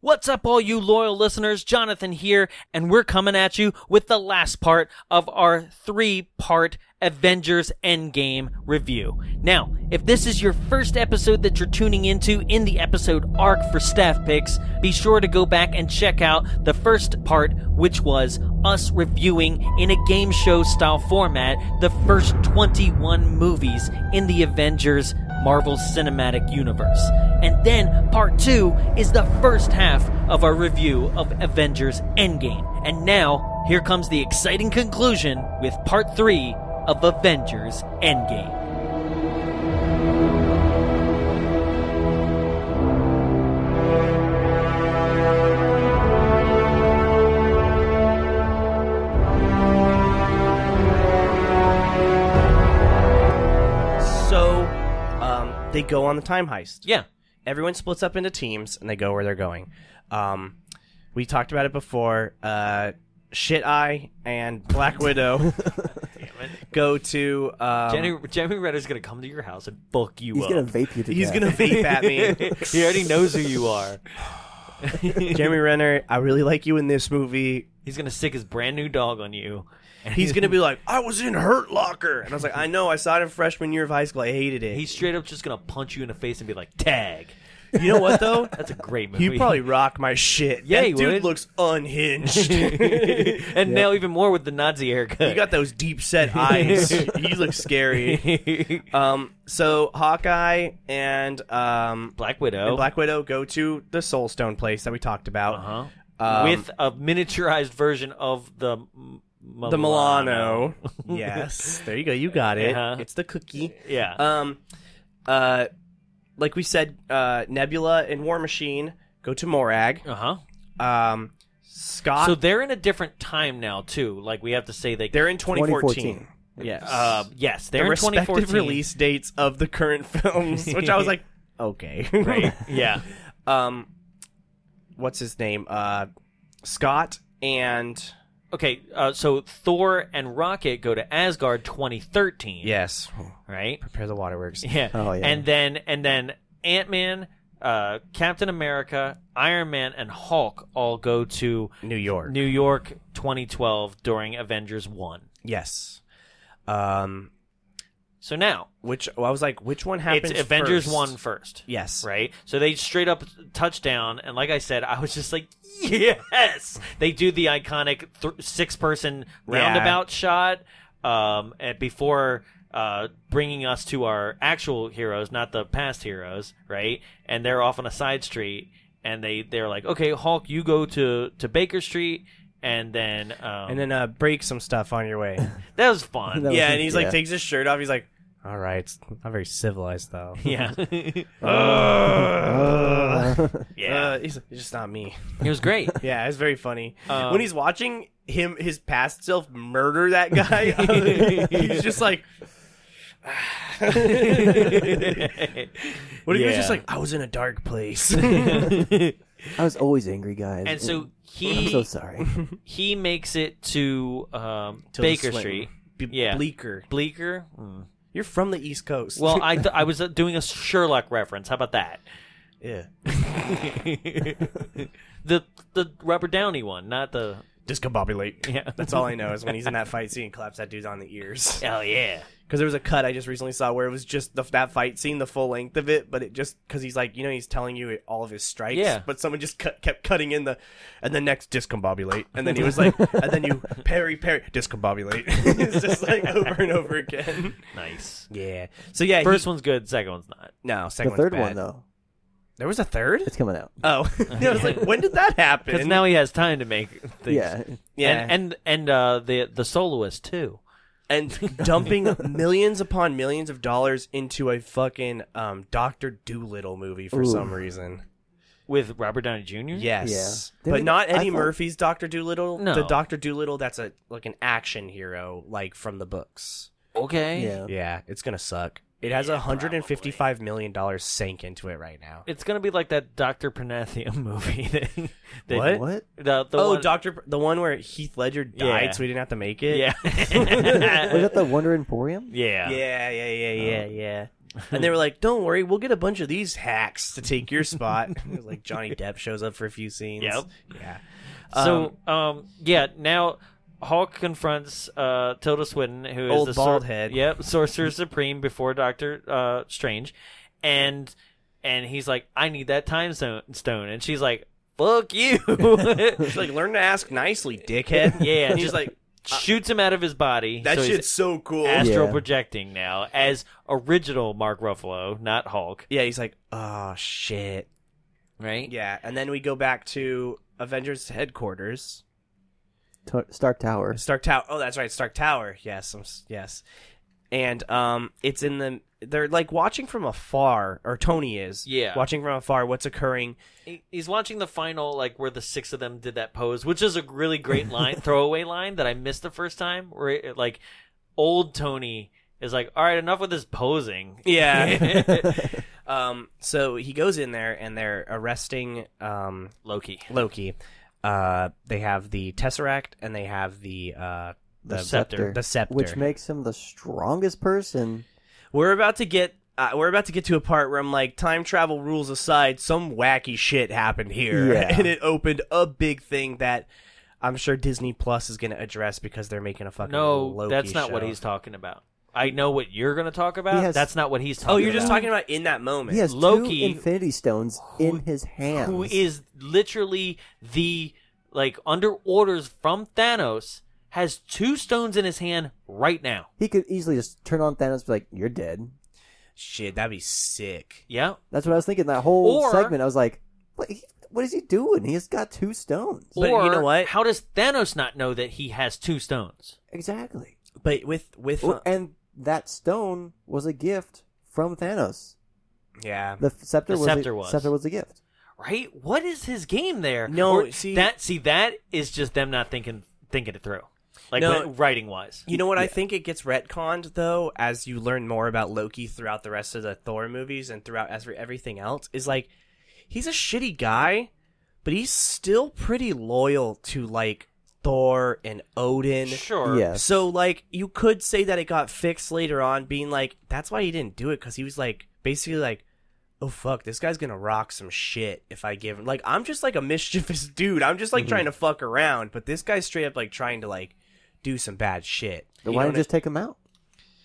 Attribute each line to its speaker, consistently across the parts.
Speaker 1: What's up, all you loyal listeners? Jonathan here, and we're coming at you with the last part of our three part Avengers Endgame review. Now, if this is your first episode that you're tuning into in the episode arc for staff picks, be sure to go back and check out the first part, which was us reviewing in a game show style format the first 21 movies in the Avengers Marvel Cinematic Universe. And then part two is the first half of our review of Avengers Endgame. And now, here comes the exciting conclusion with part three of Avengers Endgame.
Speaker 2: So, um, they go on the time heist.
Speaker 1: Yeah.
Speaker 2: Everyone splits up into teams and they go where they're going. Um, we talked about it before. Uh, Shit Eye and Black Widow go to. Um,
Speaker 1: Jenny, Jeremy Renner's gonna come to your house and fuck you
Speaker 3: He's
Speaker 1: up.
Speaker 3: gonna vape you to
Speaker 2: he's
Speaker 3: death.
Speaker 2: gonna vape at me.
Speaker 1: he already knows who you are.
Speaker 2: Jeremy Renner, I really like you in this movie.
Speaker 1: He's gonna stick his brand new dog on you. And
Speaker 2: He's gonna be like, I was in Hurt Locker, and I was like, I know, I saw it in freshman year of high school. I hated it.
Speaker 1: He's straight up just gonna punch you in the face and be like, "Tag."
Speaker 2: you know what though?
Speaker 1: That's a great movie.
Speaker 2: You probably rock my shit.
Speaker 1: Yeah,
Speaker 2: that
Speaker 1: he
Speaker 2: dude
Speaker 1: would.
Speaker 2: looks unhinged.
Speaker 1: and now even more with the Nazi haircut.
Speaker 2: You got those deep set eyes. you look scary. Um, so Hawkeye and um,
Speaker 1: Black Widow.
Speaker 2: and Black Widow go to the Soul Stone place that we talked about.
Speaker 1: uh-huh.
Speaker 2: Um,
Speaker 1: with a miniaturized version of the M-
Speaker 2: the Milano. yes, there you go. You got it.
Speaker 1: Uh-huh.
Speaker 2: It's the cookie.
Speaker 1: Yeah.
Speaker 2: Um, uh, like we said, uh, Nebula and War Machine go to Morag.
Speaker 1: Uh huh.
Speaker 2: Um, Scott.
Speaker 1: So they're in a different time now too. Like we have to say they.
Speaker 2: they're in 2014.
Speaker 3: 2014.
Speaker 2: Yes.
Speaker 1: Uh, yes, they're
Speaker 2: the
Speaker 1: in
Speaker 2: respective
Speaker 1: 2014.
Speaker 2: release dates of the current films, which I was like, okay, right.
Speaker 1: Yeah.
Speaker 2: um, what's his name? Uh, Scott and
Speaker 1: Okay. Uh, so Thor and Rocket go to Asgard 2013.
Speaker 2: yes,
Speaker 1: Right.
Speaker 2: prepare the waterworks.
Speaker 1: Yeah.
Speaker 3: Oh, yeah.
Speaker 1: And then and then Ant Man, uh, Captain America, Iron Man, and Hulk all go to
Speaker 2: New York.
Speaker 1: New York 2012 during Avengers One.
Speaker 2: yes. Um,
Speaker 1: So now
Speaker 2: which well, I was like, which one happens?
Speaker 1: it's Avengers
Speaker 2: first?
Speaker 1: One first.
Speaker 2: Yes.
Speaker 1: Right? So they straight up touch down, and like I said, I was just like, yes! They do the iconic th- six person
Speaker 2: Yeah.
Speaker 1: roundabout shot um, and before uh, bringing us to our actual heroes, not the past heroes, right? And they're off on a side street, and they, they're like, okay, Hulk, you go to, to Baker Street. And then, um,
Speaker 2: And then uh, break some stuff on your way.
Speaker 1: that was fun.
Speaker 3: That was-
Speaker 2: yeah, and he's like
Speaker 3: yeah.
Speaker 2: takes his shirt off. He's like, all right, it's not very civilized though.
Speaker 1: yeah,
Speaker 2: Uh,
Speaker 1: yeah.
Speaker 2: he's, like, it's just not me.
Speaker 1: it was great.
Speaker 2: Yeah, it's very funny.
Speaker 1: Um,
Speaker 2: when he's watching him, his past self murder that guy, he's just like, what if he was
Speaker 1: Yeah.
Speaker 2: just like, I was in a dark place?
Speaker 3: I was always angry, guys.
Speaker 1: And so he,
Speaker 3: I'm so sorry.
Speaker 1: he makes it to um,
Speaker 2: Till the Hmm.
Speaker 1: Baker
Speaker 2: slim.
Speaker 1: Street.
Speaker 2: Be-
Speaker 1: Yeah.
Speaker 2: Bleaker.
Speaker 1: Bleecker.
Speaker 2: You're from the East Coast.
Speaker 1: Well, I th- I was uh, doing a Sherlock reference. How about that?
Speaker 2: yeah.
Speaker 1: the the Robert Downey one, not the
Speaker 2: Discombobulate.
Speaker 1: Yeah.
Speaker 2: That's all I know is when he's in that fight scene, claps that dude on the ears.
Speaker 1: oh yeah
Speaker 2: Because there was a cut I just recently saw where it was just the, that fight scene, the full length of it, but it just because he's like, you know, he's telling you all of his strikes,
Speaker 1: Yeah.
Speaker 2: but someone just cut, kept cutting in the, and the next discombobulate, and then he was like, and then you parry, parry, discombobulate. it's just like over and over again.
Speaker 1: nice.
Speaker 2: Yeah. So yeah,
Speaker 1: First
Speaker 2: he,
Speaker 1: one's good, second one's not.
Speaker 2: no,
Speaker 3: the
Speaker 2: second one's
Speaker 3: third
Speaker 2: bad.
Speaker 3: one though,
Speaker 2: There was a third.
Speaker 3: it's coming out.
Speaker 2: Oh, I was like, when did
Speaker 1: Because
Speaker 2: that happen?
Speaker 1: now he has time to make things.
Speaker 3: Yeah,
Speaker 2: yeah,
Speaker 1: and and, and uh, the the soloist too.
Speaker 2: and, dumping millions upon millions of dollars into a fucking um, Doctor Doolittle movie for
Speaker 3: Ooh.
Speaker 2: some reason.
Speaker 1: With Robert Downey Jr.
Speaker 2: Yes,
Speaker 3: Yeah.
Speaker 2: but
Speaker 3: Didn't-
Speaker 2: not
Speaker 3: I
Speaker 2: Eddie
Speaker 3: thought-
Speaker 2: Murphy's Doctor Doolittle.
Speaker 1: No.
Speaker 2: The Doctor Doolittle that's a like an action hero, like from the books.
Speaker 1: Okay.
Speaker 3: yeah.
Speaker 2: Yeah, it's gonna suck. It has a
Speaker 1: Yeah,
Speaker 2: hundred and fifty-five million dollars sank into it right now.
Speaker 1: It's gonna be like that Doctor Panatheum movie. That, that-
Speaker 2: What?
Speaker 3: What?
Speaker 1: The, the
Speaker 2: oh,
Speaker 1: one-
Speaker 2: Doctor, the one where Heath Ledger died,
Speaker 1: Yeah.
Speaker 2: so we didn't have to make it.
Speaker 1: Yeah.
Speaker 3: Was that the Wonder Emporium?
Speaker 1: yeah. Um,
Speaker 2: yeah, yeah, yeah, yeah, yeah. Um, and they were like, "Don't worry, we'll get a bunch of these hacks to take your spot." it was like Johnny Depp shows up for a few scenes.
Speaker 1: Yep.
Speaker 2: Yeah. Um,
Speaker 1: So, um, yeah, now Hawk confronts uh, Tilda Swinton, who is
Speaker 2: Old
Speaker 1: the
Speaker 2: bald head.
Speaker 1: Yep, Sorcerer Supreme before Doctor uh, Strange, and and he's like, "I need that time zone- stone," and she's like, "Fuck you!"
Speaker 2: she's like, "Learn to ask nicely, dickhead."
Speaker 1: Yeah,
Speaker 2: And he's
Speaker 1: just-
Speaker 2: like,
Speaker 1: Shoots him out of his body.
Speaker 2: "That
Speaker 1: so he's
Speaker 2: shit's so cool."
Speaker 1: astral
Speaker 3: Yeah.
Speaker 1: projecting now as original Mark Ruffalo, not Hulk.
Speaker 2: yeah, he's like, "Oh shit."
Speaker 1: Right?
Speaker 2: Yeah, and then we go back to Avengers headquarters,
Speaker 3: T- Stark Tower.
Speaker 2: Stark Tower. Oh, that's right, Stark Tower. Yes, I'm s- yes. And um, it's in the they're like watching from afar, or Tony is.
Speaker 1: Yeah.
Speaker 2: watching from afar what's occurring.
Speaker 1: He- He's watching the final, like where the six of them did that pose, which is a really great line, throwaway line that I missed the first time. Where it, like old Tony is like, "All right, enough with this posing."
Speaker 2: Yeah. um, so he goes in there and they're arresting um
Speaker 1: Loki.
Speaker 2: Loki. Uh, they have the Tesseract and they have the uh the,
Speaker 1: The scepter.
Speaker 2: the scepter.
Speaker 3: Which makes him the strongest person.
Speaker 2: we're about to get uh, we're about to get to a part where I'm like, time travel rules aside, some wacky shit happened here,
Speaker 3: Yeah.
Speaker 2: and it opened a big thing that I'm sure Disney Plus is going to address because they're making a fucking
Speaker 1: No,
Speaker 2: Loki
Speaker 1: that's not
Speaker 2: show.
Speaker 1: what he's talking about. I know what you're going to talk about.
Speaker 3: He has-
Speaker 1: that's not what he's talking.
Speaker 2: Oh, you're just
Speaker 1: about.
Speaker 2: talking about in that moment.
Speaker 3: He has
Speaker 1: Loki-
Speaker 3: two Infinity Stones in his hands.
Speaker 1: who is literally the like under orders from Thanos has two stones in his hand right now.
Speaker 3: He could easily just turn on Thanos, and be like, "You're dead."
Speaker 2: Shit, that'd be sick.
Speaker 1: Yeah.
Speaker 3: That's what I was thinking. That whole
Speaker 1: Or-
Speaker 3: segment, I was like, what, he, "What is he doing? He's got two stones."
Speaker 2: But you
Speaker 1: or
Speaker 2: know what?
Speaker 1: How does Thanos not know that he has two stones?
Speaker 3: Exactly.
Speaker 2: But with with
Speaker 3: Well, and that stone was a gift from Thanos.
Speaker 2: yeah,
Speaker 3: The f- scepter,
Speaker 1: The
Speaker 3: was,
Speaker 1: scepter
Speaker 3: a,
Speaker 1: was.
Speaker 3: scepter was a gift.
Speaker 1: Right? What is his game there?
Speaker 2: No,
Speaker 1: Or
Speaker 2: see-
Speaker 1: that see that is just them not thinking thinking it through. Like
Speaker 2: No.
Speaker 1: writing wise.
Speaker 2: You know what? I think it gets retconned though, as you learn more about Loki throughout the rest of the Thor movies and throughout every everything else. Is like he's a shitty guy, but he's still pretty loyal to like Thor and Odin.
Speaker 1: Sure.
Speaker 3: Yeah. Yes.
Speaker 2: So like you could say that it got fixed later on, being like that's why he didn't do it because he was like basically like. Oh fuck! This guy's gonna rock some shit if I give him. Like I'm just like a mischievous dude. I'm just like
Speaker 3: Mm-hmm.
Speaker 2: trying to fuck around, but this guy's straight up like trying to like do some bad shit.
Speaker 3: Then
Speaker 2: You
Speaker 3: why
Speaker 2: know
Speaker 3: don't
Speaker 2: what
Speaker 3: you just take him out?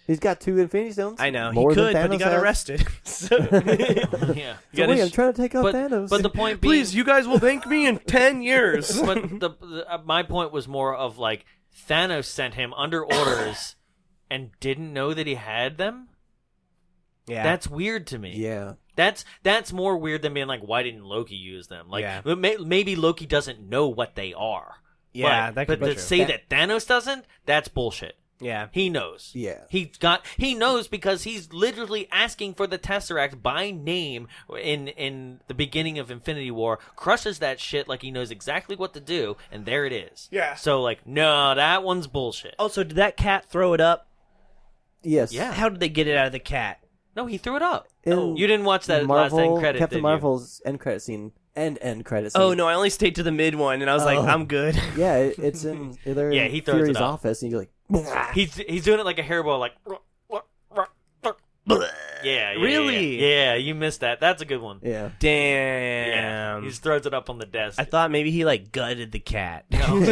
Speaker 3: He's got two Infinity Stones.
Speaker 2: I know
Speaker 3: More
Speaker 2: he
Speaker 3: than
Speaker 2: could, but he
Speaker 3: Thanos
Speaker 2: got
Speaker 3: has.
Speaker 2: arrested. so,
Speaker 1: yeah.
Speaker 3: So wait, I'm trying to take out
Speaker 1: But,
Speaker 3: Thanos.
Speaker 1: but the point being
Speaker 2: please, you guys will thank me in ten years.
Speaker 1: but the, the uh, my point was more of like Thanos sent him under orders and didn't know that he had them.
Speaker 2: yeah,
Speaker 1: That's weird to me.
Speaker 3: yeah,
Speaker 1: That's that's more weird than being like, why didn't Loki use them? Like,
Speaker 2: Yeah.
Speaker 1: but may, maybe Loki doesn't know what they are.
Speaker 2: yeah,
Speaker 1: but,
Speaker 2: that could
Speaker 1: but
Speaker 2: be
Speaker 1: to
Speaker 2: true.
Speaker 1: say that Thanos doesn't, that's bullshit.
Speaker 2: yeah,
Speaker 1: He knows.
Speaker 3: Yeah.
Speaker 1: He got he knows because he's literally asking for the Tesseract by name in in the beginning of Infinity War, crushes that shit like he knows exactly what to do, and there it is.
Speaker 2: Yeah.
Speaker 1: So like, no, that one's bullshit.
Speaker 2: Also, did that cat throw it up?
Speaker 3: yes,
Speaker 1: Yeah.
Speaker 2: How did they get it out of the cat?
Speaker 1: No, he threw it up.
Speaker 3: In
Speaker 1: Oh, you didn't watch that
Speaker 3: Marvel,
Speaker 1: last end credit.
Speaker 3: Captain
Speaker 1: did you?
Speaker 3: Marvel's end credit scene and end credit scene.
Speaker 2: Oh no, I only stayed to the mid one, and I was like,
Speaker 3: Oh.
Speaker 2: I'm good.
Speaker 3: Yeah, it, it's in either
Speaker 1: Yeah,
Speaker 3: in
Speaker 1: he throws it
Speaker 3: Fury's
Speaker 1: up.
Speaker 3: office, and you're like, "Bwah."
Speaker 1: He's he's doing it like a hairball, like. Yeah, yeah,
Speaker 2: Really?
Speaker 1: Yeah, yeah. you missed that. That's a good one.
Speaker 3: yeah,
Speaker 1: Yeah,
Speaker 2: Damn.
Speaker 1: he just throws it up on the desk.
Speaker 2: I thought maybe he like gutted the cat. Don't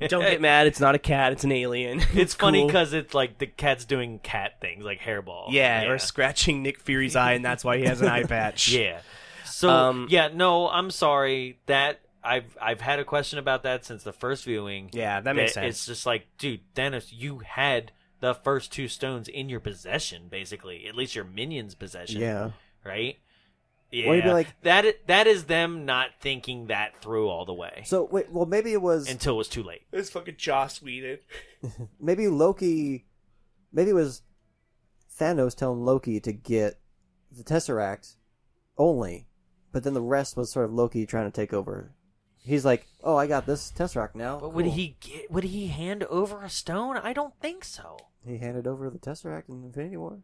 Speaker 1: Don't
Speaker 2: get mad. It's not a cat. It's an alien.
Speaker 1: It's funny
Speaker 2: cool.
Speaker 1: because it's like the cat's doing cat things, like hairball.
Speaker 2: yeah, or scratching Nick Fury's eye, and that's why he has an eye patch.
Speaker 1: yeah. So
Speaker 2: Um,
Speaker 1: yeah, no, I'm sorry that I've I've had a question about that since the first viewing.
Speaker 2: yeah, that makes sense.
Speaker 1: It's just like, dude, Thanos, you had the first two stones in your possession, basically, at least your minions' possession.
Speaker 3: yeah.
Speaker 1: right. Yeah,
Speaker 3: Or you'd be like-
Speaker 1: that. i- That is them not thinking that through all the way
Speaker 3: So wait, well, maybe it was
Speaker 1: until it was too late.
Speaker 2: It's fucking Joss Whedon.
Speaker 3: maybe Loki, maybe it was Thanos telling Loki to get the Tesseract only, but then the rest was sort of Loki trying to take over. He's like, "Oh, I got this Tesseract now."
Speaker 1: But would
Speaker 3: Cool.
Speaker 1: he get? Would he hand over a stone? I don't think so.
Speaker 3: He handed over the Tesseract in Infinity War.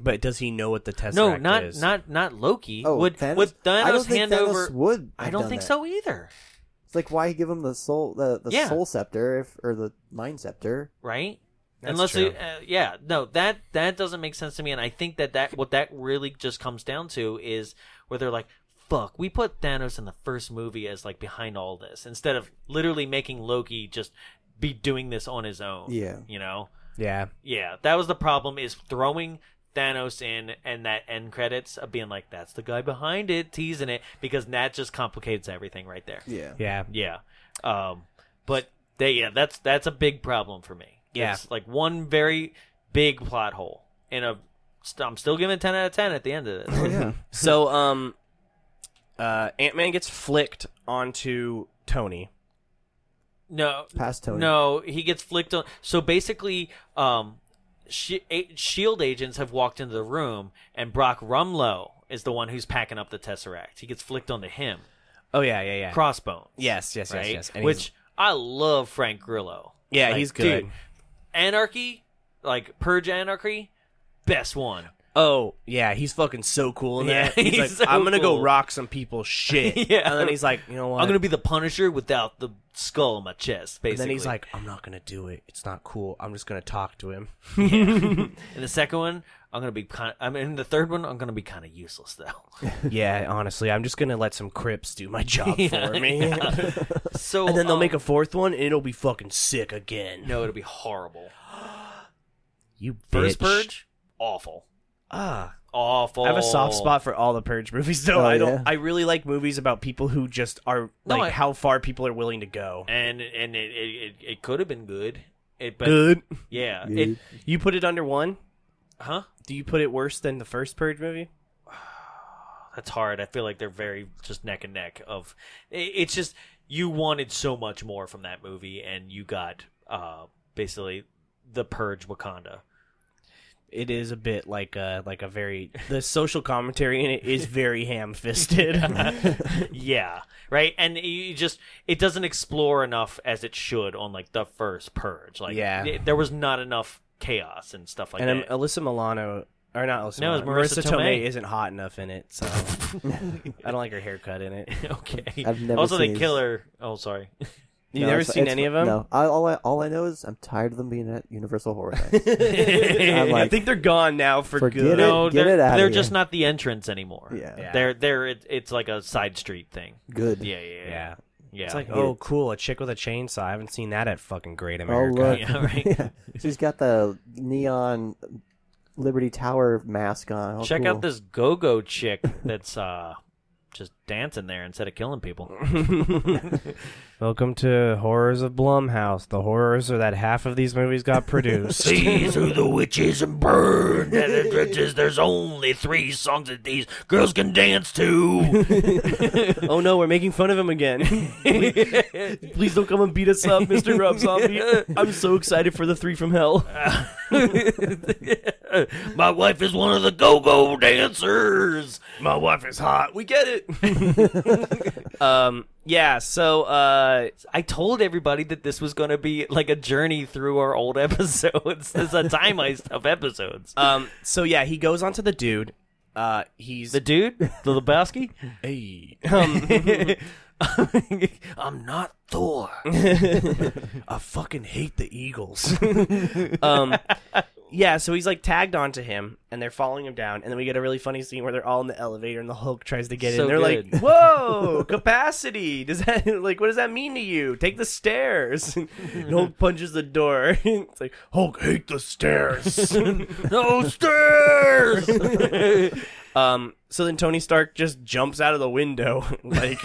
Speaker 2: But does he know what the Tesseract
Speaker 1: no, not
Speaker 2: is?
Speaker 1: not not Loki.
Speaker 3: Oh,
Speaker 1: would
Speaker 3: Thanos?
Speaker 1: would Thanos
Speaker 3: I don't think
Speaker 1: hand
Speaker 3: Thanos
Speaker 1: over?
Speaker 3: would
Speaker 1: I
Speaker 3: have
Speaker 1: don't
Speaker 3: done
Speaker 1: think
Speaker 3: that.
Speaker 1: so either.
Speaker 3: It's like why give him the soul, the, the
Speaker 1: Yeah.
Speaker 3: soul scepter, if or the mind scepter.
Speaker 1: Right?
Speaker 2: That's
Speaker 1: Unless
Speaker 2: true.
Speaker 1: it- uh, yeah, no, that that doesn't make sense to me, and I think that that what that really just comes down to is where they're like, "Fuck, we put Thanos in the first movie as like behind all this instead of literally making Loki just be doing this on his own."
Speaker 3: Yeah.
Speaker 1: you know,
Speaker 2: yeah,
Speaker 1: yeah, that was the problem is throwing Thanos in and that end credits of being like, "That's the guy behind it," teasing it because that just complicates everything right there.
Speaker 3: Yeah.
Speaker 2: yeah.
Speaker 1: Yeah. Um, but they, yeah, that's that's a big problem for me.
Speaker 2: Yeah.
Speaker 1: It's like one very big plot hole in a. St- I'm still giving it 10 out of 10 at the end of this.
Speaker 3: Oh, yeah.
Speaker 2: So, um, uh, Ant Man gets flicked onto Tony.
Speaker 1: No,
Speaker 3: Past Tony.
Speaker 1: no, he gets flicked on. So basically, um, shi a- shield E agents have walked into the room, and Brock Rumlow is the one who's packing up the tesseract. He gets flicked onto him.
Speaker 2: Oh yeah, yeah, yeah.
Speaker 1: Crossbones.
Speaker 2: yes, yes, yes,
Speaker 1: right?
Speaker 2: yes. And he's-
Speaker 1: Which I love Frank Grillo.
Speaker 2: yeah,
Speaker 1: Like,
Speaker 2: he's good.
Speaker 1: dude, Anarchy, like Purge Anarchy, best one.
Speaker 2: Oh yeah, he's fucking so cool in
Speaker 1: Yeah,
Speaker 2: that. He's,
Speaker 1: he's
Speaker 2: like,
Speaker 1: so
Speaker 2: I'm gonna go
Speaker 1: cool.
Speaker 2: rock some people's shit.
Speaker 1: Yeah.
Speaker 2: and then he's like, you know what?
Speaker 1: I'm gonna be the Punisher without the skull on my chest,
Speaker 2: and
Speaker 1: basically.
Speaker 2: then he's like, I'm not gonna do it. It's not cool. I'm just gonna talk to him.
Speaker 1: in the second one, I'm gonna be kind. I mean, in the third one, I'm gonna be kind of useless though.
Speaker 2: yeah, honestly, I'm just gonna let some Crips do my job
Speaker 1: Yeah,
Speaker 2: for me.
Speaker 1: So
Speaker 2: and then they'll
Speaker 1: um,
Speaker 2: make a fourth one, and it'll be fucking sick again.
Speaker 1: no. It'll be horrible.
Speaker 2: you
Speaker 1: First
Speaker 2: bitch.
Speaker 1: purge, Oh. awful,
Speaker 2: Ah,
Speaker 1: awful.
Speaker 2: I have a soft spot for all the Purge movies, though.
Speaker 3: Oh,
Speaker 2: I don't.
Speaker 3: yeah.
Speaker 2: I really like movies about people who just are
Speaker 1: No,
Speaker 2: like
Speaker 1: I-
Speaker 2: how far people are willing to go.
Speaker 1: and and it it, it, it could have been good. It but
Speaker 2: Good.
Speaker 1: yeah.
Speaker 3: Good.
Speaker 1: It
Speaker 2: You put it under one.
Speaker 1: huh.
Speaker 2: Do you put it worse than the first Purge movie?
Speaker 1: That's hard. I feel like they're very just neck and neck. Of i- it's just you wanted so much more from that movie, and you got uh, basically the Purge Wakanda.
Speaker 2: It is a bit like a like a very the social commentary in it is very um, ham fisted.
Speaker 1: yeah, right. And you just it doesn't explore enough as it should on like the first Purge. Like
Speaker 2: Yeah.
Speaker 1: th- there was not enough chaos and stuff like
Speaker 2: and um,
Speaker 1: that.
Speaker 2: Alyssa Milano or not Alyssa
Speaker 1: No, it's
Speaker 2: Milano,
Speaker 1: Marissa Tomei.
Speaker 2: isn't hot enough in it, so I don't like her haircut in it.
Speaker 1: okay.
Speaker 3: I've never
Speaker 1: also,
Speaker 3: seen
Speaker 1: they
Speaker 3: his-
Speaker 1: kill her. Oh, sorry.
Speaker 2: You
Speaker 3: No,
Speaker 2: never
Speaker 3: it's-
Speaker 2: seen
Speaker 3: it's-
Speaker 2: any of them?
Speaker 3: No. I, all, I, all I know is I'm tired of them being at Universal Horror Nights. I'm
Speaker 2: I
Speaker 3: like,
Speaker 2: think they're gone now for
Speaker 3: forget
Speaker 2: good.
Speaker 3: it.
Speaker 1: no,
Speaker 3: get
Speaker 1: they're,
Speaker 3: it outta
Speaker 1: they're
Speaker 3: here.
Speaker 1: just not the entrance anymore.
Speaker 3: Yeah.
Speaker 2: Yeah.
Speaker 1: they're they're it, it's like a side street thing.
Speaker 3: Good.
Speaker 1: Yeah, yeah, yeah.
Speaker 2: Yeah.
Speaker 1: Yeah.
Speaker 2: It's like,
Speaker 3: Yeah.
Speaker 2: oh, cool, a chick with a chainsaw. I haven't seen that at fucking Great
Speaker 3: Oh,
Speaker 2: America.
Speaker 3: look.
Speaker 1: Yeah, right.
Speaker 3: Yeah. She's got the neon Liberty Tower mask on. Oh,
Speaker 1: check
Speaker 3: cool.
Speaker 1: out this go-go chick that's uh just dancing there instead of killing people.
Speaker 2: Welcome to Horrors of Blumhouse. The horrors are that half of these movies got produced.
Speaker 1: Seize who the witch is and burn. There's only three songs that these girls can dance to.
Speaker 2: oh no, we're making fun of him again. Please don't come and beat us up, Mr. Rob Zombie. I'm so excited for the three from hell.
Speaker 1: My wife is one of the go-go dancers.
Speaker 2: My wife is hot. We get it. um, yeah, so uh,
Speaker 1: I told everybody that this was going to be like a journey through our old episodes. This is a time heist of episodes.
Speaker 2: um, so yeah, he goes on to the dude. Uh, he's
Speaker 1: the dude, the Lebowski.
Speaker 2: hey. Um,
Speaker 1: I'm not Thor.
Speaker 2: I fucking hate the Eagles. um, yeah, so he's like tagged onto him, and they're following him down, and then we get a really funny scene where they're all in the elevator, and the Hulk tries to get in.
Speaker 1: So
Speaker 2: They're
Speaker 1: good.
Speaker 2: like, "Whoa, capacity! Does that like what does that mean to you? Take the stairs." and Hulk punches the door. it's like Hulk hate the stairs.
Speaker 1: no stairs.
Speaker 2: um, so then Tony Stark just jumps out of the window, like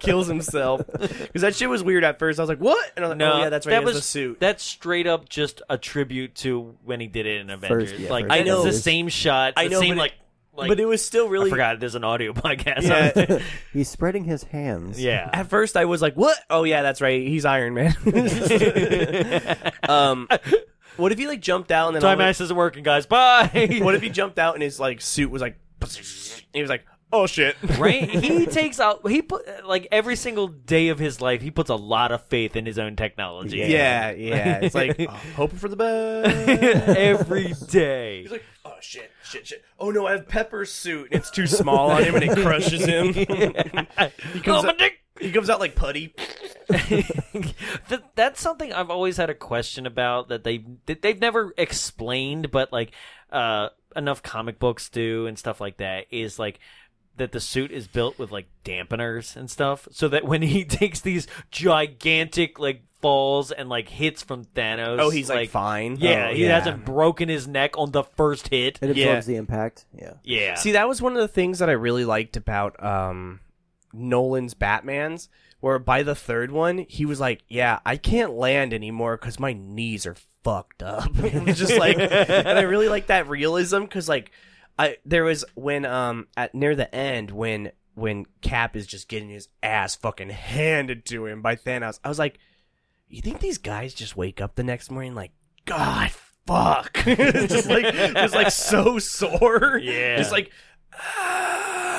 Speaker 2: kills himself because that shit was weird at first. I was like, "What?" And I was like,
Speaker 1: No,
Speaker 2: "Oh yeah, that's right.
Speaker 1: That
Speaker 2: he has
Speaker 1: was
Speaker 2: the suit."
Speaker 1: That's straight up just a tribute to when he did it in Avengers.
Speaker 3: yeah,
Speaker 1: like
Speaker 3: first
Speaker 1: I know the
Speaker 3: Avengers.
Speaker 1: same shot.
Speaker 2: I
Speaker 1: the
Speaker 2: know,
Speaker 1: same
Speaker 2: but
Speaker 1: like,
Speaker 2: it-
Speaker 1: like.
Speaker 2: but it was still
Speaker 1: I
Speaker 2: really.
Speaker 1: forgot there's an audio podcast.
Speaker 2: Yeah.
Speaker 3: He's spreading his hands.
Speaker 1: yeah.
Speaker 2: At first, I was like, "What? Oh yeah, that's right. He's Iron Man." um, what if he like jumped out and then all
Speaker 1: Time
Speaker 2: of a-
Speaker 1: Axe isn't working, guys. Bye.
Speaker 2: what if he jumped out and his like suit was like? He was like, "Oh shit!"
Speaker 1: right? He takes out. He put like every single day of his life. He puts a lot of faith in his own technology.
Speaker 2: Yeah, yeah. It's like oh, hoping for the best.
Speaker 1: every day.
Speaker 2: He's like, "Oh shit, shit, shit! Oh no, I have Pepper's suit and it's too small on him and it crushes him."
Speaker 1: Yeah.
Speaker 2: comes up- He comes out like putty.
Speaker 1: Th- that's something I've always had a question about that they that they've never explained, but like uh, enough comic books do and stuff like that is like that the suit is built with like dampeners and stuff, so that when he takes these gigantic like falls and like hits from Thanos,
Speaker 2: Oh, he's like, fine.
Speaker 1: yeah,
Speaker 2: Oh,
Speaker 1: he hasn't broken his neck on the first hit.
Speaker 3: It
Speaker 2: Yeah.
Speaker 3: absorbs the impact. Yeah.
Speaker 1: Yeah,
Speaker 2: See, that was one of the things that I really liked about um, Nolan's Batman's, where by the third one, he was like, "Yeah, I can't land anymore because my knees are fucked up." It was just like, and I really like that realism because, like, I there was when um at near the end when when Cap is just getting his ass fucking handed to him by Thanos, I was like, "You think these guys just wake up the next morning like, God?" Fuck! just like, just like so sore.
Speaker 1: Yeah.
Speaker 2: just like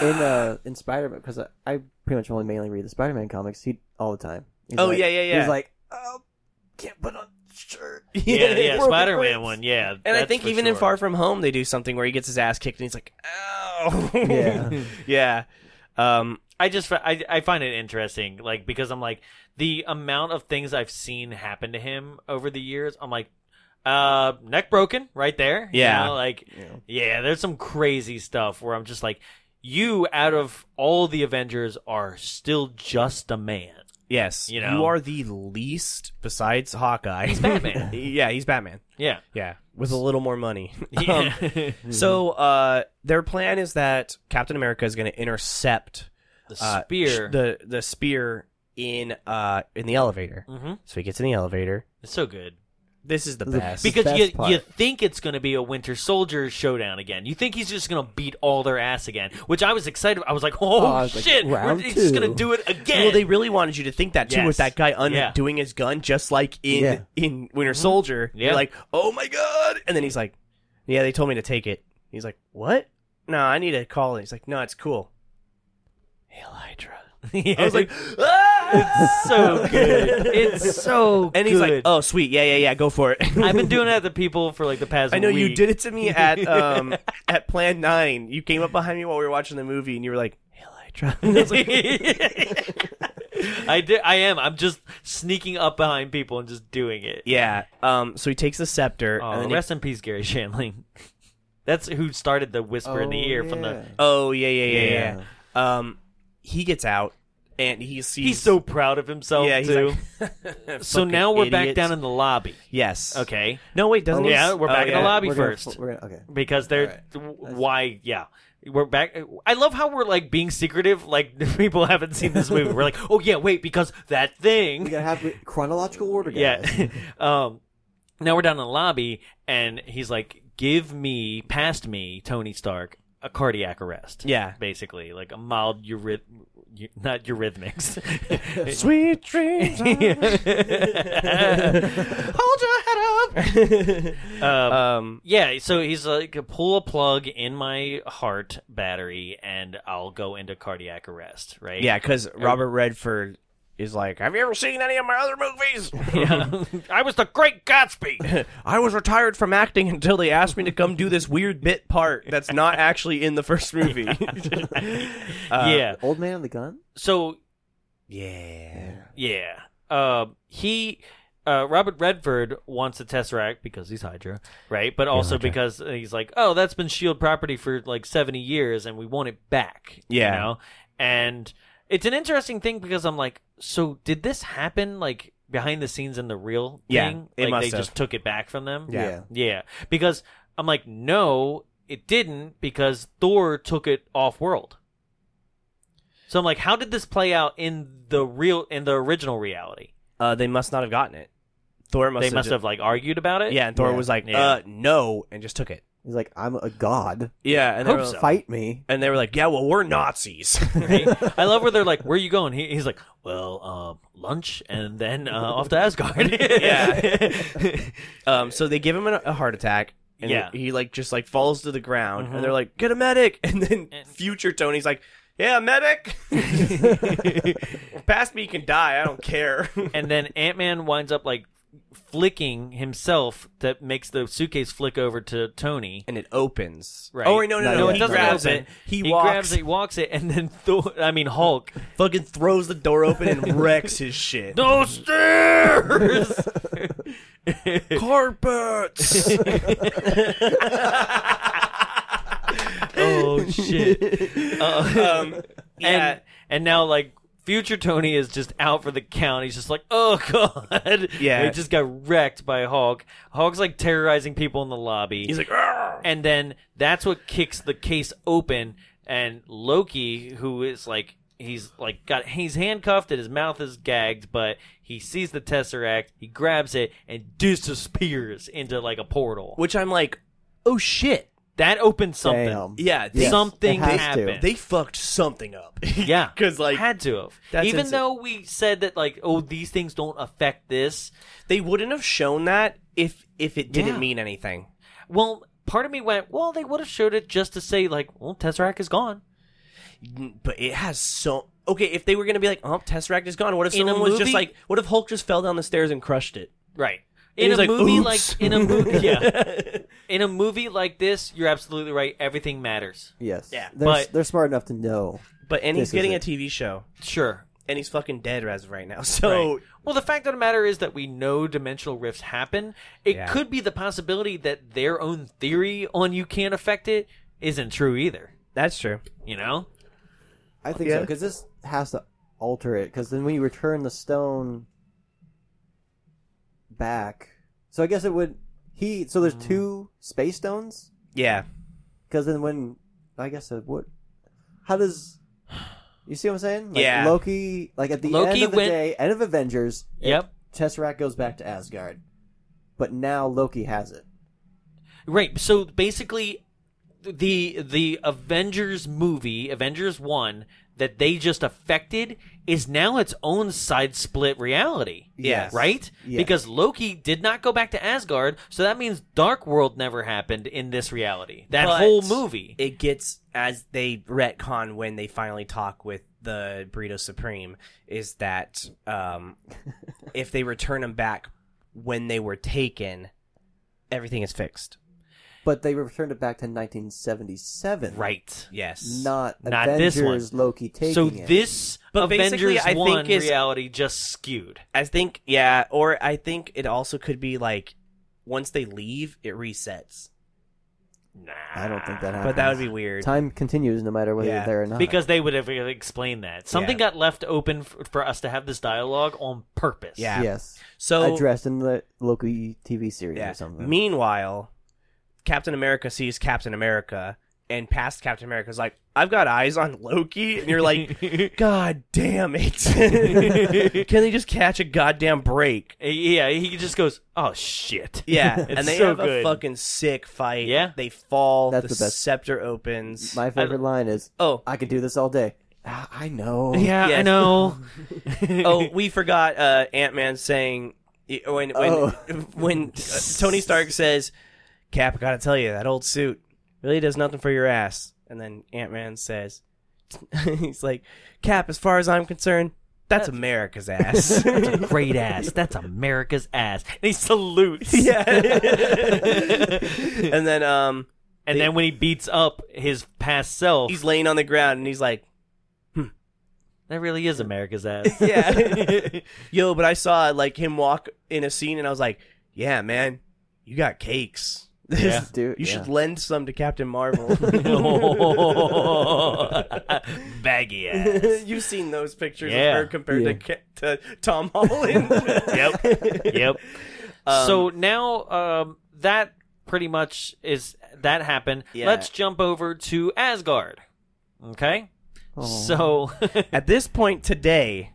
Speaker 3: In uh, in Spider Man, because I, I pretty much only mainly read the Spider Man comics. He all the time. He's
Speaker 2: Oh,
Speaker 3: like-
Speaker 2: yeah, yeah, yeah.
Speaker 3: He's like,
Speaker 2: "Ah,
Speaker 3: oh, can't put on shirt.
Speaker 1: yeah,
Speaker 2: Broken
Speaker 1: yeah,
Speaker 2: ribs.
Speaker 1: Spider Man one, yeah.
Speaker 2: And I
Speaker 1: that's
Speaker 2: think
Speaker 1: for
Speaker 2: even in
Speaker 1: sure.
Speaker 2: Far From Home, they do something where he gets his ass kicked and he's like, "Ow."
Speaker 3: Yeah.
Speaker 2: yeah. Um,
Speaker 1: I just fi- I, I find it interesting, like because I'm like the amount of things I've seen happen to him over the years. I'm like, uh, neck broken right there. You
Speaker 2: Yeah.
Speaker 1: know, like yeah, there's some crazy stuff where I'm just like, you out of all the Avengers are still just a man.
Speaker 2: yes,
Speaker 1: You know.
Speaker 2: you are the least besides Hawkeye. He's
Speaker 1: Batman.
Speaker 2: yeah, he's Batman.
Speaker 1: Yeah,
Speaker 2: Yeah, with a little more money. Um,
Speaker 1: yeah,
Speaker 2: so uh, their plan is that Captain America is going to intercept
Speaker 1: the
Speaker 2: uh,
Speaker 1: spear.
Speaker 2: sh- the the spear in uh in the elevator.
Speaker 1: hmm
Speaker 2: So he gets in the elevator.
Speaker 1: It's so good.
Speaker 2: This is the
Speaker 3: The-
Speaker 2: best
Speaker 3: Bec-
Speaker 1: because
Speaker 3: best
Speaker 1: you
Speaker 3: part.
Speaker 1: you think it's going to be a Winter Soldier showdown again. You think he's just going to beat all their ass again, which I was excited. I was like, oh,
Speaker 3: Oh, I was like,
Speaker 1: shit,
Speaker 3: round
Speaker 1: he's just going to do
Speaker 3: two.
Speaker 1: it again.
Speaker 2: Well, they really wanted you to think that too,
Speaker 1: Yes.
Speaker 2: with that guy
Speaker 1: Yeah. Mm-hmm.
Speaker 2: undoing his gun, just like in
Speaker 3: Yeah.
Speaker 2: in Winter Soldier.
Speaker 1: Yeah.
Speaker 2: You're like, oh my god! And then he's like, yeah, they told me to take it. He's like, what? No, I need to call it. He's like, no, it's cool. Hail Hydra. I was like, ah!
Speaker 1: it's so good. It's so
Speaker 2: and he's like,
Speaker 1: good.
Speaker 2: oh sweet, yeah, yeah, yeah, go for it.
Speaker 1: I've been doing that to people for like the past.
Speaker 2: I know you
Speaker 1: week.
Speaker 2: did it to me at um at Plan Nine. You came up behind me while we were watching the movie, and you were like, Hail Hydra. And I was like,
Speaker 1: I did. I am. I'm just sneaking up behind people and just doing it.
Speaker 2: yeah. Um. So he takes the scepter.
Speaker 1: Oh,
Speaker 2: and then he
Speaker 1: rest in peace, Gary Shanling. That's who started the whisper in the
Speaker 3: Oh,
Speaker 1: ear from the.
Speaker 3: yeah.
Speaker 2: Oh yeah, yeah, yeah, yeah. Um, he gets out and he sees.
Speaker 1: He's so proud of himself
Speaker 2: yeah. He's
Speaker 1: too.
Speaker 2: like,
Speaker 1: so
Speaker 2: "Fucking
Speaker 1: now we're back
Speaker 2: idiots."
Speaker 1: down in the lobby.
Speaker 2: yes.
Speaker 1: Okay.
Speaker 2: No wait, doesn't he?
Speaker 1: Oh, Yeah, we're back in the
Speaker 2: yeah.
Speaker 1: lobby
Speaker 3: We're gonna-
Speaker 1: 1st
Speaker 3: we're gonna- okay.
Speaker 1: because they're w- why yeah. We're back. I love how we're like being secretive. Like people haven't seen this movie. We're like, oh yeah, wait, because that thing.
Speaker 3: We gotta have it- chronological order, guys.
Speaker 1: Yeah. um, now we're down in the lobby, and he's like, "Give me, past me, Tony Stark, a cardiac arrest."
Speaker 2: Yeah.
Speaker 1: basically, like a mild uryth, u- not eurythmics.
Speaker 2: Sweet dreams. Hold your head
Speaker 1: um,
Speaker 2: up. um.
Speaker 1: yeah, so he's like, pull a plug in my heart battery, and I'll go into cardiac arrest. Right?
Speaker 2: Yeah, because Robert Redford is like, have you ever seen any of my other movies?
Speaker 1: Yeah. I was the Great
Speaker 2: Uh,
Speaker 1: Gatsby.
Speaker 2: I was retired from acting until they asked me to come do this weird bit part that's not actually in the first movie. Uh,
Speaker 1: yeah.
Speaker 3: Old man and the gun.
Speaker 1: So
Speaker 2: yeah.
Speaker 1: Yeah. Uh, he, uh, Robert Redford wants the Tesseract because he's Hydra, right? But also
Speaker 2: Hydra.
Speaker 1: because he's like, oh, that's been Shield property for like seventy years, and we want it back.
Speaker 2: Yeah.
Speaker 1: You know? And it's an interesting thing because I'm like, so did this happen like behind the scenes in the real
Speaker 2: Yeah,
Speaker 1: thing?
Speaker 2: it
Speaker 1: like
Speaker 2: must
Speaker 1: they
Speaker 2: have.
Speaker 1: just took it back from them.
Speaker 2: Yeah.
Speaker 1: Yeah, because I'm like, no, it didn't, because Thor took it off world. So I'm like, how did this play out in the real in the original reality?
Speaker 2: uh, they must not have gotten it. Thor must
Speaker 1: they
Speaker 2: have
Speaker 1: must
Speaker 2: Oh, ju-
Speaker 1: have like argued about it.
Speaker 2: Yeah, and Thor
Speaker 3: Yeah.
Speaker 2: was like,
Speaker 1: Yeah.
Speaker 2: "Uh, no," and just took it.
Speaker 3: He's like, I'm a god.
Speaker 2: Yeah, and
Speaker 1: they
Speaker 2: they
Speaker 1: Hope
Speaker 2: were,
Speaker 1: were- so.
Speaker 3: Fight me.
Speaker 2: like, "Yeah, well, we're Nazis."
Speaker 1: Right? I love where they're like, "Where are you going?" He, he's like, "Well, um, lunch and then uh, off to Asgard."
Speaker 2: Yeah. um, so they give him an, a heart attack, and
Speaker 1: Yeah.
Speaker 2: he like just like falls to the ground,
Speaker 1: Mhm.
Speaker 2: and they're like, "Get a medic!" Mm-hmm. And then
Speaker 1: And-
Speaker 2: future Tony's like, "Yeah, medic. Past me can die. I don't care."
Speaker 1: and then Ant Man winds up like flicking himself that makes the suitcase flick over to Tony.
Speaker 2: and it opens.
Speaker 1: Right.
Speaker 2: Oh wait, no, no,
Speaker 3: No,
Speaker 2: no.
Speaker 1: no,
Speaker 3: yeah,
Speaker 1: it
Speaker 2: he
Speaker 1: doesn't
Speaker 2: grabs
Speaker 1: open.
Speaker 2: it. He,
Speaker 1: he
Speaker 2: walks.
Speaker 1: grabs it, walks it, and then Thor, I mean Hulk.
Speaker 2: Fucking throws the door open and wrecks his shit.
Speaker 1: No stairs.
Speaker 2: carpets. Um,
Speaker 1: oh shit. Uh,
Speaker 2: um, yeah.
Speaker 1: and and now like future Tony is just out for the count. He's just like, oh god.
Speaker 2: Yeah.
Speaker 1: He just got wrecked by Hulk. Hulk's like terrorizing people in the lobby.
Speaker 2: He's like, "Argh."
Speaker 1: and then that's what kicks the case open and loki who is like he's like got he's handcuffed and his mouth is gagged but he sees the tesseract he grabs it and disappears into like a portal
Speaker 2: which I'm like, oh shit.
Speaker 1: that opens something
Speaker 3: Damn.
Speaker 2: Yeah,
Speaker 1: Yes.
Speaker 2: they,
Speaker 1: something
Speaker 3: it has to.
Speaker 1: happened
Speaker 2: they fucked something up.
Speaker 1: yeah
Speaker 2: because like
Speaker 1: had to have
Speaker 2: That's
Speaker 1: even
Speaker 2: insane.
Speaker 1: though we said that like oh these things don't affect this
Speaker 2: they wouldn't have shown that if if it didn't
Speaker 1: Yeah.
Speaker 2: mean anything.
Speaker 1: well part of me went well they would have showed it just to say like well tesseract is gone
Speaker 2: Mm, But it has so okay. If they were gonna be like, oh, Tesseract is gone. What if
Speaker 1: In a
Speaker 2: someone was
Speaker 1: movie-
Speaker 2: just like, what if Hulk just fell down the stairs and crushed it?
Speaker 1: right in a
Speaker 2: And he's like,
Speaker 1: movie
Speaker 2: "Oops."
Speaker 1: like in a movie yeah in a movie like this, you're absolutely right. Everything matters.
Speaker 3: Yes.
Speaker 2: Yeah,
Speaker 3: They're,
Speaker 1: but-
Speaker 3: they're smart enough to know.
Speaker 2: But and
Speaker 3: This
Speaker 2: he's
Speaker 3: is
Speaker 2: getting a
Speaker 3: it.
Speaker 2: TV show,
Speaker 1: Sure.
Speaker 2: and he's fucking dead as of right now. So
Speaker 1: Right. well, the fact of the matter is that we know dimensional rifts happen. It
Speaker 2: Yeah.
Speaker 1: could be the possibility that their own theory on you can't affect it isn't true either.
Speaker 2: that's true.
Speaker 1: You know?
Speaker 3: I think so
Speaker 2: Yeah.
Speaker 3: because this has to alter it. Because then when you return the stone back, so I guess it would he. So there's two space stones.
Speaker 2: Yeah,
Speaker 3: Because then when I guess it would. How does you see what I'm saying? Like,
Speaker 2: Yeah.
Speaker 3: Loki, like at the
Speaker 1: Loki
Speaker 3: end of the
Speaker 1: went-
Speaker 3: day, end of Avengers. it-
Speaker 1: Yep.
Speaker 3: Tesseract goes back to Asgard, but now Loki has it.
Speaker 1: Right. So basically the the Avengers movie, Avengers 1 that they just affected is now its own side split reality.
Speaker 2: Yes.
Speaker 1: right?
Speaker 3: Yes.
Speaker 1: Because Loki did not go back to Asgard, so that means Dark World never happened in this reality. That
Speaker 2: But
Speaker 1: whole movie.
Speaker 2: it gets as they retcon when they finally talk with the Burrito Supreme is that um, if they return him back when they were taken, everything is fixed.
Speaker 3: But they returned it back to 1977.
Speaker 1: right.
Speaker 2: Yes.
Speaker 3: Not,
Speaker 1: Not this
Speaker 3: Avengers
Speaker 1: one.
Speaker 3: Loki taking
Speaker 1: So
Speaker 3: it.
Speaker 1: this
Speaker 2: But basically,
Speaker 1: Avengers
Speaker 2: I think
Speaker 1: 1
Speaker 2: is-
Speaker 1: reality just skewed.
Speaker 2: I think yeah, or I think it also could be like once they leave, it resets.
Speaker 1: Nah.
Speaker 3: I don't think that happens.
Speaker 2: But that would be weird.
Speaker 3: Time continues no matter whether
Speaker 2: Yeah.
Speaker 3: you're there or not.
Speaker 1: because they would have explained that. Something got left open for, for us to have this dialogue on purpose.
Speaker 2: Yeah.
Speaker 3: yes,
Speaker 2: So
Speaker 3: addressed in the Loki TV series
Speaker 2: yeah.
Speaker 3: or something.
Speaker 2: Meanwhile, Captain America sees Captain America and past Captain America's like, I've got eyes on Loki and you're like God damn it. Can they just catch a goddamn break?
Speaker 1: Yeah, he just goes, "Oh shit."
Speaker 2: Yeah.
Speaker 1: It's
Speaker 2: and they
Speaker 1: so
Speaker 2: have
Speaker 1: good.
Speaker 2: a fucking sick fight.
Speaker 1: Yeah.
Speaker 2: They fall,
Speaker 3: That's
Speaker 2: the,
Speaker 3: the best.
Speaker 2: scepter opens.
Speaker 3: My favorite line is,
Speaker 2: oh,
Speaker 3: "I could do this all day." Ah, I know.
Speaker 1: Yeah, I
Speaker 2: Yes.
Speaker 1: know.
Speaker 2: oh, we forgot uh, Ant Man saying when when
Speaker 3: Oh.
Speaker 2: when uh, Tony Stark says, "Cap, I gotta tell you that old suit really does nothing for your ass." And then Ant Man says, "He's like, Cap, as far as I'm concerned, that's America's ass."
Speaker 1: great ass. That's America's ass. And he salutes.
Speaker 2: yeah. and then um,
Speaker 1: And then when he beats up his past self,
Speaker 2: he's laying on the ground and he's like,
Speaker 1: that really is America's ass.
Speaker 2: "Yeah, yo," but I saw like him walk in a scene and I was like, "Yeah, man, you got cakes."
Speaker 1: Yeah.
Speaker 3: dude.
Speaker 2: You
Speaker 3: yeah.
Speaker 2: should lend some to Captain Marvel.
Speaker 1: Baggy ass.
Speaker 2: You've seen those pictures
Speaker 1: Yeah.
Speaker 2: of her compared
Speaker 3: Yeah.
Speaker 2: to, Ca- to Tom Holland.
Speaker 1: Yep. Yep. so now um, that pretty much is that happened.
Speaker 2: Yeah.
Speaker 1: Let's jump over to Asgard. Okay?
Speaker 3: Oh.
Speaker 1: So
Speaker 2: At this point today,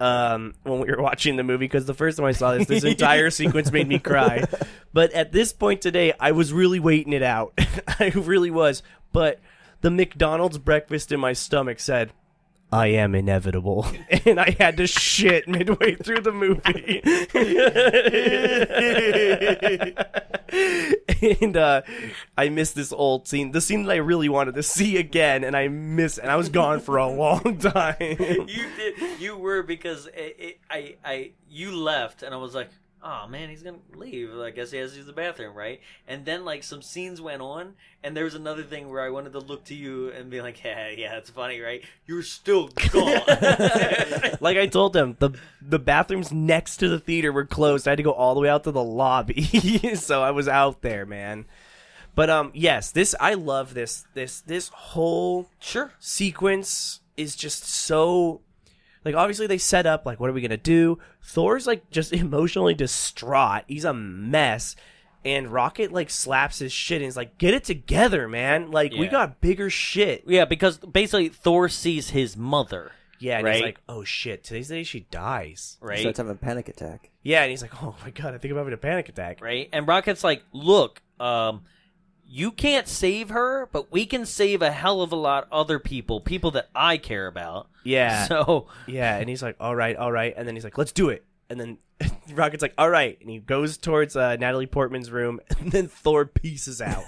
Speaker 2: um, when we were watching the movie, because the first time I saw this, this entire sequence made me cry. But at this point today, I was really waiting it out. I really was. But the McDonald's breakfast in my stomach said, I am inevitable. And I had to shit midway through the movie. and uh, I missed this old scene, the scene that I really wanted to see again, and I missed, and I was gone for a long time.
Speaker 1: you did you were because it, it, I I you left and I was like oh man, he's gonna leave. I guess he has to use the bathroom, right? And then like some scenes went on, and there was another thing where I wanted to look to you and be like, yeah, yeah, it's funny, right? You're still gone.
Speaker 2: like I told them, the the bathrooms next to the theater were closed. I had to go all the way out to the lobby, so I was out there, man. But um, yes, this I love this this this whole
Speaker 1: sure.
Speaker 2: sequence is just so like obviously they set up like what are we gonna do thor's like just emotionally distraught he's a mess and rocket like slaps his shit and is like get it together man like we
Speaker 1: Yeah.
Speaker 2: got bigger shit
Speaker 1: Yeah, because basically Thor sees his mother,
Speaker 2: yeah and he's
Speaker 1: Right.
Speaker 2: like oh shit today's the day she dies
Speaker 3: He starts
Speaker 1: right?
Speaker 3: having a panic attack.
Speaker 2: yeah and he's like oh my god i think i'm having a panic attack
Speaker 1: Right? And Rocket's like, look, um, you can't save her, but we can save a hell of a lot other people, people that I care about.
Speaker 2: yeah
Speaker 1: So
Speaker 2: Yeah, and he's like, "All right, all right," and then he's like, "Let's do it." And then Rocket's like, "All right," and he goes towards uh, Natalie Portman's room, and then Thor pieces out.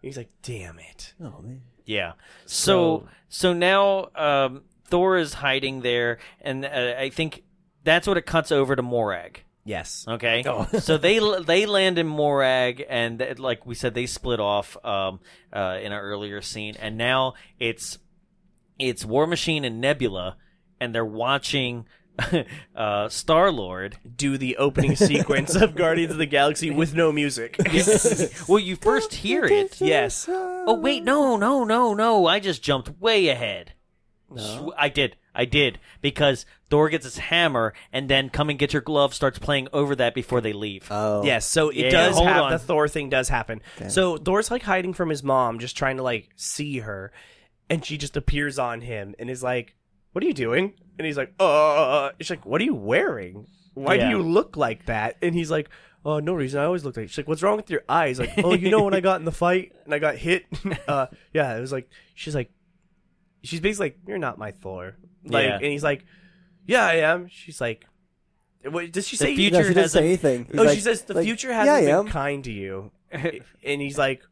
Speaker 2: he's like, "Damn it!"
Speaker 3: Oh man.
Speaker 1: Yeah. So so now um, Thor is hiding there, and uh, I think that's what it cuts over to Morag.
Speaker 2: Yes,
Speaker 1: Okay.
Speaker 3: Oh.
Speaker 1: so they they land in Morag, and uh, like we said, they split off um, uh, in an earlier scene, and now it's it's War Machine and Nebula, and they're watching uh, Star Lord.
Speaker 2: do the opening sequence of Guardians of the Galaxy with no music.
Speaker 1: well, you first hear it.
Speaker 2: yes,
Speaker 1: Oh wait, no, no, no, no! I just jumped way ahead. Sw- I did, I did, because Thor gets his hammer, and then "Come and Get Your Glove" starts playing over that before they leave.
Speaker 2: Uh,
Speaker 3: Oh.
Speaker 2: yes. So it
Speaker 1: Yeah,
Speaker 2: does
Speaker 1: hold
Speaker 2: have
Speaker 1: on.
Speaker 2: the Thor thing does happen.
Speaker 3: Okay.
Speaker 2: So Thor's like hiding from his mom, just trying to like see her, and she just appears on him and is like, "What are you doing?" And he's like, "Uh," she's like, "What are you wearing? Why
Speaker 1: Yeah.
Speaker 2: do you look like that?" And he's like. Oh no reason! I always look like she's like, "What's wrong with your eyes?" Like, "Oh, you know when I got in the fight and I got hit." uh, yeah, it was like she's like, she's basically like, "You're not my Thor." Like,
Speaker 1: Yeah.
Speaker 2: and he's like, "Yeah, I am." She's like, "What does she
Speaker 1: The
Speaker 2: say?"
Speaker 1: future
Speaker 3: No, she didn't
Speaker 1: has a-
Speaker 3: say anything. He's
Speaker 2: oh,
Speaker 3: like-
Speaker 2: she says the
Speaker 3: like,
Speaker 2: future
Speaker 3: yeah, I
Speaker 2: hasn't
Speaker 3: am.
Speaker 2: been kind to you, and he's like,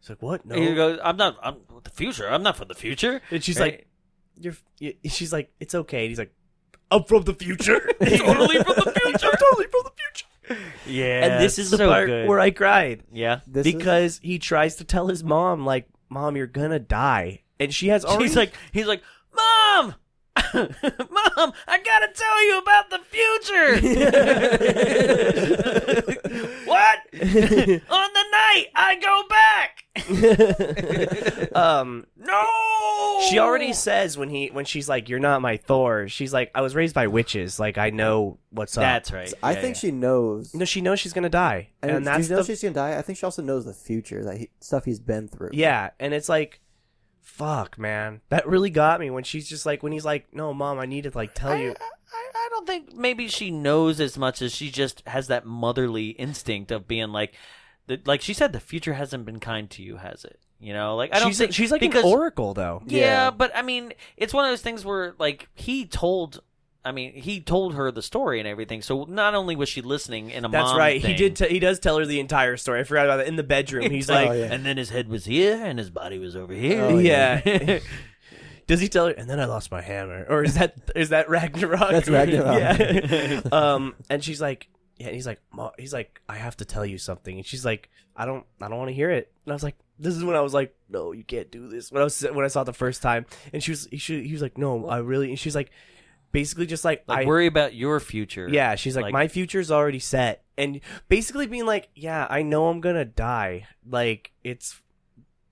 Speaker 2: "It's like what? No."
Speaker 1: He goes, "I'm not. I'm the future. I'm not from the future."
Speaker 2: and she's
Speaker 1: Right.
Speaker 2: like, "You're." You, she's like, "It's okay." And he's like, "I'm from the future.
Speaker 1: Totally from the
Speaker 2: I'm
Speaker 1: future.
Speaker 2: totally from the future."
Speaker 1: Yeah,
Speaker 2: And this is the part where I cried
Speaker 1: yeah,
Speaker 3: This is-
Speaker 2: because he tries to tell his mom, like, "Mom, you're gonna die," and she has already
Speaker 1: he's like, he's like, mom. Mom, I gotta tell you about the future. what? On the night I go back.
Speaker 2: um,
Speaker 1: No.
Speaker 2: She already says when he when she's like, "You're not my Thor." She's like, "I was raised by witches. Like I know what's up."
Speaker 1: That's right.
Speaker 3: I
Speaker 1: Yeah,
Speaker 3: think
Speaker 1: yeah.
Speaker 3: she knows.
Speaker 2: No, she knows she's gonna die, and,
Speaker 3: And,
Speaker 2: that's
Speaker 3: she knows
Speaker 2: the
Speaker 3: she's gonna die. I think she also knows the future, that he, stuff he's been through.
Speaker 2: yeah. And it's like, fuck, man, that really got me when she's just like when he's like, "No, mom, I need to like tell
Speaker 1: I,
Speaker 2: you."
Speaker 1: I, I don't think maybe she knows as much as she just has that motherly instinct of being like, the, like she said, the future hasn't been kind to you, has it? You know, like I don't
Speaker 2: she's
Speaker 1: think
Speaker 2: she's like
Speaker 1: because
Speaker 2: an oracle though.
Speaker 1: Yeah,
Speaker 3: Yeah.
Speaker 1: but I mean, it's one of those things where like he told. I mean, he told her the story and everything. So not only was she listening in a
Speaker 2: That's
Speaker 1: mom
Speaker 2: right. He
Speaker 1: thing- Oh,
Speaker 2: did. T- he does tell her the entire story. I forgot about that in the bedroom. He's
Speaker 1: It's like,
Speaker 2: like,
Speaker 3: yeah.
Speaker 1: and then his head was here and his body was over here.
Speaker 3: Oh,
Speaker 2: yeah. Does he tell her? And then I lost my hammer, or is that is that Ragnarok?
Speaker 3: That's Ragnarok.
Speaker 2: yeah. um, and she's like, yeah. And he's like, "Ma- he's like, I have to tell you something. And she's like, I don't, I don't want to hear it. And I was like, this is when I was like, no, you can't do this. When I was when I saw it the first time, and she was, she, he was like, no, I really. And she's like, basically just like,
Speaker 1: like
Speaker 2: I,
Speaker 1: worry about your future.
Speaker 2: yeah. She's like,
Speaker 1: like-
Speaker 2: my future's already set, and basically being like, yeah, I know I'm gonna die. Like it's,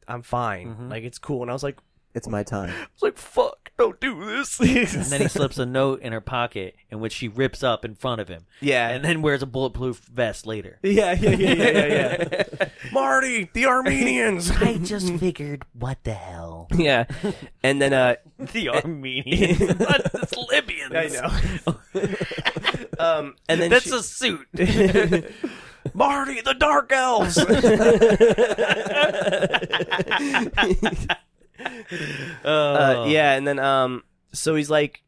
Speaker 2: I'm fine.
Speaker 1: Mhm.
Speaker 2: Like it's cool. And I was like.
Speaker 3: It's my time.
Speaker 2: It's like, fuck, don't do this.
Speaker 1: And then he slips a note in her pocket, in which she rips up in front of him,
Speaker 2: yeah.
Speaker 1: and then wears a bulletproof vest later.
Speaker 2: yeah, yeah, yeah, yeah, yeah, yeah. Marty, the Armenians.
Speaker 1: I just figured, what the hell?
Speaker 2: yeah. And then, uh,
Speaker 1: The Armenians, not the Libyans.
Speaker 2: I know. um, and then
Speaker 1: That's
Speaker 2: she-
Speaker 1: a suit.
Speaker 2: Marty, the Dark Elves. uh,
Speaker 1: Oh.
Speaker 2: yeah, and then, um, so he's like,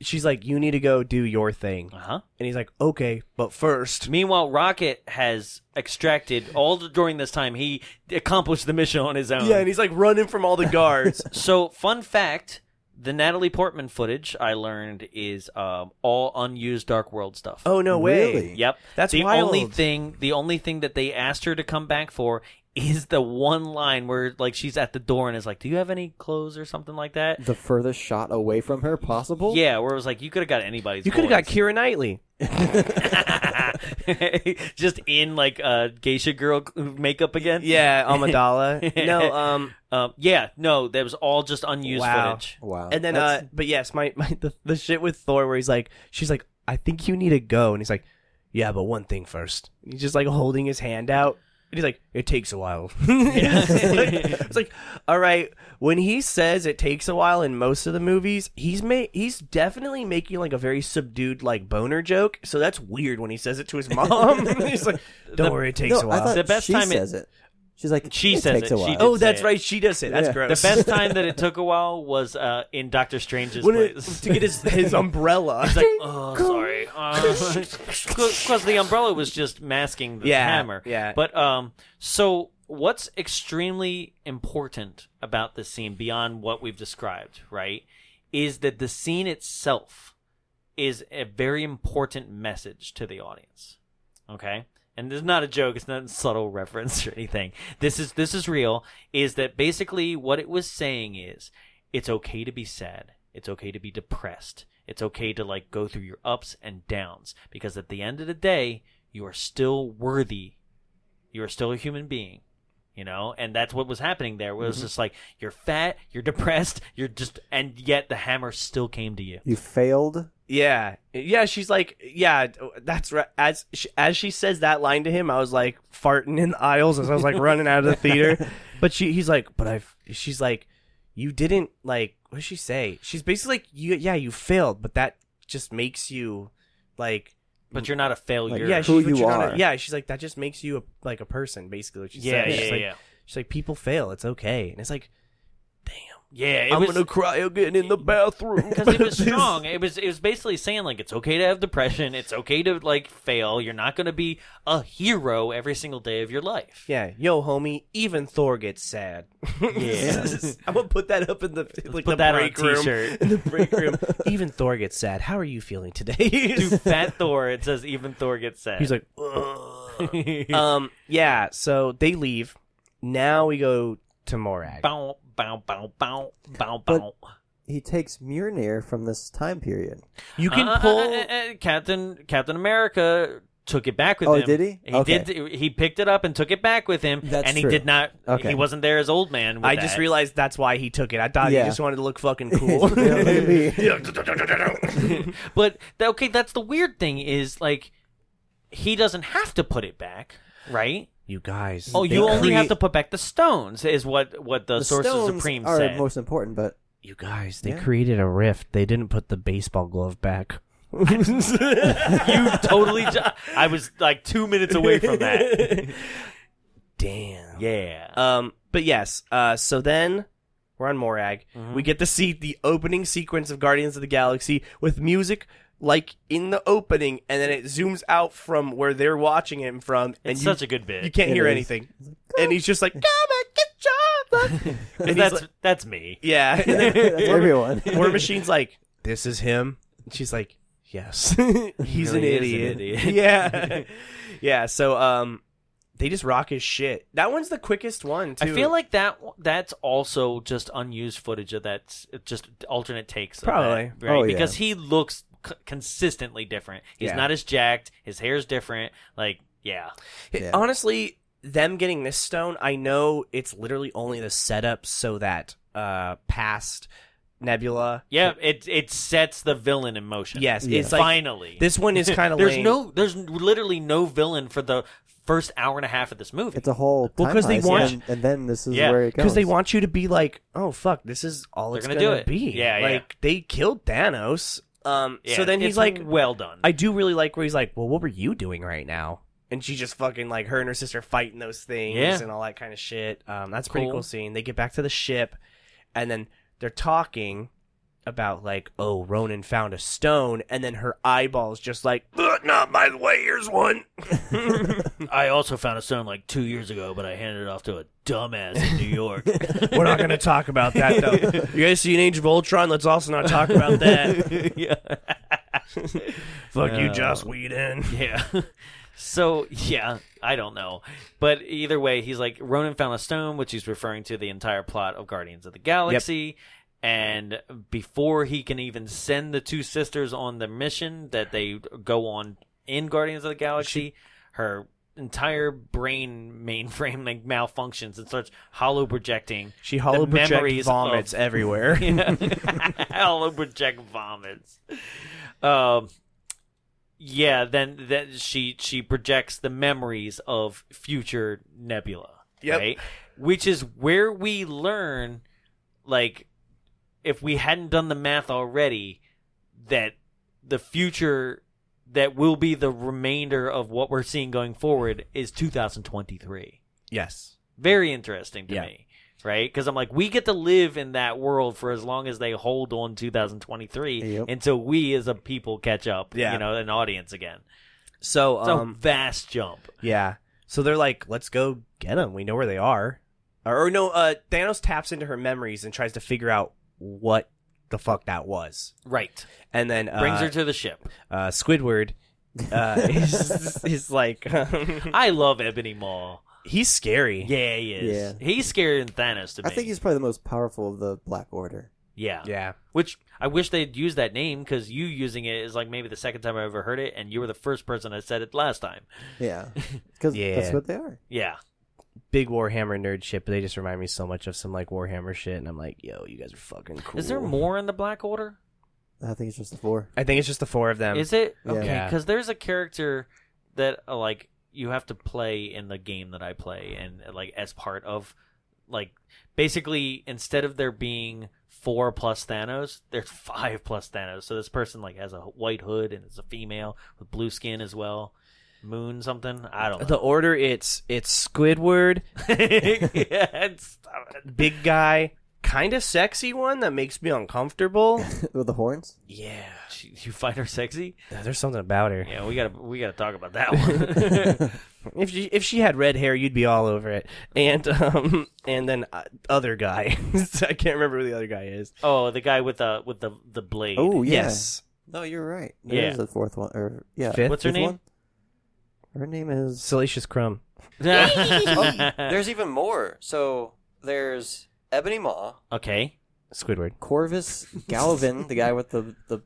Speaker 2: she's like, you need to go do your thing.
Speaker 1: Uh huh.
Speaker 2: And he's like, okay, but first,
Speaker 1: Meanwhile, Rocket has extracted all the, during this time. He accomplished the mission on his own.
Speaker 2: Yeah, and he's like running from all the guards.
Speaker 1: so, fun fact: the Natalie Portman footage I learned is um, all unused Dark World stuff.
Speaker 2: Oh no way!
Speaker 3: Really?
Speaker 1: Yep.
Speaker 2: That's
Speaker 1: the
Speaker 2: wild.
Speaker 1: only thing. The only thing that they asked her to come back for is the one line where like she's at the door and is like, "Do you have any clothes or something like that?"
Speaker 3: The furthest shot away from her possible.
Speaker 1: Yeah, where it was like, "You could have got anybody's."
Speaker 2: You could have got Kira Knightley.
Speaker 1: got just in like uh, geisha girl makeup again.
Speaker 2: Yeah, Amidala. no, um,
Speaker 1: Um, yeah. No, that was all just unused
Speaker 2: Wow.
Speaker 1: footage.
Speaker 3: Wow.
Speaker 2: and then
Speaker 3: That's-
Speaker 2: uh, but yes, my, my the, the shit with Thor where he's like, she's like, I think you need to go, and he's like, Yeah, but one thing first. He's just like holding his hand out, and he's like, It takes a while. it's like, all right, when he says it takes a while in most of the movies, he's ma- he's definitely making like a very subdued like boner joke. So that's weird when he says it to his mom. he's like, Don't
Speaker 1: The-
Speaker 2: worry, it takes
Speaker 3: no,
Speaker 2: a
Speaker 3: I
Speaker 2: while.
Speaker 3: thought
Speaker 1: The best
Speaker 3: she
Speaker 1: time it-
Speaker 3: says it. She's like
Speaker 1: She
Speaker 3: it
Speaker 1: says
Speaker 3: takes
Speaker 1: it.
Speaker 3: a
Speaker 1: She
Speaker 3: while.
Speaker 1: did.
Speaker 2: oh, that's
Speaker 1: say it.
Speaker 2: right, she does say. That's
Speaker 3: Yeah.
Speaker 1: The
Speaker 2: gross.
Speaker 1: best time that it took a while was uh, in Doctor Strange's
Speaker 2: When it-
Speaker 1: place.
Speaker 2: to get his his umbrella.
Speaker 1: It's like, oh, sorry. Because the umbrella was just masking the
Speaker 2: Yeah,
Speaker 1: hammer.
Speaker 2: yeah.
Speaker 1: But um, so what's extremely important about this scene beyond what we've described, right, is that the scene itself is a very important message to the audience. Okay. And this is not a joke. It's not a subtle reference or anything. This is this is real. Is that basically what it was saying is it's okay to be sad. It's okay to be depressed. It's okay to like go through your ups and downs because at the end of the day, you are still worthy. You are still a human being, you know? And that's what was happening there. was
Speaker 2: Mm-hmm.
Speaker 1: just like you're fat, you're depressed, you're just and yet the hammer still came to you.
Speaker 3: You failed.
Speaker 2: Yeah, yeah. She's like, yeah, that's right. As she, as she says that line to him, I was like farting in the aisles as I was like running out of the theater. But she, he's like, but I. She's like, you didn't like. What does she say? She's basically like, you, yeah, you failed, but that just makes you like,
Speaker 1: But you're not a failure.
Speaker 2: yeah,
Speaker 3: Who
Speaker 2: she's, but
Speaker 3: you
Speaker 2: you're not a-
Speaker 3: are.
Speaker 2: yeah, she's like, that just makes you a, like a person, basically. What she
Speaker 1: yeah,
Speaker 2: said.
Speaker 1: yeah,
Speaker 2: she's
Speaker 1: yeah,
Speaker 2: like,
Speaker 1: yeah.
Speaker 2: She's like, people fail, it's okay, and it's like, damn,
Speaker 1: it
Speaker 2: I'm
Speaker 1: was
Speaker 2: gonna cry again in the bathroom
Speaker 1: because it was strong. It was it was basically saying like it's okay to have depression. It's okay to like fail. You're not going to be a hero every single day of your life.
Speaker 2: Yeah, yo, homie. Even Thor gets sad.
Speaker 1: Yeah.
Speaker 2: I'm gonna put that up in the like
Speaker 1: put
Speaker 2: the
Speaker 1: that on a
Speaker 2: break room.
Speaker 1: t-shirt.
Speaker 2: In the break room, even Thor gets sad. How are you feeling today?
Speaker 1: Do Fat Thor. It says even Thor gets sad.
Speaker 2: He's like, "Ugh." um, yeah. So they leave. Now we go to Morag.
Speaker 1: bow bow bow bow bow bow.
Speaker 3: But- He takes Mjolnir from this time period.
Speaker 2: You can
Speaker 1: Uh,
Speaker 2: pull.
Speaker 1: uh, uh, uh, Captain Captain America took it back with
Speaker 3: Oh,
Speaker 1: him.
Speaker 3: did he?
Speaker 1: He
Speaker 3: Okay.
Speaker 1: did. He picked it up and took it back with him.
Speaker 3: That's
Speaker 1: and he
Speaker 3: true.
Speaker 1: did not.
Speaker 3: Okay.
Speaker 1: He wasn't there as old man. with
Speaker 2: I just
Speaker 1: that.
Speaker 2: realized that's why he took it. I thought
Speaker 3: Yeah.
Speaker 2: he just wanted to look fucking cool.
Speaker 3: Yeah, look at me.
Speaker 1: but th- okay, that's the weird thing is like he doesn't have to put it back, right?
Speaker 2: you guys.
Speaker 1: Oh,
Speaker 2: they
Speaker 1: you only have
Speaker 2: create-
Speaker 1: to put back the stones is what what the,
Speaker 3: the
Speaker 1: source of
Speaker 3: stones
Speaker 1: supreme
Speaker 3: are
Speaker 1: said.
Speaker 3: most important, but
Speaker 2: You guys. They
Speaker 3: Yeah.
Speaker 2: created a rift. They didn't put the baseball glove back.
Speaker 1: you totally. Ju- I was like two minutes away from that.
Speaker 2: Damn.
Speaker 1: Yeah.
Speaker 2: Um, but yes, uh, so then we're on Morag. We get to see the opening sequence of Guardians of the Galaxy with music like in the opening, and then it zooms out from where they're watching him from, and
Speaker 1: it's
Speaker 2: you,
Speaker 1: such a good bit.
Speaker 2: you can't
Speaker 3: It
Speaker 2: hear
Speaker 3: is.
Speaker 2: anything. And he's just like, "Come and get your blood." and he's
Speaker 1: that's
Speaker 2: like,
Speaker 1: that's me.
Speaker 2: yeah. And then
Speaker 3: that's everyone.
Speaker 2: War Machine's like, "This is him." And she's like, "Yes, he's
Speaker 1: really
Speaker 2: an,
Speaker 1: is an
Speaker 2: idiot.
Speaker 1: idiot.
Speaker 2: Yeah, yeah. So um, they just rock his shit. That one's the quickest one too.
Speaker 1: I feel like that that's also just unused footage of that, just alternate takes. of
Speaker 2: Probably.
Speaker 1: that, right?
Speaker 3: Oh, yeah.
Speaker 1: Because he looks c- consistently different. He's
Speaker 2: Yeah.
Speaker 1: not as jacked. His hair's different. Like, yeah,
Speaker 2: It-
Speaker 3: Yeah.
Speaker 2: honestly, them getting this stone, I know it's literally only the setup so that uh past Nebula.
Speaker 1: yeah. It it sets the villain in motion.
Speaker 2: Yes,
Speaker 3: Yeah.
Speaker 2: it's like
Speaker 1: finally.
Speaker 2: this one is kind of
Speaker 1: there's no there's literally no villain for the first hour and a half of this movie.
Speaker 3: It's a whole
Speaker 2: Well,
Speaker 3: time
Speaker 2: 'cause they
Speaker 3: heist,
Speaker 2: want-
Speaker 3: and, and then this is
Speaker 1: Yeah,
Speaker 3: where it goes.
Speaker 2: because they want you to be like, oh fuck, this is all
Speaker 1: They're
Speaker 2: it's
Speaker 1: gonna
Speaker 2: gonna
Speaker 1: do it.
Speaker 2: be.
Speaker 1: Yeah, yeah.
Speaker 2: like they killed Thanos. Um,
Speaker 1: Yeah,
Speaker 2: so then he's
Speaker 1: it's
Speaker 2: like,
Speaker 1: well done.
Speaker 2: I do really like where he's like, well, what were you doing right now? And she just fucking like her and her sister fighting those things
Speaker 1: Yeah.
Speaker 2: and all that kind of shit. Um, that's a pretty
Speaker 1: Cool.
Speaker 2: cool scene. They get back to the ship, and then they're talking, about like, oh, Ronan found a stone, and then her eyeballs just like, "Ugh, nah, by the way, here's one.
Speaker 1: I also found a stone like two years ago, but I handed it off to a dumbass in New York.
Speaker 2: We're not gonna talk about that though. You guys seen Age of Ultron? Let's also not talk about that.
Speaker 1: yeah.
Speaker 2: Fuck you,
Speaker 1: No.
Speaker 2: Joss Whedon.
Speaker 1: Yeah. So yeah, I don't know, but either way, he's like Ronan found a stone, which he's referring to the entire plot of Guardians of the Galaxy. And before he can even send the two sisters on the mission that they go on in Guardians of the Galaxy, her entire brain mainframe like malfunctions and starts hollow projecting.
Speaker 2: She hollow
Speaker 1: the
Speaker 2: project
Speaker 1: memories
Speaker 2: vomits
Speaker 1: of-
Speaker 2: everywhere.
Speaker 1: hollow project vomits. Um, yeah, then that she she projects the memories of future Nebula,
Speaker 2: Yep.
Speaker 1: right? Which is where we learn, like, if we hadn't done the math already, that the future that will be the remainder of what we're seeing going forward is 2023
Speaker 2: Yes.
Speaker 1: very interesting to
Speaker 2: Yeah.
Speaker 1: me right because i'm like we get to live in that world for as long as they hold on 2023
Speaker 3: Yep.
Speaker 1: until we as a people catch up
Speaker 2: Yeah.
Speaker 1: you know an audience again
Speaker 2: So,
Speaker 1: it's
Speaker 2: um,
Speaker 1: a vast jump
Speaker 2: Yeah. So they're like, let's go get them. We know where they are. Or, or no, uh, Thanos taps into her memories and tries to figure out what the fuck that was.
Speaker 1: right
Speaker 2: And then uh,
Speaker 1: brings her to the ship
Speaker 2: uh, Squidward uh, is, is like,
Speaker 1: i love ebony maw
Speaker 2: he's scary.
Speaker 1: yeah he is
Speaker 3: Yeah.
Speaker 1: he's scarier than thanos to me
Speaker 3: I think he's probably the most powerful of the Black Order.
Speaker 1: yeah
Speaker 2: Yeah.
Speaker 1: which i wish they'd use that name because you using it is like maybe the second time i ever heard it and you were the first person that said it last time
Speaker 3: Yeah, because
Speaker 2: Yeah.
Speaker 3: that's what they are.
Speaker 1: yeah
Speaker 2: Big Warhammer nerd shit, but they just remind me so much of some like Warhammer shit. And I'm like, yo, you guys are fucking cool.
Speaker 1: is there more in the black order
Speaker 3: I think it's just the four.
Speaker 2: I think it's just the four of them.
Speaker 1: Is it
Speaker 3: Yeah.
Speaker 1: okay?
Speaker 2: Yeah.
Speaker 1: Because there's a character that uh, like you have to play in the game that I play, and uh, like as part of like basically instead of there being four plus Thanos, there's five plus Thanos. So this person like has a white hood and is a female with blue skin as well. Moon something I don't
Speaker 2: the
Speaker 1: know.
Speaker 2: order? It's it's Squidward,
Speaker 1: yeah, stop it.
Speaker 2: big guy, kind of sexy one that makes me uncomfortable.
Speaker 3: With the horns?
Speaker 2: yeah.
Speaker 1: She- You find her sexy?
Speaker 2: Uh, There's something about her.
Speaker 1: Yeah, we gotta we gotta talk about that one.
Speaker 2: If she if she had red hair, you'd be all over it. And um and then uh, other guy, I can't remember who the other guy is.
Speaker 1: oh, the guy with the with the the blade.
Speaker 3: Oh yeah.
Speaker 2: Yes,
Speaker 3: No, you're right. There
Speaker 1: Yeah.
Speaker 3: is a fourth one. Or yeah,
Speaker 2: Fifth?
Speaker 1: What's her
Speaker 3: fifth
Speaker 1: name?
Speaker 3: one. Her name is. Oh,
Speaker 2: Salacious Crumb.
Speaker 1: there's
Speaker 3: even more. So there's Ebony Maw,
Speaker 1: okay.
Speaker 2: Squidward.
Speaker 3: Corvus Galvin, the guy with the the,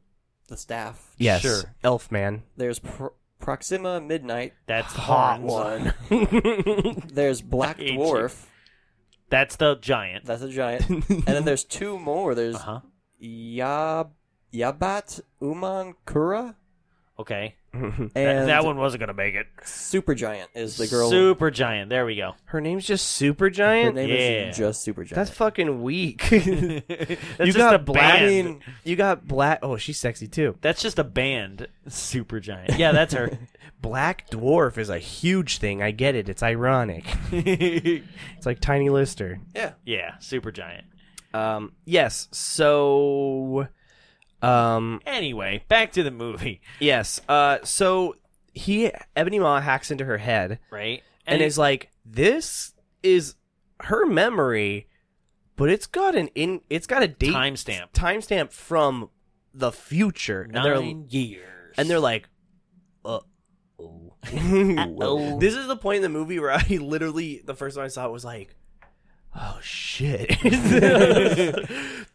Speaker 3: the staff.
Speaker 2: Yes,
Speaker 1: Sure.
Speaker 2: Elf Man.
Speaker 3: There's Pro- Proxima Midnight.
Speaker 1: That's the
Speaker 2: Hot
Speaker 1: horns.
Speaker 3: one.
Speaker 2: Wait,
Speaker 3: There's Black
Speaker 1: I hate you.
Speaker 3: Dwarf.
Speaker 1: That's the giant.
Speaker 3: That's a giant. and then there's two more. There's
Speaker 1: Uh huh.
Speaker 3: Yab Yabat Uman Kura
Speaker 1: Okay.
Speaker 3: and
Speaker 1: that, that one wasn't gonna make it.
Speaker 3: Supergiant is the girl.
Speaker 1: Super giant. There we go.
Speaker 2: her name's just Super
Speaker 3: Her
Speaker 2: Giant.
Speaker 3: name
Speaker 1: Yeah.
Speaker 3: is just Supergiant.
Speaker 2: That's fucking weak.
Speaker 1: That's just
Speaker 2: got
Speaker 1: a
Speaker 2: black-
Speaker 1: band.
Speaker 3: I mean,
Speaker 2: you got black. Oh, she's sexy too.
Speaker 1: that's just a band. Super giant. Yeah, that's her.
Speaker 2: Black Dwarf is a huge thing. I get it. It's ironic. It's like Tiny Lister.
Speaker 3: yeah.
Speaker 1: yeah, super giant.
Speaker 2: Um. Yes. So. Um.
Speaker 1: Anyway, back to the movie,
Speaker 2: Yes. Uh. So he Ebony Maw hacks into her head
Speaker 1: right?
Speaker 2: and, is like, "This is her memory, but it's got an in. It's got a date
Speaker 1: Timestamp.
Speaker 2: timestamp from the future." And they're
Speaker 1: nine years.
Speaker 2: and they're like, "Uh." Oh. this is the point in the movie where I literally the first time I saw it was like, "Oh shit,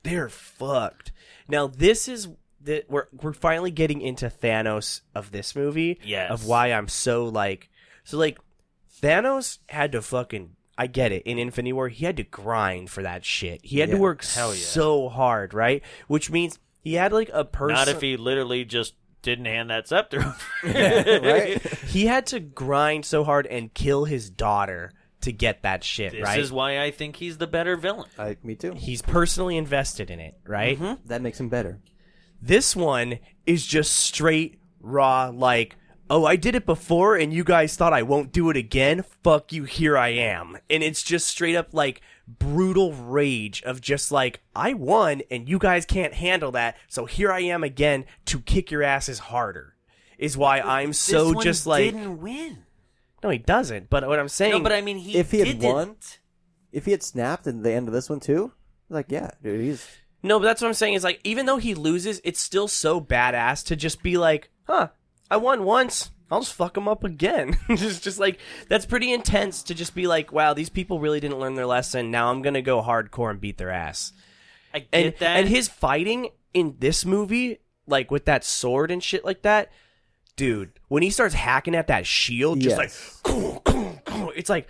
Speaker 2: they're fucked." Now this is that we're we're finally getting into Thanos of this movie
Speaker 1: yes.
Speaker 2: of why I'm so like so like Thanos had to fucking I get it in Infinity War he had to grind for that shit he had to
Speaker 3: Yeah.
Speaker 2: work
Speaker 1: Hell yeah.
Speaker 2: so hard right which means he had like a person
Speaker 1: Not if he literally just didn't hand that scepter. over.
Speaker 3: right?
Speaker 2: he had to grind so hard and kill his daughter to get that shit
Speaker 1: This
Speaker 2: right
Speaker 1: is why I think he's the better villain.
Speaker 3: I, me too.
Speaker 2: he's personally invested in it right
Speaker 1: Mm-hmm.
Speaker 3: That makes him better.
Speaker 2: this one is just straight raw like oh, I did it before and you guys thought I won't do it again. Fuck you, here I am. And it's just straight up like brutal rage of just like, I won and you guys can't handle that. So here I am again to kick your asses harder. Is why I'm so
Speaker 1: this one
Speaker 2: just like
Speaker 1: didn't win.
Speaker 2: no, he doesn't. But what I'm saying,
Speaker 1: No, but I mean, he
Speaker 3: if he had
Speaker 1: didn't.
Speaker 3: won- If he had snapped at the end of this one too, like yeah, dude, he's
Speaker 2: No, but that's what I'm saying is like even though he loses, it's still so badass to just be like, "Huh, I won once. I'll just fuck him up again." just just like that's pretty intense to just be like, "Wow, these people really didn't learn their lesson. Now I'm going to go hardcore and beat their ass."
Speaker 1: I get
Speaker 2: And
Speaker 1: that.
Speaker 2: and his fighting in this movie, like with that sword and shit like that, dude, when he starts hacking at that shield just
Speaker 3: Yes.
Speaker 2: like it's like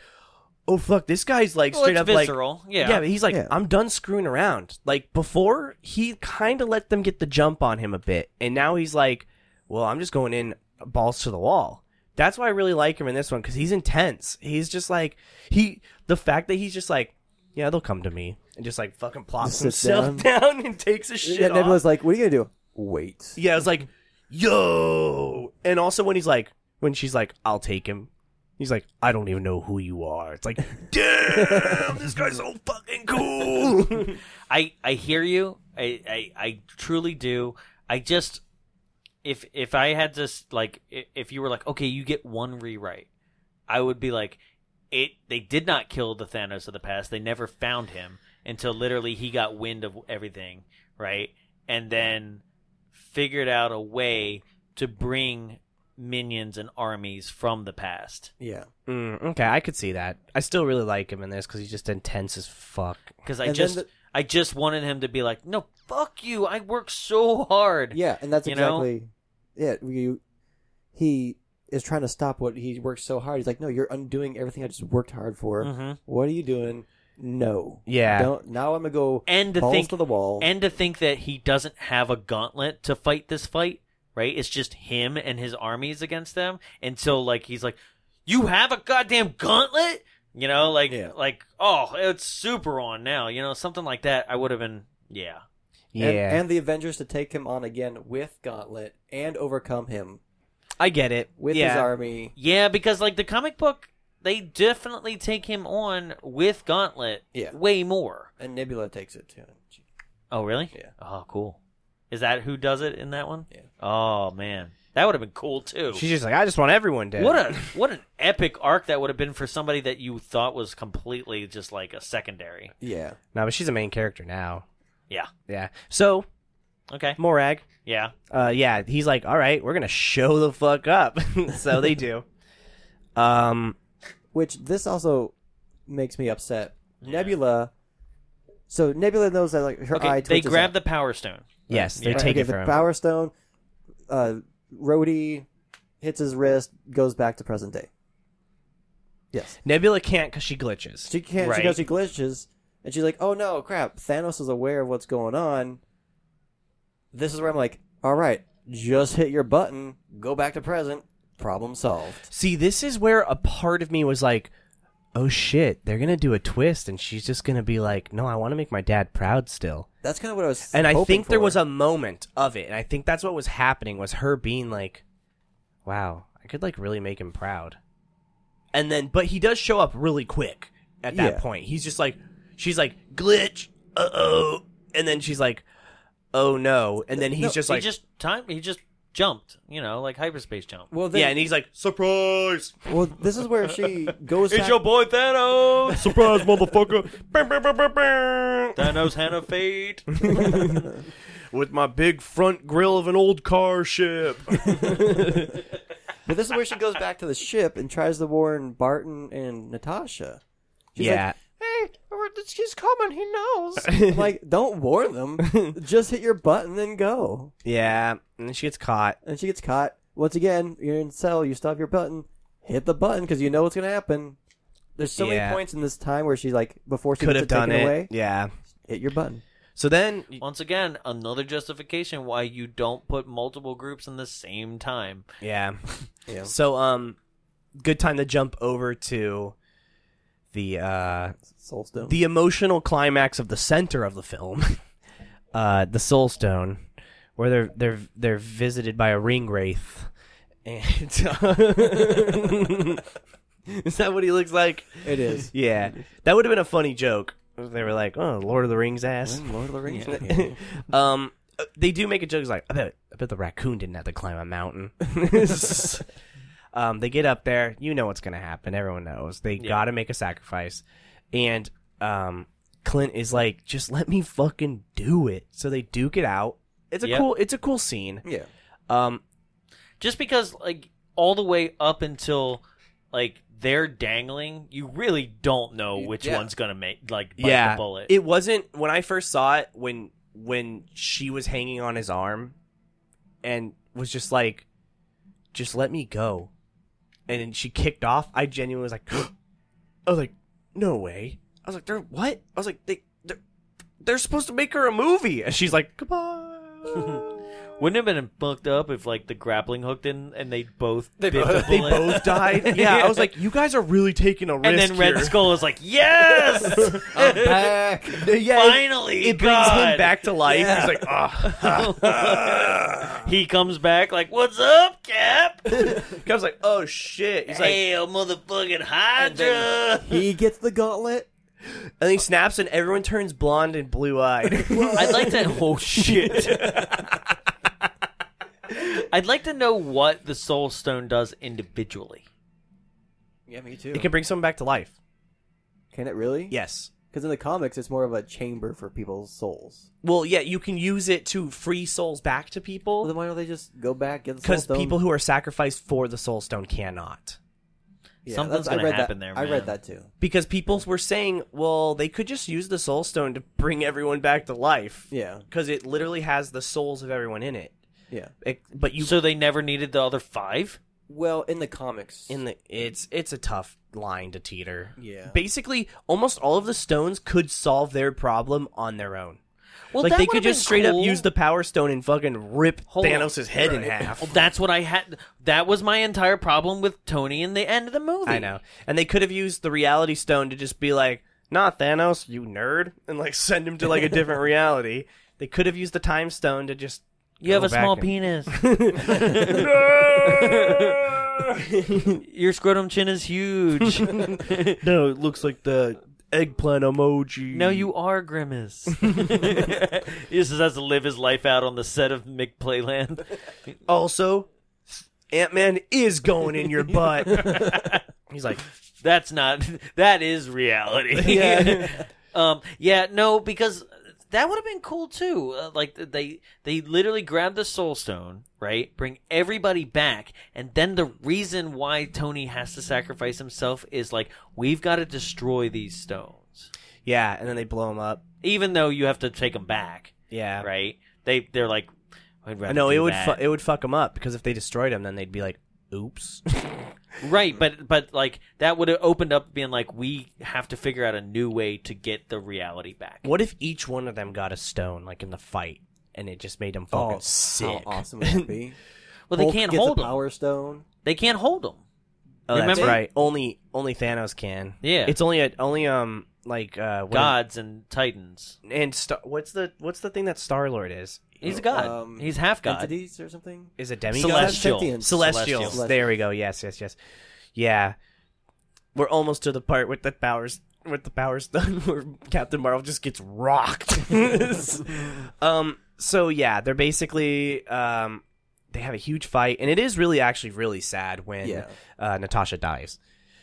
Speaker 2: Oh fuck! This guy's like
Speaker 1: well,
Speaker 2: straight
Speaker 1: it's
Speaker 2: up like
Speaker 1: visceral. yeah.
Speaker 2: but he's like,
Speaker 3: Yeah.
Speaker 2: I'm done screwing around. Like before, he kind of let them get the jump on him a bit, and now he's like, well, I'm just going in balls to the wall. That's why I really like him in this one because he's intense. He's just like he, the fact that he's just like, yeah, they'll come to me, and just like fucking plops
Speaker 3: Just sits
Speaker 2: himself down. and takes a shit.
Speaker 3: yeah,
Speaker 2: off.
Speaker 3: Ned was like, "What are you gonna do? Wait."
Speaker 2: Yeah, it's like, yo. And also when he's like, when she's like, I'll take him. He's like, I don't even know who you are. It's like, damn, this guy's so fucking cool.
Speaker 1: I I hear you. I, I I truly do. I just if if I had to s- like i- if you were like okay, you get one rewrite, I would be like it. They did not kill the Thanos of the past. They never found him until literally he got wind of everything, right? And then figured out a way to bring minions and armies from the past
Speaker 3: Yeah.
Speaker 2: mm, okay, I could see that. I still really like him in this because he's just intense as fuck.
Speaker 1: because I
Speaker 3: And then
Speaker 1: just
Speaker 3: the-
Speaker 1: I just wanted him to be like no fuck you I worked so hard
Speaker 3: Yeah, and that's
Speaker 1: You know?
Speaker 3: exactly it. You, he is trying to stop what he worked so hard. He's like, "No, you're undoing everything I just worked hard for.
Speaker 1: Mhm.
Speaker 3: What are you doing? No,
Speaker 2: Yeah.
Speaker 3: Don't, now I'm gonna go
Speaker 1: and to
Speaker 3: balls
Speaker 1: think
Speaker 3: to the wall.
Speaker 1: and to think that he doesn't have a gauntlet to fight this fight right it's just him and his armies against them and so like he's like you have a goddamn gauntlet you know like
Speaker 3: Yeah.
Speaker 1: like oh it's super on now you know something like that i would have been yeah
Speaker 2: Yeah,
Speaker 3: and, and the Avengers to take him on again with Gauntlet and overcome him
Speaker 2: I get it.
Speaker 3: with
Speaker 2: yeah.
Speaker 3: his army.
Speaker 1: yeah because like the comic book they definitely take him on with gauntlet
Speaker 3: Yeah.
Speaker 1: way more
Speaker 3: And Nebula takes it too. She-
Speaker 1: oh really
Speaker 3: Yeah.
Speaker 1: oh cool is that who does it in that one
Speaker 3: Yeah.
Speaker 1: oh man that would have been cool too
Speaker 2: She's just like, I just want everyone dead.
Speaker 1: What a what an epic arc that would have been for somebody that you thought was completely just like a secondary.
Speaker 3: Yeah,
Speaker 2: no, but she's a main character now.
Speaker 1: Yeah.
Speaker 2: Yeah. So
Speaker 1: Okay.
Speaker 2: Morag,
Speaker 1: Yeah.
Speaker 2: uh, yeah, he's like, all right, we're gonna show the fuck up. so they do. Um,
Speaker 3: which this also makes me upset. Nebula. So Nebula knows that like her eye.
Speaker 1: Okay. They
Speaker 3: twitches
Speaker 1: grab
Speaker 3: up.
Speaker 1: the power stone.
Speaker 2: yes, they
Speaker 1: Yeah.
Speaker 2: take
Speaker 3: okay,
Speaker 2: it
Speaker 3: the
Speaker 2: from him.
Speaker 3: Power Stone. Uh, Rhodey hits his wrist, goes back to present day. Yes,
Speaker 2: Nebula can't because she glitches.
Speaker 3: she can't.
Speaker 1: Right.
Speaker 3: She goes. She glitches, and she's like, "Oh no, crap! Thanos is aware of what's going on." This is where I'm like, "All right, just hit your button, go back to present, problem solved."
Speaker 2: See, this is where a part of me was like, "Oh shit, they're gonna do a twist," and she's just gonna be like, "No, I want to make my dad proud still."
Speaker 3: That's kind of what I was.
Speaker 2: And I
Speaker 3: hoping
Speaker 2: think there
Speaker 3: for.
Speaker 2: was a moment of it, and I think that's what was happening was her being like, "Wow, I could like really make him proud." And then, but he does show up really quick at that
Speaker 3: Yeah.
Speaker 2: point. He's just like, she's like glitch, uh oh, and then she's like, "Oh no," and then he's
Speaker 3: No,
Speaker 2: just like,
Speaker 1: he just time he just jumped, you know, like hyperspace jump.
Speaker 3: well. Then,
Speaker 2: yeah, and he's like, "Surprise,
Speaker 3: well, this is where she goes. back-
Speaker 1: boy Thanos.
Speaker 2: surprise, motherfucker!" Bam, bam, bam, bam, bam.
Speaker 1: Thanos hand of fate.
Speaker 2: with my big front grill of an old car ship.
Speaker 3: But this is where she goes back to the ship and tries to warn Barton and Natasha. She's like,
Speaker 2: yeah.
Speaker 3: hey, he's coming. He knows. like, don't warn them. Just hit your button and go.
Speaker 2: yeah. And then she gets caught.
Speaker 3: And she gets caught. Once again, you're in cell. You stop your button. Hit the button because you know what's gonna happen. There's so
Speaker 2: Yeah.
Speaker 3: many points in this time where she like before she
Speaker 2: Could
Speaker 3: gets
Speaker 2: have
Speaker 3: it
Speaker 2: done
Speaker 3: taken
Speaker 2: it.
Speaker 3: away.
Speaker 2: Yeah.
Speaker 3: Hit your button.
Speaker 2: So then
Speaker 1: Once again, another justification why you don't put multiple groups in the same time.
Speaker 2: Yeah.
Speaker 3: Yeah.
Speaker 2: So um good time to jump over to the uh
Speaker 3: Soulstone.
Speaker 2: the emotional climax of the center of the film. uh the soul stone where they're they're they're visited by a ring wraith And is that what he looks like?
Speaker 3: It is.
Speaker 2: Yeah, that would have been a funny joke. They were like, "Oh, Lord of the Rings ass."
Speaker 3: Lord of the Rings.
Speaker 2: um, they do make a joke. It's like, I bet, I bet the raccoon didn't have to climb a mountain. um, they get up there. You know what's gonna happen. Everyone knows. They
Speaker 1: Yeah.
Speaker 2: gotta make a sacrifice, and um, Clint is like, "Just let me fucking do it." So they duke it out. It's a
Speaker 1: Yep.
Speaker 2: cool. It's a cool scene.
Speaker 3: Yeah.
Speaker 2: Um,
Speaker 1: just because like all the way up until like they're dangling, you really don't know which
Speaker 3: Yeah.
Speaker 1: one's gonna make like bite
Speaker 2: yeah,
Speaker 1: the bullet.
Speaker 2: it wasn't when I first saw it when when she was hanging on his arm, and was just like, "Just let me go," and then she kicked off. I genuinely was like, "I was like, no way." I was like, "They're what?" I was like, "They they're, they're supposed to make her a movie," and she's like, "Goodbye."
Speaker 1: Wouldn't it have been fucked up if like the grappling hooked in and they both
Speaker 3: They
Speaker 1: bit
Speaker 3: both-
Speaker 1: the
Speaker 2: they
Speaker 1: bullet.
Speaker 2: both died. Yeah, I was like, "You guys are really taking a risk."
Speaker 1: and then Red
Speaker 2: here."
Speaker 1: Skull is like, yes,
Speaker 3: I'm back.
Speaker 2: yeah, it-
Speaker 1: finally,
Speaker 2: It brings
Speaker 1: God."
Speaker 2: him back to life.
Speaker 3: Yeah.
Speaker 2: He's like, "Ah."
Speaker 1: he comes back like, what's up, Cap?
Speaker 2: I was like, oh shit. He's like,
Speaker 1: hey, motherfucking Hydra.
Speaker 3: He gets the gauntlet.
Speaker 2: and then he snaps, and everyone turns blonde and blue eyed.
Speaker 1: I'd like to. Oh shit! I'd like to know what the Soul Stone does individually.
Speaker 3: Yeah, me too.
Speaker 2: it can bring someone back to life.
Speaker 3: Can it really?
Speaker 2: Yes.
Speaker 3: Because in the comics, it's more of a chamber for people's souls.
Speaker 2: Well, yeah, you can use it to free souls back to
Speaker 3: Well,
Speaker 2: people
Speaker 3: then why don't they just go back get the soul
Speaker 2: because
Speaker 3: stone?
Speaker 2: people who are sacrificed for the soul stone cannot.
Speaker 3: yeah,
Speaker 1: Something's
Speaker 3: that's-
Speaker 1: gonna
Speaker 3: I read that-
Speaker 1: happen there,
Speaker 3: I
Speaker 1: man.
Speaker 3: read that too.
Speaker 2: Because people were saying, well, they could just use the soul stone to bring everyone back to life.
Speaker 3: Yeah,
Speaker 2: Because it literally has the souls of everyone in it.
Speaker 3: yeah.
Speaker 2: It- but you
Speaker 1: so they never needed the other five.
Speaker 3: Well, in the comics,
Speaker 2: in the it's it's a tough line to teeter.
Speaker 3: Yeah.
Speaker 2: Basically, almost all of the stones could solve their problem on their own.
Speaker 1: Well,
Speaker 2: like
Speaker 1: that
Speaker 2: they could
Speaker 1: would've been
Speaker 2: just straight
Speaker 1: cool.
Speaker 2: up use the power stone and fucking rip
Speaker 1: Hold on.
Speaker 2: Thanos' head in half.
Speaker 1: Well, that's what I had. That was my entire problem with Tony in the end of the movie.
Speaker 2: I know. And they could have used the reality stone to just be like, "Nah, Thanos, you nerd," and like send him to like a different reality. They could have used the time stone to just
Speaker 1: You have
Speaker 2: go
Speaker 1: a
Speaker 2: back
Speaker 1: small
Speaker 2: and-
Speaker 1: penis. Your scrotum chin is huge.
Speaker 2: no, it looks like the eggplant emoji.
Speaker 1: no, you are Grimace. he just has to live his life out on the set of McPlayland.
Speaker 2: Also, Ant Man is going in your butt. He's like,
Speaker 1: That's not. That is reality.
Speaker 2: Yeah.
Speaker 1: um. Yeah. No, because that would have been cool too. Uh, like they they literally grab the Soul Stone, right? Bring everybody back, and then the reason why Tony has to sacrifice himself is like we've got to destroy these stones,
Speaker 2: yeah, and then they blow him up.
Speaker 1: even though you have to take them back,
Speaker 2: Yeah,
Speaker 1: right? They they're like. I'd rather
Speaker 2: No,
Speaker 1: do
Speaker 2: it would fu-
Speaker 1: that.
Speaker 2: it would fuck them up because if they destroyed him, then they'd be like, "Oops."
Speaker 1: right, but but like that would have opened up being like we have to figure out a new way to get the reality back.
Speaker 2: what if each one of them got a stone, like in the fight, and it just made them fucking
Speaker 3: oh,
Speaker 2: sick?
Speaker 3: How awesome would that be?
Speaker 1: Well, they
Speaker 3: Hulk
Speaker 1: can't
Speaker 3: gets
Speaker 1: hold
Speaker 3: the
Speaker 1: them.
Speaker 3: power stone.
Speaker 1: They can't hold him.
Speaker 2: Oh, that's
Speaker 1: Remember?
Speaker 2: right. Only only Thanos can.
Speaker 1: Yeah.
Speaker 2: it's only a only um like uh what-
Speaker 1: Gods and Titans.
Speaker 2: and Star- what's the what's the thing that Star Lord is?
Speaker 1: He's a god.
Speaker 3: Um,
Speaker 1: He's half god.
Speaker 3: Entities or something.
Speaker 2: Is it demigod?
Speaker 1: Celestial.
Speaker 3: Sentience.
Speaker 2: Celestials.
Speaker 1: Celestials.
Speaker 2: There we go. Yes, yes, yes. Yeah, we're almost to the part with the powers with the powers done where Captain Marvel just gets rocked. um. So yeah, they're basically um, they have a huge fight, and it is really actually really sad when
Speaker 3: Yeah.
Speaker 2: uh, Natasha dies,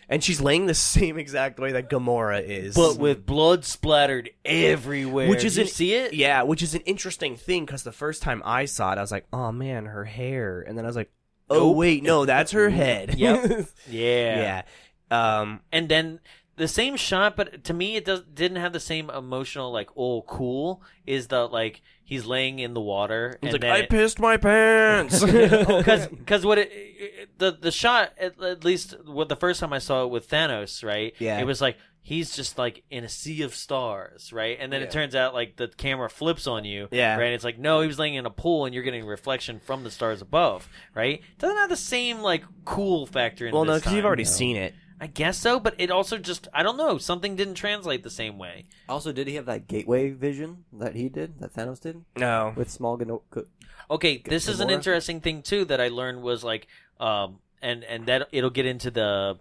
Speaker 2: and she's laying the same exact way that Gamora is,
Speaker 1: but with blood splattered everywhere.
Speaker 2: Which is
Speaker 1: you
Speaker 2: an-
Speaker 1: see it?
Speaker 2: yeah, which is an interesting thing because the first time I saw it, I was like, "Oh man, her hair," and then I was like, "Oh
Speaker 1: Nope.
Speaker 2: wait, no, that's her head."
Speaker 1: Yep. Yeah.
Speaker 2: yeah. Um,
Speaker 1: And then the same shot, but to me it does didn't have the same emotional like oh cool is the like he's laying in the water and
Speaker 2: it's like
Speaker 1: then
Speaker 2: I
Speaker 1: it-
Speaker 2: pissed my pants.
Speaker 1: because because what it, it- the the shot at, at least what the first time I saw it with Thanos right
Speaker 2: Yeah.
Speaker 1: it was like he's just like in a sea of stars right and then
Speaker 3: Yeah.
Speaker 1: it turns out like the camera flips on you
Speaker 2: Yeah.
Speaker 1: right it's like no he was laying in a pool and you're getting reflection from the stars above right doesn't have the same like cool factor in
Speaker 2: well, no,
Speaker 1: because
Speaker 2: because you've already seen it.
Speaker 1: I guess so, but it also just I don't know, something didn't translate the same way.
Speaker 3: Also, did he have that gateway vision that he did, that Thanos did,
Speaker 2: No.
Speaker 3: with small Gano- G-
Speaker 1: Okay, this is an
Speaker 3: Gamora?
Speaker 1: interesting thing too that I learned was like um and and that it'll get into the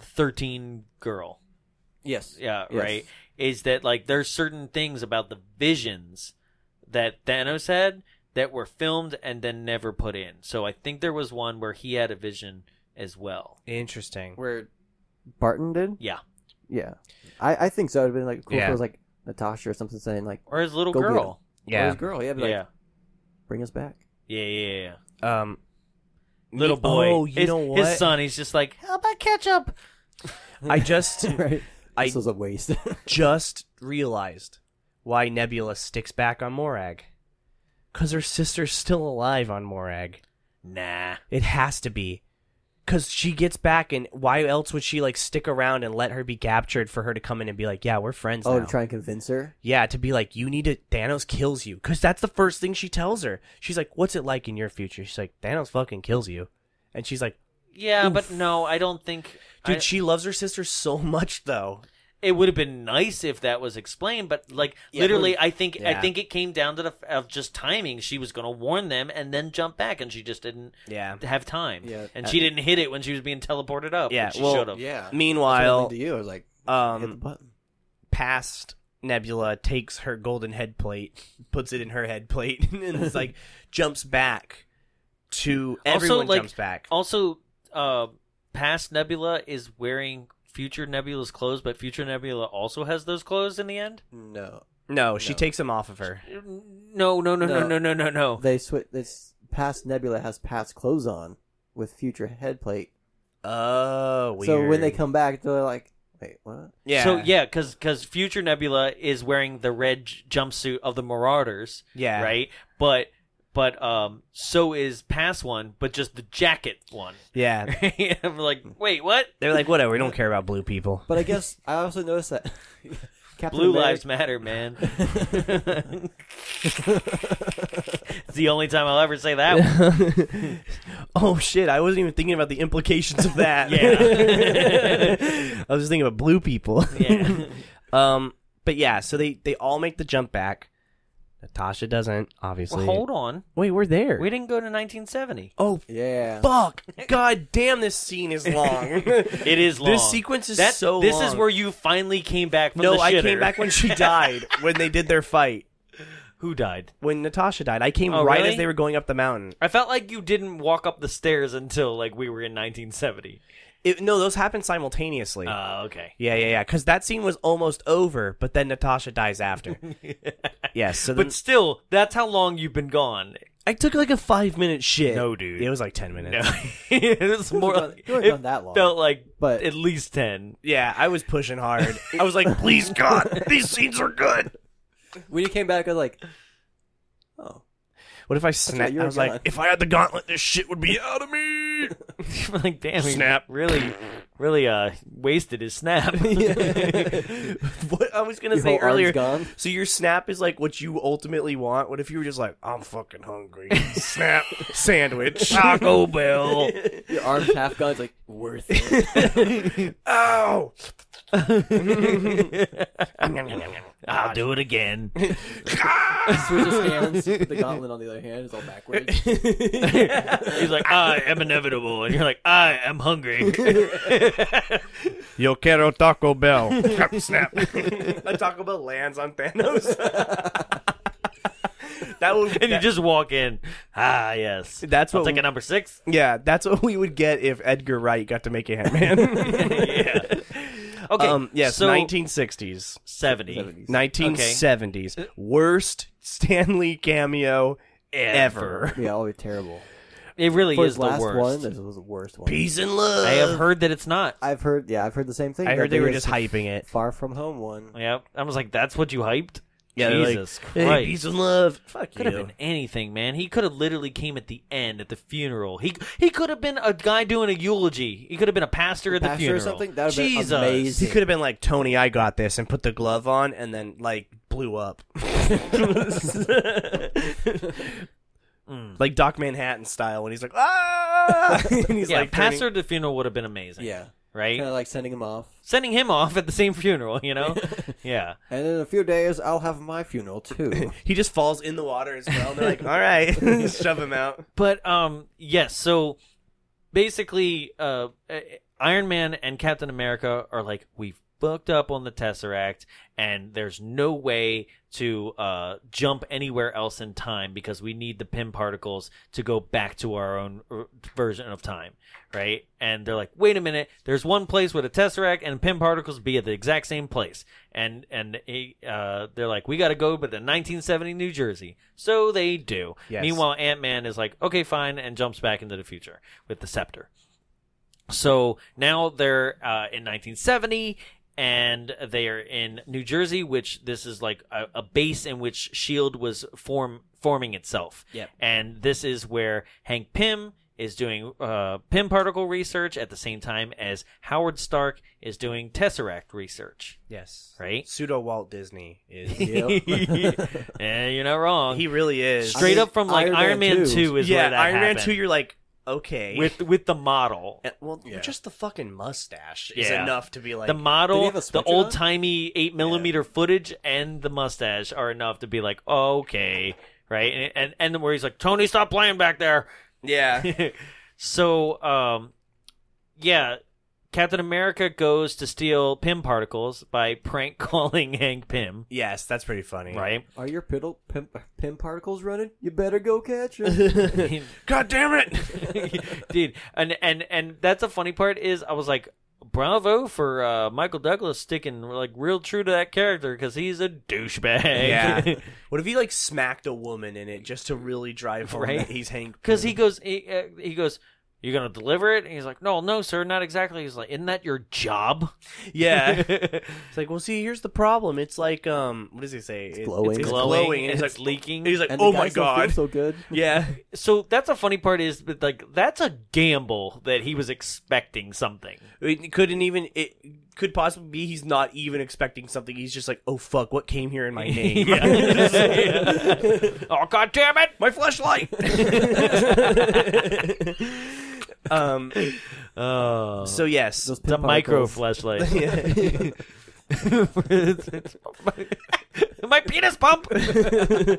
Speaker 1: 13 girl.
Speaker 3: Yes.
Speaker 1: Yeah,
Speaker 3: Yes.
Speaker 1: right. Is that like there's certain things about the visions that Thanos had that were filmed and then never put in. So I think there was one where he had a vision as well.
Speaker 2: Interesting.
Speaker 3: Where Barton did?
Speaker 1: Yeah.
Speaker 3: Yeah. I, I think so. It would have been like cool if
Speaker 2: Yeah.
Speaker 3: it was like Natasha or something saying like,
Speaker 1: Or his little
Speaker 3: Go get
Speaker 1: girl.
Speaker 3: yeah.
Speaker 2: Yeah.
Speaker 3: girl. Yeah, be like,
Speaker 1: Yeah.
Speaker 3: bring us back.
Speaker 1: Yeah, yeah, yeah.
Speaker 2: Um.
Speaker 1: Little boy.
Speaker 2: Oh, you
Speaker 1: his,
Speaker 2: know what?
Speaker 1: His son, he's just like, how about ketchup?
Speaker 2: I just
Speaker 3: right?
Speaker 2: I-
Speaker 3: This was a waste.
Speaker 2: just realized why Nebula sticks back on Morag. Cause her sister's still alive on Morag.
Speaker 1: Nah.
Speaker 2: It has to be. Cause she gets back, and why else would she like stick around and let her be captured for her to come in and be like, "Yeah, we're friends
Speaker 3: oh,
Speaker 2: now."
Speaker 3: to try and convince her.
Speaker 2: Yeah, to be like, you need to. Thanos kills you. Because that's the first thing she tells her. She's like, what's it like in your future? She's like, Thanos fucking kills you. And she's like,
Speaker 1: Yeah,
Speaker 2: Oof.
Speaker 1: but no, I don't think.
Speaker 2: dude,
Speaker 1: I-
Speaker 2: she loves her sister so much, though.
Speaker 1: it would have been nice if that was explained, but like
Speaker 3: Yeah, it
Speaker 1: literally,
Speaker 3: would've-
Speaker 1: I think I
Speaker 2: yeah.
Speaker 1: think it came down to the f- of just timing. She was going to warn them and then jump back, and she just didn't
Speaker 2: Yeah.
Speaker 1: have time.
Speaker 3: Yeah.
Speaker 1: and she didn't hit it when she was being teleported up.
Speaker 2: Yeah,
Speaker 1: which she
Speaker 2: well,
Speaker 1: should have.
Speaker 3: Yeah.
Speaker 2: Meanwhile,
Speaker 3: to you, I was like, hit the
Speaker 2: um,
Speaker 3: button.
Speaker 2: past Nebula takes her golden head plate, puts it in her head plate, and it's like, jumps back to.
Speaker 1: Also,
Speaker 2: Everyone
Speaker 1: like- oh,
Speaker 2: jumps back.
Speaker 1: Also, uh, past Nebula is wearing future Nebula's clothes, but future Nebula also has those clothes in the end.
Speaker 3: No,
Speaker 2: No, she
Speaker 3: No.
Speaker 2: takes him off of her.
Speaker 1: No, no, no, no,
Speaker 3: No.
Speaker 1: no, no, no,
Speaker 2: Oh.
Speaker 1: no.
Speaker 3: they switch. This past Nebula has past clothes on with future headplate.
Speaker 2: Oh, weird.
Speaker 3: So when they come back, they're like, wait, what?
Speaker 2: Yeah.
Speaker 1: So yeah, because future Nebula is wearing the red j- jumpsuit of the Marauders,
Speaker 2: Yeah.
Speaker 1: right? But but um, so is past one, but just the jacket one.
Speaker 2: Yeah.
Speaker 1: I'm like, wait, what?
Speaker 2: They're like, whatever, we don't care about blue people.
Speaker 3: But I guess I also noticed that Captain
Speaker 1: Blue
Speaker 3: America-
Speaker 1: lives matter, man. it's the only time I'll ever say that. One.
Speaker 2: oh shit, I wasn't even thinking about the implications of that.
Speaker 1: Yeah.
Speaker 2: I was just thinking about blue people.
Speaker 1: Yeah.
Speaker 2: Um but yeah, so they they all make the jump back. Natasha doesn't, obviously.
Speaker 1: Well, hold on,
Speaker 2: Wait, we're there.
Speaker 1: we didn't go to 1970.
Speaker 2: oh
Speaker 3: Yeah.
Speaker 2: fuck. God damn this scene is long.
Speaker 1: It is long.
Speaker 2: This sequence is
Speaker 1: That-
Speaker 2: so
Speaker 1: This is
Speaker 2: long.
Speaker 1: where you finally came back from
Speaker 2: no,
Speaker 1: the
Speaker 2: I
Speaker 1: shitter.
Speaker 2: came back when she died, when they did their fight.
Speaker 1: Who died?
Speaker 2: When Natasha died, I came
Speaker 1: Oh,
Speaker 2: right
Speaker 1: really?
Speaker 2: as they were going up the mountain.
Speaker 1: I felt like you didn't walk up the stairs until like we were in 1970.
Speaker 2: It, no, those happened simultaneously.
Speaker 1: Oh, okay.
Speaker 2: Yeah, yeah, yeah. Because that scene was almost over, but then Natasha dies after. yes. So then,
Speaker 1: But still, that's how long you've been gone.
Speaker 2: I took like a five minute shit.
Speaker 1: No, dude.
Speaker 2: It was like ten minutes.
Speaker 1: it was more.
Speaker 3: done- you would've
Speaker 1: it
Speaker 3: done that long.
Speaker 1: Felt like,
Speaker 3: But-
Speaker 1: at least ten.
Speaker 2: Yeah, I was pushing hard. I was like, please God, these scenes are good.
Speaker 3: When you came back, I was like, oh,
Speaker 2: What if I snap?
Speaker 3: right, you
Speaker 2: I
Speaker 3: were
Speaker 2: was
Speaker 3: gone.
Speaker 2: like, if I had the gauntlet, this shit would be out of me.
Speaker 1: like, damn, he
Speaker 2: Snap.
Speaker 1: Really, really, uh, wasted his snap.
Speaker 2: what I was gonna
Speaker 3: your
Speaker 2: say
Speaker 3: whole
Speaker 2: earlier.
Speaker 3: arm's gone.
Speaker 2: So your snap is like what you ultimately want. What if you were just like, I'm fucking hungry. snap sandwich.
Speaker 1: Taco Bell.
Speaker 3: Your arm's half gone. It's like worth it.
Speaker 2: Ow!
Speaker 1: I'll do it again.
Speaker 3: Switches hands. Put the gauntlet on the other hand. It's all backwards.
Speaker 1: He's like, I am inevitable, and you're like, I am hungry.
Speaker 2: Yo quiero Taco Bell. Snap. A Taco Bell lands on Thanos. that would.
Speaker 1: and you
Speaker 2: that-
Speaker 1: just walk in. Ah, yes.
Speaker 2: That's
Speaker 1: I'll
Speaker 2: what
Speaker 1: take
Speaker 2: we-
Speaker 1: a number six.
Speaker 2: yeah, that's what we would get if Edgar Wright got to make a Hitman.
Speaker 1: yeah. Okay.
Speaker 2: um, yes,
Speaker 1: so
Speaker 2: 1960s,
Speaker 1: 70.
Speaker 2: 1970s, worst Stanley cameo ever.
Speaker 3: Yeah, all be terrible.
Speaker 1: It really
Speaker 3: For
Speaker 1: is
Speaker 3: his
Speaker 1: the
Speaker 3: last one,
Speaker 1: worst.
Speaker 3: this was the worst one.
Speaker 2: Peace and love.
Speaker 1: I have heard that it's not.
Speaker 3: I've heard. Yeah, I've heard the same thing.
Speaker 2: I
Speaker 3: that
Speaker 2: heard they were
Speaker 3: is
Speaker 2: just hyping it.
Speaker 3: Far from home one.
Speaker 1: Yeah. I was like, that's what you hyped?
Speaker 2: they're like,
Speaker 1: Jesus
Speaker 2: "Hey,
Speaker 1: Christ.
Speaker 2: peace and love. Fuck
Speaker 1: Could
Speaker 2: you.
Speaker 1: have been anything, man. He could have literally came at the end at the funeral. He he could have been a guy doing a eulogy. He could have been a pastor at the
Speaker 3: Pastor
Speaker 1: funeral
Speaker 3: or something. That would have
Speaker 1: Jesus.
Speaker 3: been amazing.
Speaker 2: He could have been like Tony, I got this, and put the glove on, and then like blew up, like Doc Manhattan style. When he's like, ah, and he's
Speaker 1: yeah,
Speaker 2: like, "Ah!"
Speaker 1: pastor
Speaker 2: turning-
Speaker 1: at the funeral would have been amazing.
Speaker 3: Yeah.
Speaker 1: right?
Speaker 3: Kind of like sending him off.
Speaker 1: Sending him off at the same funeral, you know? yeah.
Speaker 3: And in a few days, I'll have my funeral too.
Speaker 2: He just falls in the water as well. And they're like, all right, just shove him out.
Speaker 1: But um yes, so basically uh uh, Iron Man and Captain America are like we've fucked up on the Tesseract and there's no way to uh jump anywhere else in time because we need the pin particles to go back to our own er, version of time, right? And they're like, "Wait a minute, there's one place where the Tesseract and pin particles be at the exact same place." And and uh they're like, "We got to go but the 1970 New Jersey." So they do.
Speaker 2: Yes.
Speaker 1: Meanwhile, Meanwhile, Ant Man is like, okay, fine, and jumps back into the future with the scepter. So now they're uh, in 1970, and they are in New Jersey, which this is like a, a base in which Shield E was form forming itself.
Speaker 2: Yep.
Speaker 1: And this is where Hank Pym is doing uh, Pym particle research at the same time as Howard Stark is doing Tesseract research.
Speaker 2: Yes.
Speaker 1: Right?
Speaker 2: Pseudo Walt Disney is.
Speaker 3: Yep.
Speaker 1: Eh, you're not wrong.
Speaker 2: he really is.
Speaker 1: Straight
Speaker 3: I mean,
Speaker 1: up from like Iron,
Speaker 3: Iron
Speaker 1: Man,
Speaker 3: Man
Speaker 1: 2.
Speaker 3: 2
Speaker 1: is where
Speaker 2: yeah,
Speaker 1: that
Speaker 2: Iron
Speaker 1: happened.
Speaker 2: Man 2, you're like, okay.
Speaker 1: with with the model.
Speaker 2: And- well, just the fucking mustache is
Speaker 1: Yeah.
Speaker 2: enough to be like,
Speaker 1: the
Speaker 3: Did he
Speaker 1: model,
Speaker 3: have a
Speaker 1: the
Speaker 3: switch on?
Speaker 1: old timey eight millimeter footage, and the mustache are enough to be like, oh, okay, right? And, and and where he's like, Tony, stop playing back there.
Speaker 2: yeah.
Speaker 1: so, um, yeah, Captain America goes to steal Pym particles by prank calling Hank Pym,
Speaker 2: yes, that's pretty funny.
Speaker 1: right?
Speaker 3: Are your piddle pim, pim particles running? You better go catch them.
Speaker 2: God damn it.
Speaker 1: dude and and and that's a funny part is i was like bravo for uh, michael douglas sticking like real true to that character because he's a douchebag
Speaker 2: yeah. What if he like smacked a woman in it just to really drive home
Speaker 1: Right?
Speaker 2: that he's Hank?
Speaker 1: because he goes he, uh, he goes you're gonna deliver it and he's like no no sir not exactly he's like isn't that your job
Speaker 2: Yeah. It's like, well, see, here's the problem. It's like, um, what does he say? It's
Speaker 3: glowing.
Speaker 2: It's glowing.
Speaker 1: Glowing,
Speaker 2: and
Speaker 1: it's
Speaker 2: he's like
Speaker 1: leaking.
Speaker 2: He's like,
Speaker 3: And the
Speaker 2: oh my
Speaker 3: guys don't feel
Speaker 2: god.
Speaker 3: so good.
Speaker 2: Yeah.
Speaker 1: so that's a funny part is that like that's a gamble that he was expecting something
Speaker 2: It couldn't even. It could possibly be he's not even expecting something. He's just like, oh fuck, what came here in my name?
Speaker 1: oh god damn it
Speaker 2: my flashlight. um.
Speaker 1: oh
Speaker 2: So yes,
Speaker 3: Those
Speaker 1: It's a
Speaker 3: pin
Speaker 1: micro
Speaker 3: particles.
Speaker 1: flashlight.
Speaker 2: Yeah.
Speaker 1: My penis pump.
Speaker 2: Uh,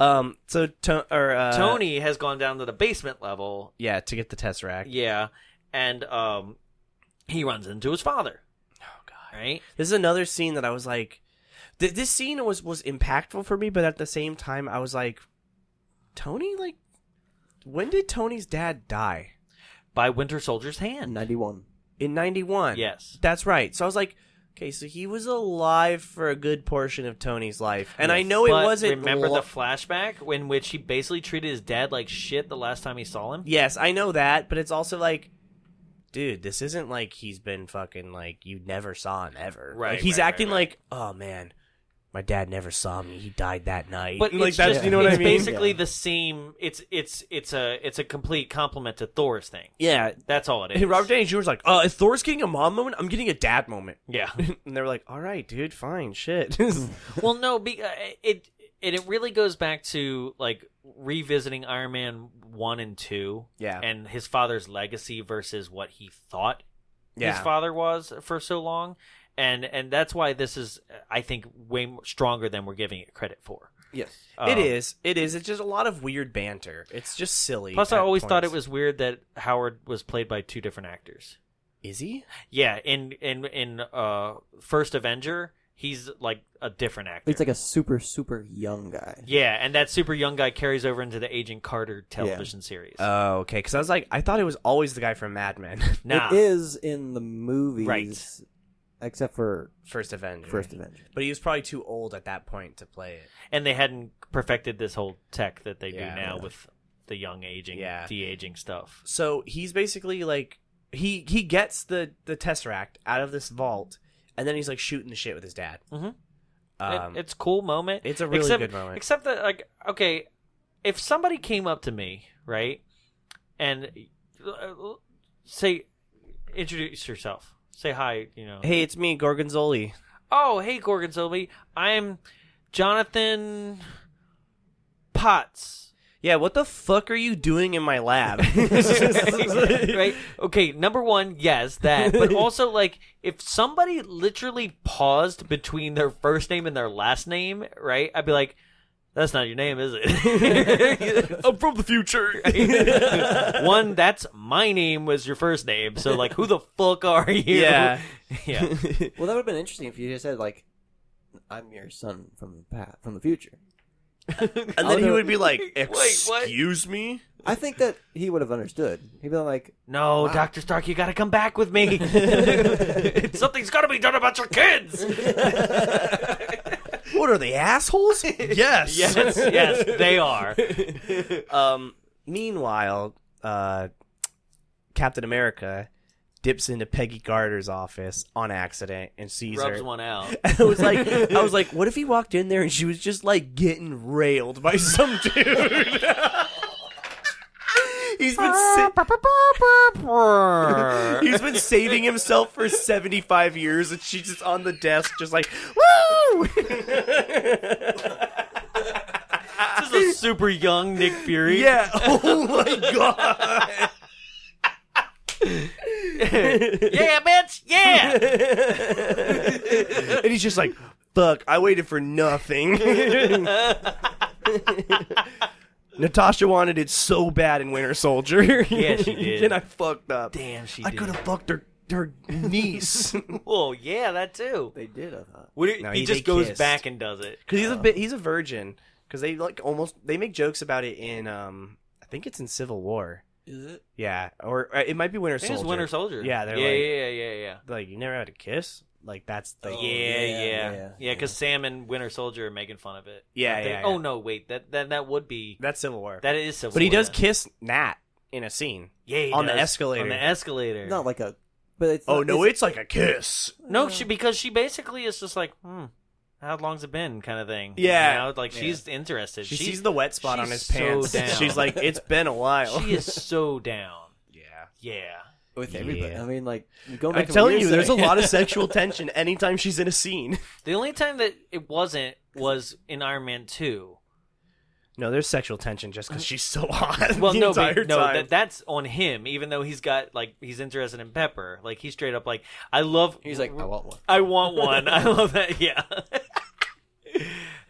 Speaker 2: um. So to- or uh,
Speaker 1: Tony has gone down to the basement level.
Speaker 2: Yeah, to get the tesseract.
Speaker 1: Yeah, and um, he runs into his father. Oh God! Right?
Speaker 2: This is another scene that I was like, th- this scene was was impactful for me, but at the same time, I was like, Tony, like, when did Tony's dad die?
Speaker 1: By Winter Soldier's hand.
Speaker 3: Ninety-one.
Speaker 2: In ninety one.
Speaker 1: Yes.
Speaker 2: That's right. So I was like, okay, so he was alive for a good portion of Tony's life, and I know it
Speaker 1: But
Speaker 2: wasn't.
Speaker 1: Remember
Speaker 2: lo-
Speaker 1: the flashback in which he basically treated his dad like shit the last time he saw him.
Speaker 2: yes, I know that, but it's also like. Dude, this isn't like he's been fucking like you never saw him ever.
Speaker 1: Right,
Speaker 2: Like, he's
Speaker 1: right, right,
Speaker 2: acting
Speaker 1: right.
Speaker 2: like, oh man, my dad never saw me. He died that night.
Speaker 1: But
Speaker 2: like
Speaker 1: it's
Speaker 2: that's
Speaker 1: just-
Speaker 2: you know what I
Speaker 1: it's
Speaker 2: mean.
Speaker 1: basically
Speaker 3: Yeah.
Speaker 1: the same. It's it's it's a it's a complete compliment to Thor's thing.
Speaker 2: yeah,
Speaker 1: That's all it is.
Speaker 2: Hey, Robert Downey Jr. was like, uh, if Thor's getting a mom moment, I'm getting a dad moment.
Speaker 1: Yeah.
Speaker 2: And they were like, all right, dude, fine, shit.
Speaker 1: well, no, be, uh, it it it really goes back to like revisiting Iron Man one and two,
Speaker 2: yeah.
Speaker 1: and his father's legacy versus what he thought
Speaker 2: yeah.
Speaker 1: his father was for so long, and and that's why this is, I think, way more stronger than we're giving it credit for.
Speaker 3: Yes.
Speaker 2: it
Speaker 1: Um,
Speaker 2: is. It is. It's just a lot of weird banter. It's just silly.
Speaker 1: Plus, I
Speaker 2: at
Speaker 1: always thought it
Speaker 2: points.
Speaker 1: was weird that Howard was played by two different actors.
Speaker 2: Is he?
Speaker 1: Yeah, in in in uh, First Avenger, he's like a different actor.
Speaker 3: It's like a super super young guy.
Speaker 1: yeah, and that super young guy carries over into the Agent Carter television series.
Speaker 2: Oh, okay. Because I was like, I thought it was always the guy from Mad Men,
Speaker 1: nah,
Speaker 3: It is in the movies,
Speaker 1: Right.
Speaker 3: Except for
Speaker 2: First Avenger.
Speaker 3: First Avenger.
Speaker 2: But he was probably too old at that point to play it.
Speaker 1: and they hadn't perfected this whole tech that they
Speaker 2: Yeah.
Speaker 1: do now with the young aging,
Speaker 2: Yeah.
Speaker 1: de aging stuff.
Speaker 2: So he's basically like, he he gets the the tesseract out of this vault, and then he's like shooting the shit with his dad.
Speaker 1: Mhm.
Speaker 2: Um,
Speaker 1: it, it's cool moment.
Speaker 2: it's a really
Speaker 1: except,
Speaker 2: good moment.
Speaker 1: Except that, like, okay, if somebody came up to me, right, and uh, say, introduce yourself, say hi, you know,
Speaker 2: hey, it's me, Gorgonzoli.
Speaker 1: oh, hey, Gorgonzola, I'm Jonathan Potts.
Speaker 2: Yeah, what the fuck are you doing in my lab?
Speaker 1: right? Okay, number one, yes, that. But also, like, if somebody literally paused between their first name and their last name, right? I'd be like, that's not your name, is it? I'm from the future. right? One, that's my name was your first name. So, like, who the fuck are you?
Speaker 2: Yeah.
Speaker 1: Yeah.
Speaker 3: Well, that would have been interesting if you just said like, "I'm your son from the past, from the future."
Speaker 2: And then he
Speaker 3: Although-
Speaker 2: would be like,
Speaker 1: what?
Speaker 2: "Excuse me."
Speaker 3: I think that he would have understood. He'd be like,
Speaker 1: No, Dr. Stark, you gotta come back with me. Something's gotta be done about your kids.
Speaker 2: What are they assholes? yes.
Speaker 1: yes, yes, they are.
Speaker 2: Um. Meanwhile, uh, Captain America dips into Peggy Carter's office on accident and sees
Speaker 1: Rubs
Speaker 2: her.
Speaker 1: one out.
Speaker 2: I was like, I was like, what if he walked in there and she was just like getting railed by some dude? He's been sa- he's been saving himself for seventy five years, and she's just on the desk, just like woo.
Speaker 1: This is a super young Nick Fury.
Speaker 2: yeah. Oh my god.
Speaker 1: yeah, bitch. Yeah.
Speaker 2: and he's just like, "Fuck, I waited for nothing." Natasha wanted it so bad in Winter Soldier.
Speaker 1: Yeah, she did.
Speaker 2: and I fucked up.
Speaker 1: Damn, she
Speaker 2: I
Speaker 1: did.
Speaker 2: could have fucked her her niece because
Speaker 1: Oh, yeah, that too.
Speaker 3: "They did." I thought.
Speaker 1: What do you-
Speaker 2: No,
Speaker 1: he
Speaker 2: he-
Speaker 1: just
Speaker 2: they
Speaker 1: goes
Speaker 2: kissed.
Speaker 1: back and does it.
Speaker 2: he's a bit he's a virgin because they like almost they make jokes about it in um I think it's in Civil War.
Speaker 3: Is it?
Speaker 2: Yeah, or uh, it might be Winter
Speaker 1: It
Speaker 2: Soldier.
Speaker 1: is Winter Soldier.
Speaker 2: Yeah, they're
Speaker 1: yeah,
Speaker 2: like-
Speaker 1: yeah, yeah, yeah,
Speaker 2: Like you never had a kiss. Like that's the
Speaker 1: yeah.
Speaker 3: Oh,
Speaker 1: yeah,
Speaker 3: yeah,
Speaker 1: yeah,
Speaker 3: yeah,
Speaker 1: yeah. Because Sam and Winter Soldier are making fun of it.
Speaker 2: Yeah,
Speaker 1: Like they-
Speaker 2: yeah, yeah.
Speaker 1: Oh no, wait. That that that would be
Speaker 2: that's Civil War.
Speaker 1: that is Civil
Speaker 2: but he
Speaker 1: War,
Speaker 2: does
Speaker 1: yeah.
Speaker 2: kiss Nat in a scene.
Speaker 1: yeah, he
Speaker 2: on the
Speaker 1: does.
Speaker 2: escalator.
Speaker 1: On the escalator.
Speaker 3: Not like a, but it's.
Speaker 2: Oh
Speaker 3: not-
Speaker 2: no,
Speaker 3: it's,
Speaker 2: it's like a kiss.
Speaker 1: No, she because she basically is just like, hmm, how long's it been, kind of thing.
Speaker 2: Yeah.
Speaker 1: you know? like
Speaker 2: Yeah.
Speaker 1: she's interested.
Speaker 2: She
Speaker 1: she's,
Speaker 2: sees the wet spot on
Speaker 1: she's
Speaker 2: his
Speaker 1: so
Speaker 2: pants.
Speaker 1: down.
Speaker 2: She's like, it's been a while.
Speaker 1: she is so down.
Speaker 2: yeah.
Speaker 1: Yeah,
Speaker 3: with everybody.
Speaker 2: Yeah.
Speaker 3: I mean, like you go back.
Speaker 2: I'm
Speaker 3: to what
Speaker 2: telling
Speaker 3: were
Speaker 2: you, there's a
Speaker 3: saying.
Speaker 2: lot of sexual tension anytime she's in a scene.
Speaker 1: the only time that it wasn't was in Iron Man Two.
Speaker 2: No, there's sexual tension just because she's so hot.
Speaker 1: Well,
Speaker 2: the
Speaker 1: no,
Speaker 2: entire
Speaker 1: but, no,
Speaker 2: time.
Speaker 1: that, that's on him. Even though he's got like he's interested in Pepper, like he's straight up like, I love.
Speaker 3: He's like, I want one.
Speaker 1: I want one. I love that. Yeah.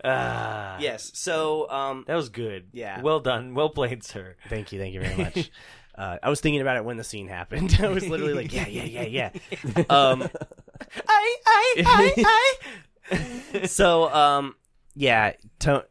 Speaker 1: Ah,
Speaker 2: yes. So, um,
Speaker 1: that was good.
Speaker 2: Yeah.
Speaker 1: well done, well played, sir.
Speaker 2: thank you, thank you very much. Uh, I was thinking about it when the scene happened. I was literally like, yeah, yeah, yeah, yeah. um,
Speaker 1: I, I, I, I.
Speaker 2: so um yeah to-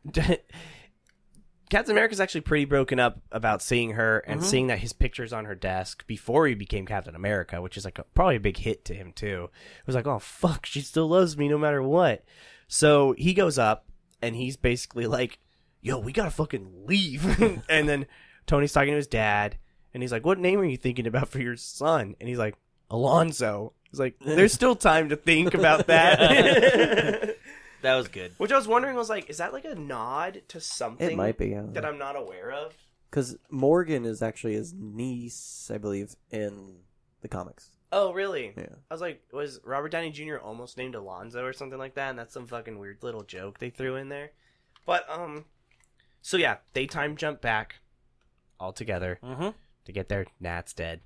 Speaker 2: captain america's actually pretty broken up about seeing her and seeing that his picture's on her desk before he became captain america which is like a, probably a big hit to him too it was like oh fuck she still loves me no matter what so he goes up and he's basically like yo we gotta fucking leave and then tony's talking to his dad and he's like what name are you thinking about for your son and he's like alonzo he's like there's still time to think about that
Speaker 1: That was good.
Speaker 2: Which I was wondering was like, is that like a nod to something
Speaker 3: It might be yeah.
Speaker 2: that I'm not aware of?
Speaker 3: because Morgan is actually his niece, I believe, in the comics.
Speaker 2: Oh, really?
Speaker 3: Yeah.
Speaker 2: I was like, was Robert Downey Jr. almost named Alonzo or something like that? And that's some fucking weird little joke they threw in there. But um, so yeah, they time jump back all together
Speaker 1: Mm-hmm.
Speaker 2: to get there. Nat's dead,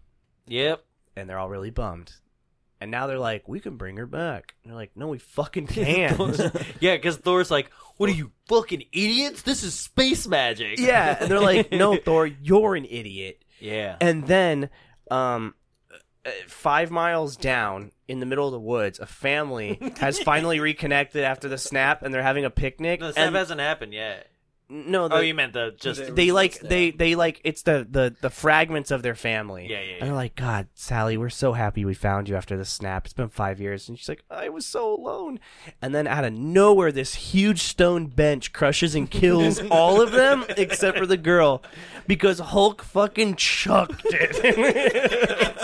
Speaker 1: Yep.
Speaker 2: and they're all really bummed. And now they're like, we can bring her back. And they're like, no, we fucking can't.
Speaker 1: yeah, because Thor's like, "What are you fucking idiots? This is space magic."
Speaker 2: yeah, and they're like, no, Thor, you're an idiot.
Speaker 1: yeah.
Speaker 2: And then, um, uh, five miles down in the middle of the woods, a family has finally reconnected after the snap, and they're having a picnic.
Speaker 1: No, the snap
Speaker 2: and,
Speaker 1: hasn't happened yet.
Speaker 2: no,
Speaker 1: oh,
Speaker 2: the-
Speaker 1: you meant the just
Speaker 2: they like they they like it's the the the fragments of their family.
Speaker 1: Yeah, yeah,
Speaker 2: And they're like, God, Sally, we're so happy we found you after the snap. It's been five years, and she's like, I was so alone. And then out of nowhere, this huge stone bench crushes and kills all of them except for the girl, because Hulk fucking chucked it.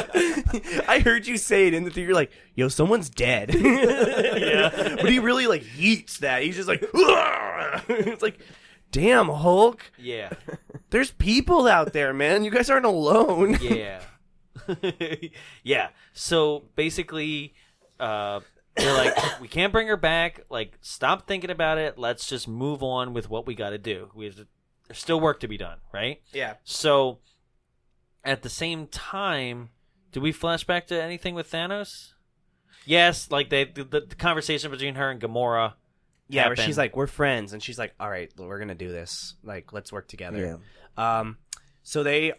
Speaker 2: I heard you say it in the theater, like, yo, someone's dead. yeah, but he really like yeets that. He's just like, it's like, damn, Hulk.
Speaker 1: yeah,
Speaker 2: There's people out there, man. You guys aren't alone.
Speaker 1: yeah, yeah. So basically, uh, they're like, "We can't bring her back. Like, stop thinking about it. Let's just move on with what we got to do. We have to there's still work to be done, right?
Speaker 2: Yeah.
Speaker 1: So at the same time, do we flash back to anything with Thanos? Yes, like they the, the conversation between her and Gamora.
Speaker 2: Yeah, where
Speaker 1: happen.
Speaker 2: she's like, "We're friends," and she's like, "All right, we're gonna do this. Like, let's work
Speaker 3: Yeah.
Speaker 2: together." Um, so they,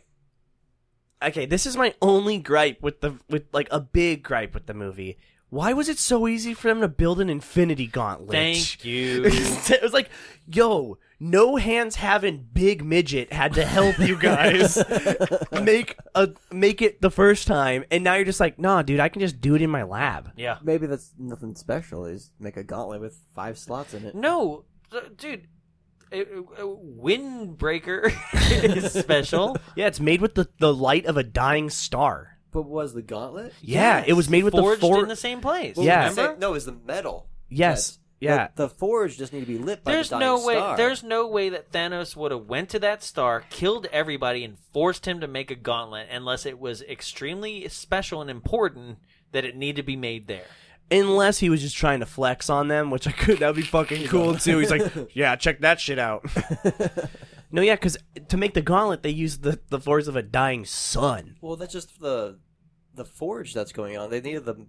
Speaker 2: okay, this is my only gripe with the with like a big gripe with the movie. Why was it so easy for them to build an Infinity Gauntlet?
Speaker 1: Thank you.
Speaker 2: it was like, yo, no hands having big midget had to help you guys make a make it the first time, and now you're just like, nah, dude, I can just do it in my lab.
Speaker 1: yeah.
Speaker 3: Maybe that's nothing special. Is make a gauntlet with five slots in it.
Speaker 1: No, th- dude. uh, uh, Windbreaker is special.
Speaker 2: Yeah, it's made with the the light of a dying star.
Speaker 3: But was the gauntlet?
Speaker 2: Yeah,
Speaker 1: Yes,
Speaker 2: it was made with the
Speaker 1: forged
Speaker 2: four.
Speaker 1: in the same place.
Speaker 2: Well, Yeah.
Speaker 1: remember?
Speaker 3: no, is the metal.
Speaker 2: yes, yeah,
Speaker 3: The, the forge just need to be lit by
Speaker 1: There's
Speaker 3: the
Speaker 1: no
Speaker 3: dying
Speaker 1: way.
Speaker 3: star.
Speaker 1: There's no way that Thanos would have went to that star, killed everybody, and forced him to make a gauntlet unless it was extremely special and important that it needed to be made there.
Speaker 2: unless he was just trying to flex on them, which I could. That'd be fucking cool too. He's like, yeah, check that shit out. no, yeah, because to make the gauntlet, they used the the force of a dying sun.
Speaker 3: Well, that's just the the forge that's going on. They needed the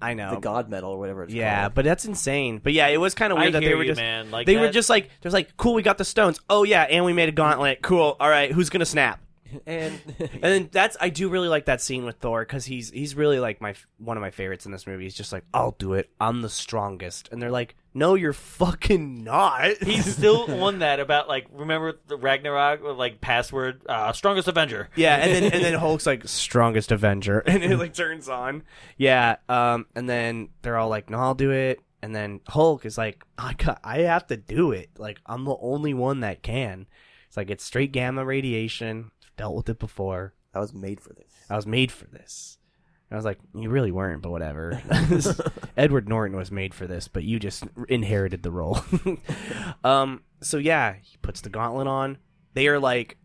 Speaker 2: I know.
Speaker 3: the god metal or whatever it's
Speaker 2: Um, yeah,
Speaker 3: called.
Speaker 2: but that's insane. But yeah, it was kind of
Speaker 1: I
Speaker 2: weird that they
Speaker 1: hear
Speaker 2: were
Speaker 1: you,
Speaker 2: just
Speaker 1: man. Like
Speaker 2: they were
Speaker 1: that-
Speaker 2: just like, there's like, cool, we got the stones. Oh yeah, and we made a gauntlet. Cool. All right, who's gonna snap?
Speaker 3: and
Speaker 2: And then that's I do really like that scene with Thor because he's he's really like my one of my favorites in this movie. He's just like, I'll do it. I'm the strongest. And they're like, No, you're fucking not.
Speaker 1: He's still on that about like remember the Ragnarok with like password uh, strongest Avenger.
Speaker 2: yeah. And then and then Hulk's like strongest Avenger, and it like turns on. Yeah. Um. And then they're all like, No, I'll do it. And then Hulk is like, I got, I have to do it. Like I'm the only one that can. It's like it's straight gamma radiation. Dealt with it before.
Speaker 3: I was made for this.
Speaker 2: I was made for this. And I was like, you really weren't, but whatever. Edward Norton was made for this, but you just inherited the role. um, so yeah, he puts the gauntlet on. They are like,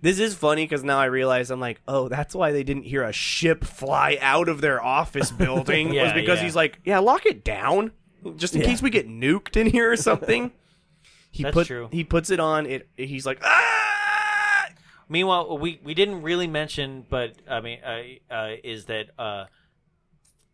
Speaker 2: this is funny because now I realize I'm like, oh, that's why they didn't hear a ship fly out of their office building was
Speaker 1: Yeah,
Speaker 2: because
Speaker 1: yeah.
Speaker 2: he's like, yeah, lock it down just in
Speaker 3: Yeah.
Speaker 2: case we get nuked in here or something. He
Speaker 1: That's
Speaker 2: put
Speaker 1: true.
Speaker 2: he puts it on. It he's like, ah,
Speaker 1: Meanwhile, we we didn't really mention, but I mean, uh, uh, is that uh,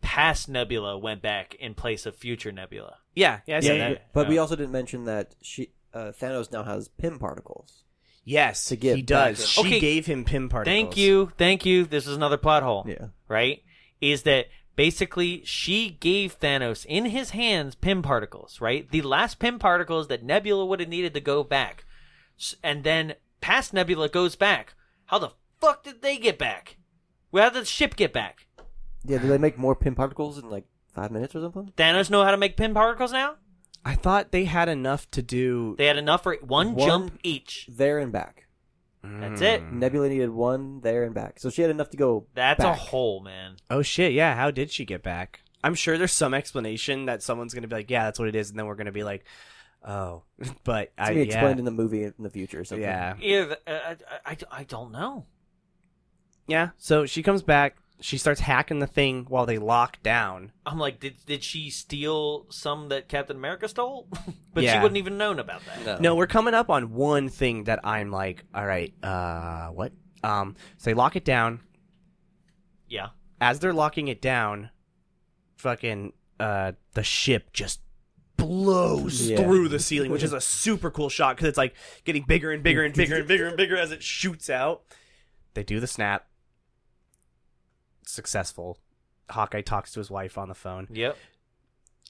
Speaker 1: past Nebula went back in place of future Nebula?
Speaker 2: yeah, yeah, I said that.
Speaker 3: But we
Speaker 1: Yeah.
Speaker 3: also didn't mention that she uh, Thanos now has pim particles.
Speaker 2: Yes,
Speaker 3: to get
Speaker 2: he
Speaker 3: back
Speaker 2: does.
Speaker 3: in.
Speaker 2: She
Speaker 1: Okay.
Speaker 2: gave him pin particles.
Speaker 1: Thank you, thank you. This is another plot hole.
Speaker 3: Yeah.
Speaker 1: right? Is that basically she gave Thanos in his hands pin particles, right? The last pin particles that Nebula would have needed to go back. S- And then past Nebula goes back. How the fuck did they get back? Well, How did the ship get back?
Speaker 3: Yeah, do they make more pin particles in like five minutes or something?
Speaker 1: Thanos know how to make pin particles now?
Speaker 2: I thought they had enough to do.
Speaker 1: They had enough for one,
Speaker 3: One-
Speaker 1: jump each.
Speaker 3: There and back.
Speaker 1: That's it.
Speaker 2: Mm.
Speaker 3: Nebula needed one there and back, so she had enough to go.
Speaker 1: That's
Speaker 3: back.
Speaker 1: a hole, man.
Speaker 2: Oh shit! Yeah, how did she get back? I'm sure there's some explanation that someone's gonna be like, "Yeah, that's what it is," and then we're gonna be like, "Oh," but
Speaker 3: It's
Speaker 2: I
Speaker 3: gonna be explained
Speaker 2: yeah,
Speaker 3: in the movie in the future or something.
Speaker 2: yeah,
Speaker 1: Yeah, th- uh, I, I, I don't know.
Speaker 2: yeah. So she comes back. She starts hacking the thing while they lock down.
Speaker 1: I'm like, did did she steal some that Captain America stole? but she
Speaker 2: Yeah.
Speaker 1: wouldn't even known about that.
Speaker 2: No, we're coming up on one thing that I'm like, all right, uh, what? Um, so they lock it down.
Speaker 1: Yeah.
Speaker 2: as they're locking it down, fucking uh, the ship just blows
Speaker 3: Yeah.
Speaker 2: through the ceiling, which is a super cool shot because it's like getting bigger and bigger and bigger and bigger and bigger as it shoots out. They do the snap. Successful. Hawkeye talks to his wife on the phone.
Speaker 1: Yep.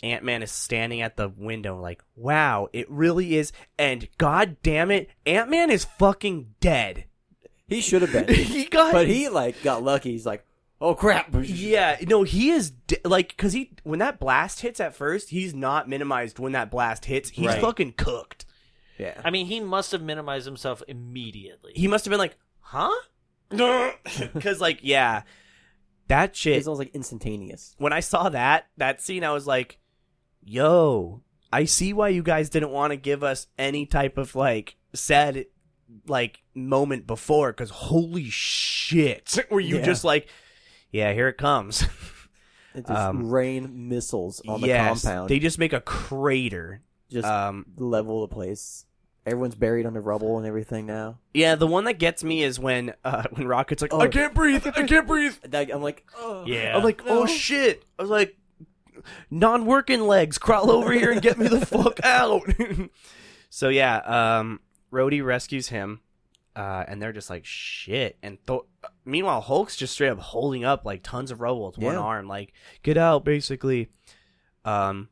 Speaker 2: Ant Man is standing at the window, like, wow, it really is. And god damn it, Ant Man is fucking dead.
Speaker 3: he should have been,
Speaker 2: he got
Speaker 3: but he like got lucky. He's like, oh crap.
Speaker 2: Yeah, no, he is de- like because he when that blast hits at first, he's not minimized. When that blast hits, he's
Speaker 1: Right.
Speaker 2: fucking cooked.
Speaker 3: yeah.
Speaker 1: I mean, he must have minimized himself immediately.
Speaker 2: He must have been like, huh? Because like, yeah, that shit.
Speaker 3: It's almost like instantaneous.
Speaker 2: When I saw that that scene, I was like, yo, I see why you guys didn't want to give us any type of like sad like moment before. Because holy shit, were you
Speaker 3: Yeah.
Speaker 2: just like, yeah, here it comes.
Speaker 3: It just
Speaker 2: Um,
Speaker 3: rain missiles on the
Speaker 2: yes,
Speaker 3: compound.
Speaker 2: They just make a crater.
Speaker 3: just
Speaker 2: Um,
Speaker 3: level the place. Everyone's buried under rubble and everything now.
Speaker 2: Yeah, the one that gets me is when uh, when Rocket's like,
Speaker 3: Oh.
Speaker 2: I can't breathe, I can't breathe.
Speaker 3: And I- I'm like, oh.
Speaker 1: Yeah.
Speaker 2: I'm like, oh
Speaker 3: No.
Speaker 2: shit. I was like, non-working legs, crawl over here and get me the fuck out. so yeah, um, Rhodey rescues him, uh, and they're just like, shit. And Thor meanwhile, Hulk's just straight up holding up like tons of rubble with one
Speaker 3: Yeah.
Speaker 2: arm, like get out, basically. Um,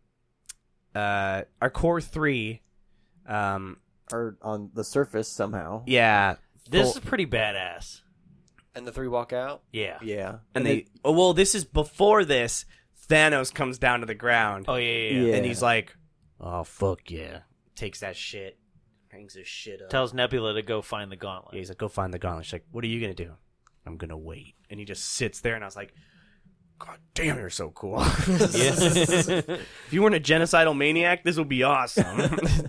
Speaker 2: uh, our core three, um,
Speaker 3: Or on the surface somehow.
Speaker 2: yeah,
Speaker 1: This
Speaker 2: Thor-
Speaker 1: is pretty badass.
Speaker 3: And the three walk out.
Speaker 1: Yeah.
Speaker 3: Yeah.
Speaker 2: and, they oh, well this is before this thanos comes down to the ground
Speaker 1: Oh yeah, yeah, yeah.
Speaker 3: Yeah.
Speaker 2: and he's like oh fuck yeah takes that shit hangs his shit up
Speaker 1: Tells Nebula to go find the
Speaker 2: yeah,
Speaker 1: gauntlet.
Speaker 2: he's like go find the gauntlet she's like what are you gonna do i'm gonna wait and he just sits there and i was like god damn you're so cool
Speaker 1: Yeah.
Speaker 2: if you weren't a genocidal maniac, this would be awesome. Yeah,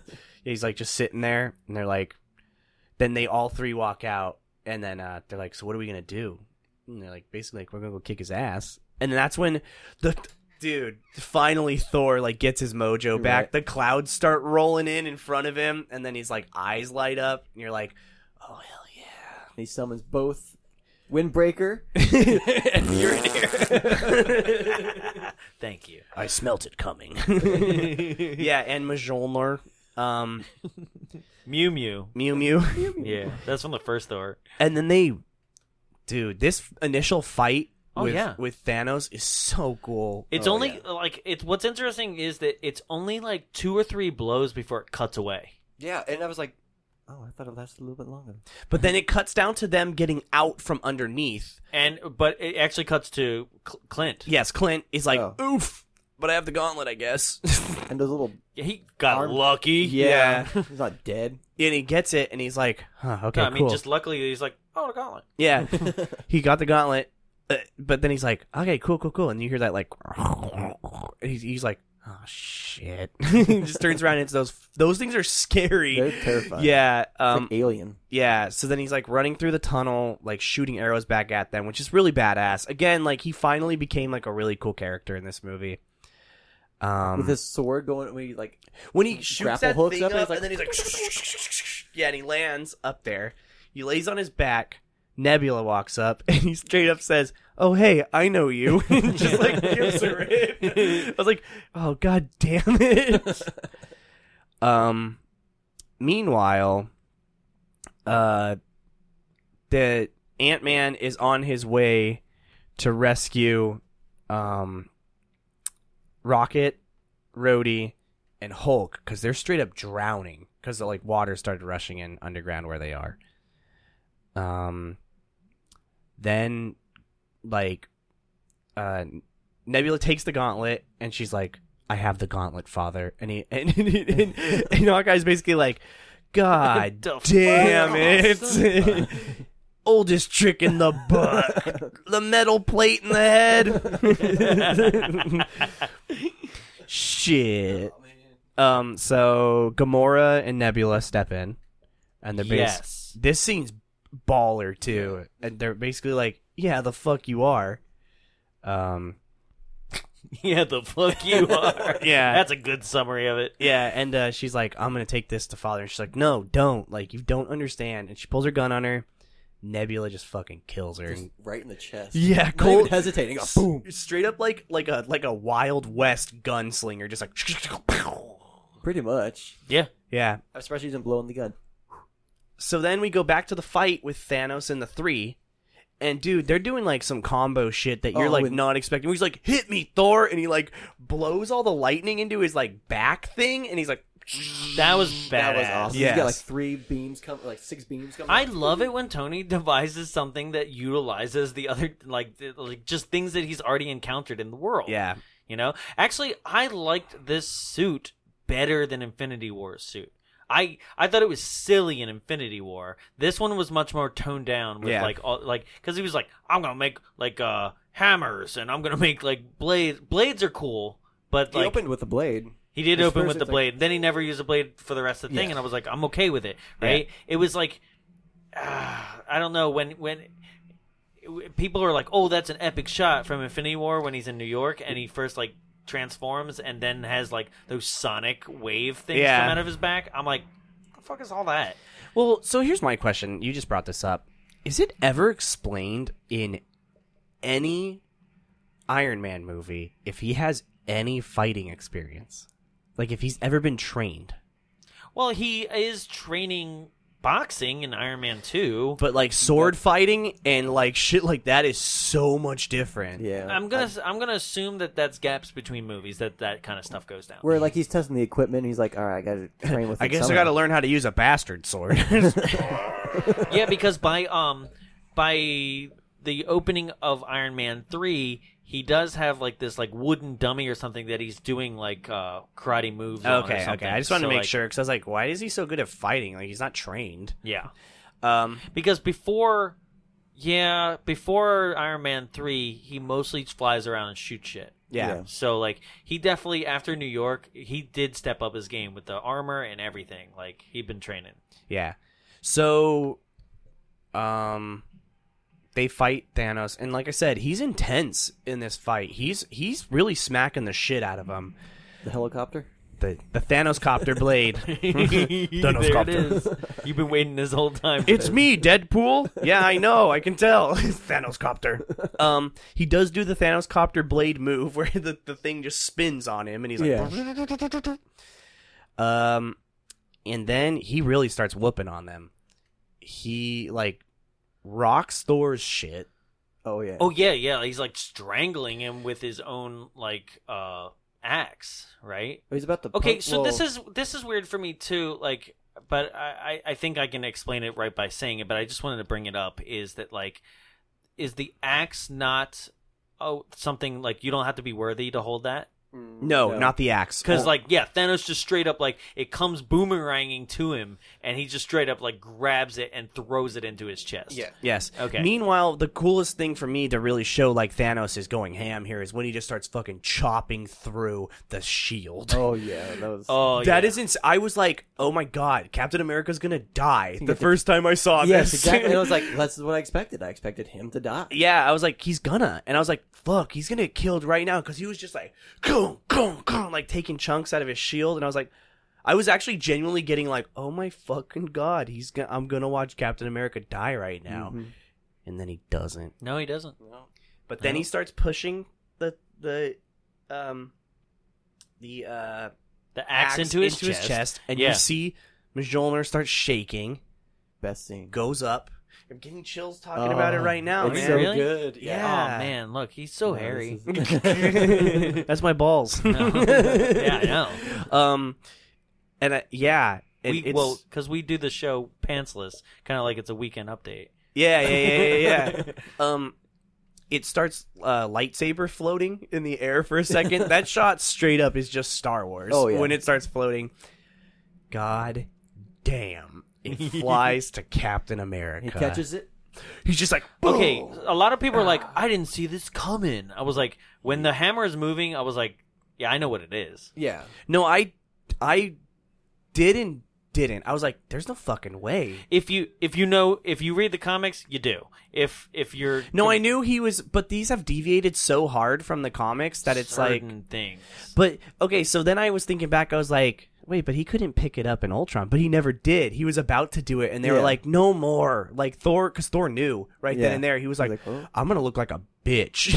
Speaker 2: He's like just sitting there, and they're like, then they all three walk out, and then uh, they're like, so what are we gonna do? And they're like, basically, like we're gonna go kick his ass, and then that's when the dude finally Thor like gets his mojo back.
Speaker 3: Right.
Speaker 2: The clouds start rolling in in front of him, and then he's like eyes light up, and you're like, oh hell
Speaker 3: And he summons both Windbreaker.
Speaker 2: yeah, you're in here.
Speaker 1: Thank you.
Speaker 2: I smelt it coming. yeah, and Mjolnir. Um,
Speaker 1: Mew Mew.
Speaker 2: Mew Mew.
Speaker 1: Yeah. That's from the first Thor.
Speaker 2: And then they dude, this f- initial fight
Speaker 1: Oh,
Speaker 2: with
Speaker 1: yeah.
Speaker 2: with Thanos is so cool.
Speaker 1: It's
Speaker 3: Oh,
Speaker 1: only like it's what's interesting is that it's only like two or three blows before it cuts away.
Speaker 3: Yeah, and I was like, oh, I thought it lasted a little bit longer.
Speaker 2: But then it cuts down to them getting out from underneath.
Speaker 1: And but it actually cuts to Cl- Clint.
Speaker 2: Yes, Clint is like,
Speaker 3: Oh.
Speaker 2: "Oof, but I have the gauntlet, I guess."
Speaker 3: And those little.
Speaker 1: He got
Speaker 3: Arm-
Speaker 1: lucky.
Speaker 2: Yeah.
Speaker 3: He's not dead.
Speaker 2: and he gets it and he's like, "Huh, okay,
Speaker 1: No, I mean,
Speaker 2: cool."
Speaker 1: just luckily he's like, oh, the gauntlet.
Speaker 2: Yeah. he got the gauntlet, uh, but then he's like, okay, cool, cool, cool. And you hear that, like, and he's, he's like, oh, shit. he just turns around and it's those, those things are scary.
Speaker 3: They're terrifying.
Speaker 2: Yeah.
Speaker 3: It's
Speaker 2: Um,
Speaker 3: like alien.
Speaker 2: yeah. So then he's like running through the tunnel, like shooting arrows back at them, which is really badass. Again, like he finally became like a really cool character in this movie. Um,
Speaker 3: With his sword going, when he, like,
Speaker 2: when he shoots
Speaker 3: grapple
Speaker 2: that
Speaker 3: hooks
Speaker 2: thing up,
Speaker 3: up and he's
Speaker 2: and then he's like, yeah, and he lands up there. He lays on his back. Nebula walks up and he straight up says, "Oh hey, I know you." Just like gives her it. I was like, "Oh god damn it." um. Meanwhile, uh, the Ant Man is on his way to rescue, um, Rocket, Rhodey, and Hulk because they're straight up drowning because like water started rushing in underground where they are. Um, then like, uh, Nebula takes the gauntlet and she's like, "I have the gauntlet, Father," and he and and, and, and Hawkeye's basically like, "God
Speaker 1: The fuck?
Speaker 2: damn it." Oldest trick in the book. the metal plate in the head. Shit. Um. So Gamora and Nebula step in, and they're bas-
Speaker 1: yes.
Speaker 2: This scene's baller too, and they're basically like, "Yeah, the fuck you are." Um.
Speaker 1: Yeah, the fuck you are.
Speaker 2: Yeah.
Speaker 1: That's a good summary of it.
Speaker 2: Yeah, and uh, she's like, "I'm gonna take this to father," and she's like, "No, don't. Like, you don't understand." And she pulls her gun on her. Nebula just fucking kills her.
Speaker 3: Just right in the chest.
Speaker 2: yeah,
Speaker 3: Not even
Speaker 2: cold.
Speaker 3: hesitating. Oh, boom.
Speaker 2: Straight up like like a like a Wild West gunslinger, just like.
Speaker 3: Pretty much.
Speaker 1: Yeah.
Speaker 2: Yeah,
Speaker 3: I'm surprised she didn't blow in the gun.
Speaker 2: So then we go back to the fight with Thanos and the three. And dude, they're doing like some combo shit that you're
Speaker 3: Oh,
Speaker 2: like
Speaker 3: and-
Speaker 2: not expecting. He's like, hit me, Thor, and he like blows all the lightning into his like back thing, and he's like,
Speaker 1: That was badass.
Speaker 3: That was awesome.
Speaker 2: Yes.
Speaker 3: You got like three beams come, like six beams coming.
Speaker 1: I
Speaker 3: out.
Speaker 1: love it when Tony devises something that utilizes the other, like, the- like just things that he's already encountered in the world.
Speaker 2: yeah,
Speaker 1: You know, actually, I liked this suit better than Infinity War's suit. I I thought it was silly in Infinity War. This one was much more toned down with
Speaker 2: Yeah.
Speaker 1: like all, like because he was like, I'm gonna make like uh hammers and I'm gonna make like blades. Blades are cool, but
Speaker 3: He
Speaker 1: like
Speaker 3: opened with a blade.
Speaker 1: he did
Speaker 3: His
Speaker 1: open
Speaker 3: first
Speaker 1: with the
Speaker 3: it's like-
Speaker 1: blade. then he never used a blade for the rest of the thing,
Speaker 3: Yeah.
Speaker 1: and I was like, I'm okay with it, right? It was like, ah, I don't know when when people are like, oh, that's an epic shot from Infinity War when he's in New York and he first like transforms and then has like those sonic wave things
Speaker 2: Yeah.
Speaker 1: come out of his back. I'm like, fuck is all that?
Speaker 2: Well, so here's my question. You just brought this up. Is it ever explained in any Iron Man movie if he has any fighting experience? Like if he's ever been trained?
Speaker 1: Well, he is training boxing in Iron Man 2.
Speaker 2: But like sword fighting and like shit like that is so much different.
Speaker 3: Yeah,
Speaker 1: I'm going to I'm going to assume that that's gaps between movies that that kind of stuff goes down.
Speaker 3: Where like he's testing the equipment, and he's like, "All right, I got to train with."
Speaker 2: I
Speaker 3: it
Speaker 2: guess I
Speaker 3: somehow."
Speaker 2: got to learn how to use a bastard sword.
Speaker 1: yeah, because by um by the opening of Iron Man three, he does have like this like wooden dummy or something that he's doing like uh karate moves. on or
Speaker 2: okay, okay.
Speaker 1: something.
Speaker 2: I just wanted
Speaker 1: So,
Speaker 2: to make
Speaker 1: like,
Speaker 2: sure cuz I was like why is he so good at fighting? Like he's not trained.
Speaker 1: Yeah,
Speaker 2: Um
Speaker 1: because before, yeah, before Iron Man three, he mostly flies around and shoots shit.
Speaker 2: yeah.
Speaker 3: Yeah.
Speaker 1: So like he definitely after New York, he did step up his game with the armor and everything. Like he'd been training.
Speaker 2: Yeah. So, um, they fight Thanos, and like I said, he's intense in this fight. He's he's really smacking the shit out of him.
Speaker 3: the helicopter.
Speaker 2: The the Thanos copter blade.
Speaker 1: there it is. You've been waiting this whole time. for
Speaker 2: It's
Speaker 1: this.
Speaker 2: me, Deadpool. Yeah, I know. I can tell. It's Thanos copter. Um, he does do the Thanos copter blade move where the, the thing just spins on him, and he's like, um, and then he really starts whooping on them. He like rocks Thor's shit.
Speaker 3: Oh yeah.
Speaker 1: Oh yeah, yeah. He's like strangling him with his own like uh axe, right?
Speaker 3: Oh, he's about to.
Speaker 1: Okay,
Speaker 3: pump-
Speaker 1: so this
Speaker 3: well,
Speaker 1: is this is weird for me too. Like, but I I I think I can explain it right by saying it. But I just wanted to bring it up is that like is the axe not oh something like you don't have to be worthy to hold that
Speaker 3: Mm,
Speaker 2: No, not the axe.
Speaker 1: because
Speaker 2: Oh,
Speaker 1: like yeah Thanos just straight up like it comes boomeranging to him and he just straight up like grabs it and throws it into his chest.
Speaker 2: yes.
Speaker 1: Okay.
Speaker 2: Meanwhile, the coolest thing for me to really show like Thanos is going ham here is when he just starts fucking chopping through the shield.
Speaker 3: Oh yeah, that was.
Speaker 1: Oh,
Speaker 2: That
Speaker 1: yeah.
Speaker 2: is ins- I was like, "Oh my god, Captain America's gonna die." The
Speaker 3: get the-
Speaker 2: first time I saw
Speaker 3: yes,
Speaker 2: this,
Speaker 3: exactly. And I was like, "That's what I expected. I expected him to die."
Speaker 2: yeah, I was like, "He's gonna," and I was like, "Fuck, he's gonna get killed right now," because he was just like, "Go, go, go," like taking chunks out of his shield, and I was like, I was actually genuinely getting like, "Oh my fucking god, he's gonna, I'm gonna watch Captain America die right now,"
Speaker 1: Mm-hmm.
Speaker 3: Mhm.
Speaker 2: and then he doesn't.
Speaker 1: no, he doesn't.
Speaker 2: But then he
Speaker 1: No.
Speaker 2: starts pushing the the um the uh
Speaker 1: The axe, into, his, chest.
Speaker 2: and
Speaker 1: Yeah.
Speaker 2: you see Mjolnir starts shaking,
Speaker 3: Best scene.
Speaker 2: goes up. I'm getting chills talking about it
Speaker 3: Oh,
Speaker 2: right now,
Speaker 3: It's
Speaker 2: man.
Speaker 3: so
Speaker 1: Really?
Speaker 3: good.
Speaker 1: Oh
Speaker 2: Yeah.
Speaker 1: man, look, he's so
Speaker 3: No, this
Speaker 1: hairy.
Speaker 3: is-
Speaker 2: That's my balls.
Speaker 1: No. Yeah, I know.
Speaker 2: Um, and I, yeah, and
Speaker 1: we
Speaker 2: it's,
Speaker 1: well, because we do the show pantsless, kind of like it's a weekend update.
Speaker 2: yeah, yeah, yeah, yeah. yeah. um, it starts uh, lightsaber floating in the air for a second. that shot straight up is just Star Wars.
Speaker 3: Oh, yeah.
Speaker 2: When it starts floating, God damn. It flies to Captain America.
Speaker 3: He catches it.
Speaker 2: He's just like,
Speaker 1: Okay,
Speaker 2: "Boom."
Speaker 1: a lot of people are like, "I didn't see this coming." I was like, when the hammer is moving, I was like, "Yeah, I know what it is."
Speaker 3: Yeah.
Speaker 2: No, I, I didn't, didn't. I was like, there's no fucking way.
Speaker 1: If you if you know if you read the comics, you do. If if you're
Speaker 2: No, I knew he was, but these have deviated so hard from the comics that it's like.
Speaker 1: certain things.
Speaker 2: But okay, so then I was thinking back. I was like, wait, but he couldn't pick it up in Ultron, but he never did. He was about to do it, and they were
Speaker 3: Yeah.
Speaker 2: like, no more. Like Thor, because Thor knew right then
Speaker 3: Yeah.
Speaker 2: and there. He was like,
Speaker 3: like, oh.
Speaker 2: I'm gonna look like a bitch,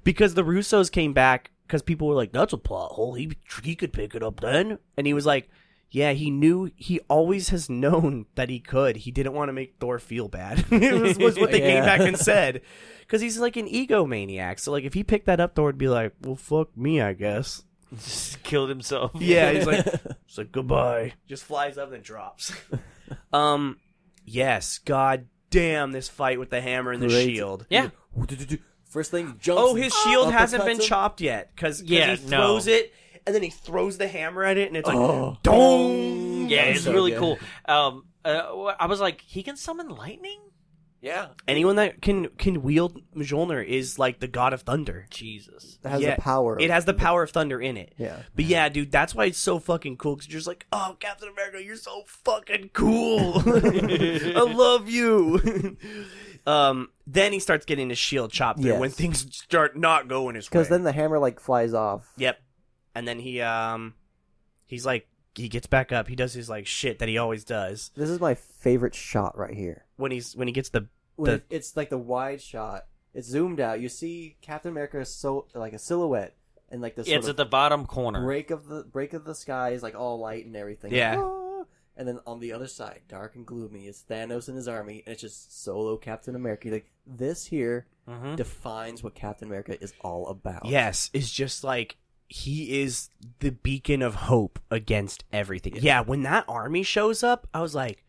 Speaker 2: because the Russos came back because people were like, that's a plot hole. He he could pick it up then, and he was like. Yeah, he knew. He always has known that he could. He didn't want to make Thor feel bad. it was, was what they came
Speaker 3: Yeah.
Speaker 2: back and said because he's like an egomaniac. So like, if he picked that up, Thor would be like, "Well, fuck me, I guess."
Speaker 1: Just killed himself.
Speaker 2: Yeah, he's like, "It's like goodbye." Just flies up and drops. um, yes, god damn, this fight with the hammer and the
Speaker 3: Great.
Speaker 2: shield.
Speaker 1: yeah.
Speaker 3: First thing he jumps.
Speaker 2: Ah. Oh, his shield
Speaker 3: uppercuts
Speaker 2: hasn't been
Speaker 3: him.
Speaker 2: chopped yet because
Speaker 1: Yeah,
Speaker 2: he throws
Speaker 1: no.
Speaker 2: it and then he throws the hammer at it and it's like,
Speaker 3: Oh.
Speaker 2: dong.
Speaker 1: Yeah,
Speaker 3: That was
Speaker 1: it's
Speaker 3: so
Speaker 1: really
Speaker 3: good.
Speaker 1: cool. Um, uh, I was like, he can summon lightning.
Speaker 3: Yeah.
Speaker 2: Anyone that can can wield Mjolnir is like the god of thunder.
Speaker 1: Jesus.
Speaker 3: That has
Speaker 2: Yeah,
Speaker 3: the power.
Speaker 2: It has the power of thunder in it.
Speaker 3: Yeah.
Speaker 2: But yeah, dude, that's why it's so fucking cool because you're just like, oh, Captain America, you're so fucking cool. I love you. um, then he starts getting his shield chopped through
Speaker 3: Yes.
Speaker 2: when things start not going his way.
Speaker 3: Because then the hammer like flies off.
Speaker 2: yep. And then he um, he's like he gets back up. He does his like shit that he always does
Speaker 3: This is my favorite shot right here.
Speaker 2: when he's when he gets the
Speaker 3: when
Speaker 2: the
Speaker 3: it- it's like the wide shot. It's zoomed out. You see Captain America so like a silhouette and like this
Speaker 1: It's at
Speaker 3: sort
Speaker 1: the
Speaker 3: of
Speaker 1: bottom corner.
Speaker 3: break of the break of the sky is like all light and everything.
Speaker 2: Yeah.
Speaker 3: Ah! And then on the other side, dark and gloomy, is Thanos and his army, and it's just solo Captain America. Like this here
Speaker 1: hmm
Speaker 3: defines what Captain America is all about.
Speaker 2: yes is just like he is the beacon of hope against everything. Yeah. when that army shows up, I was like,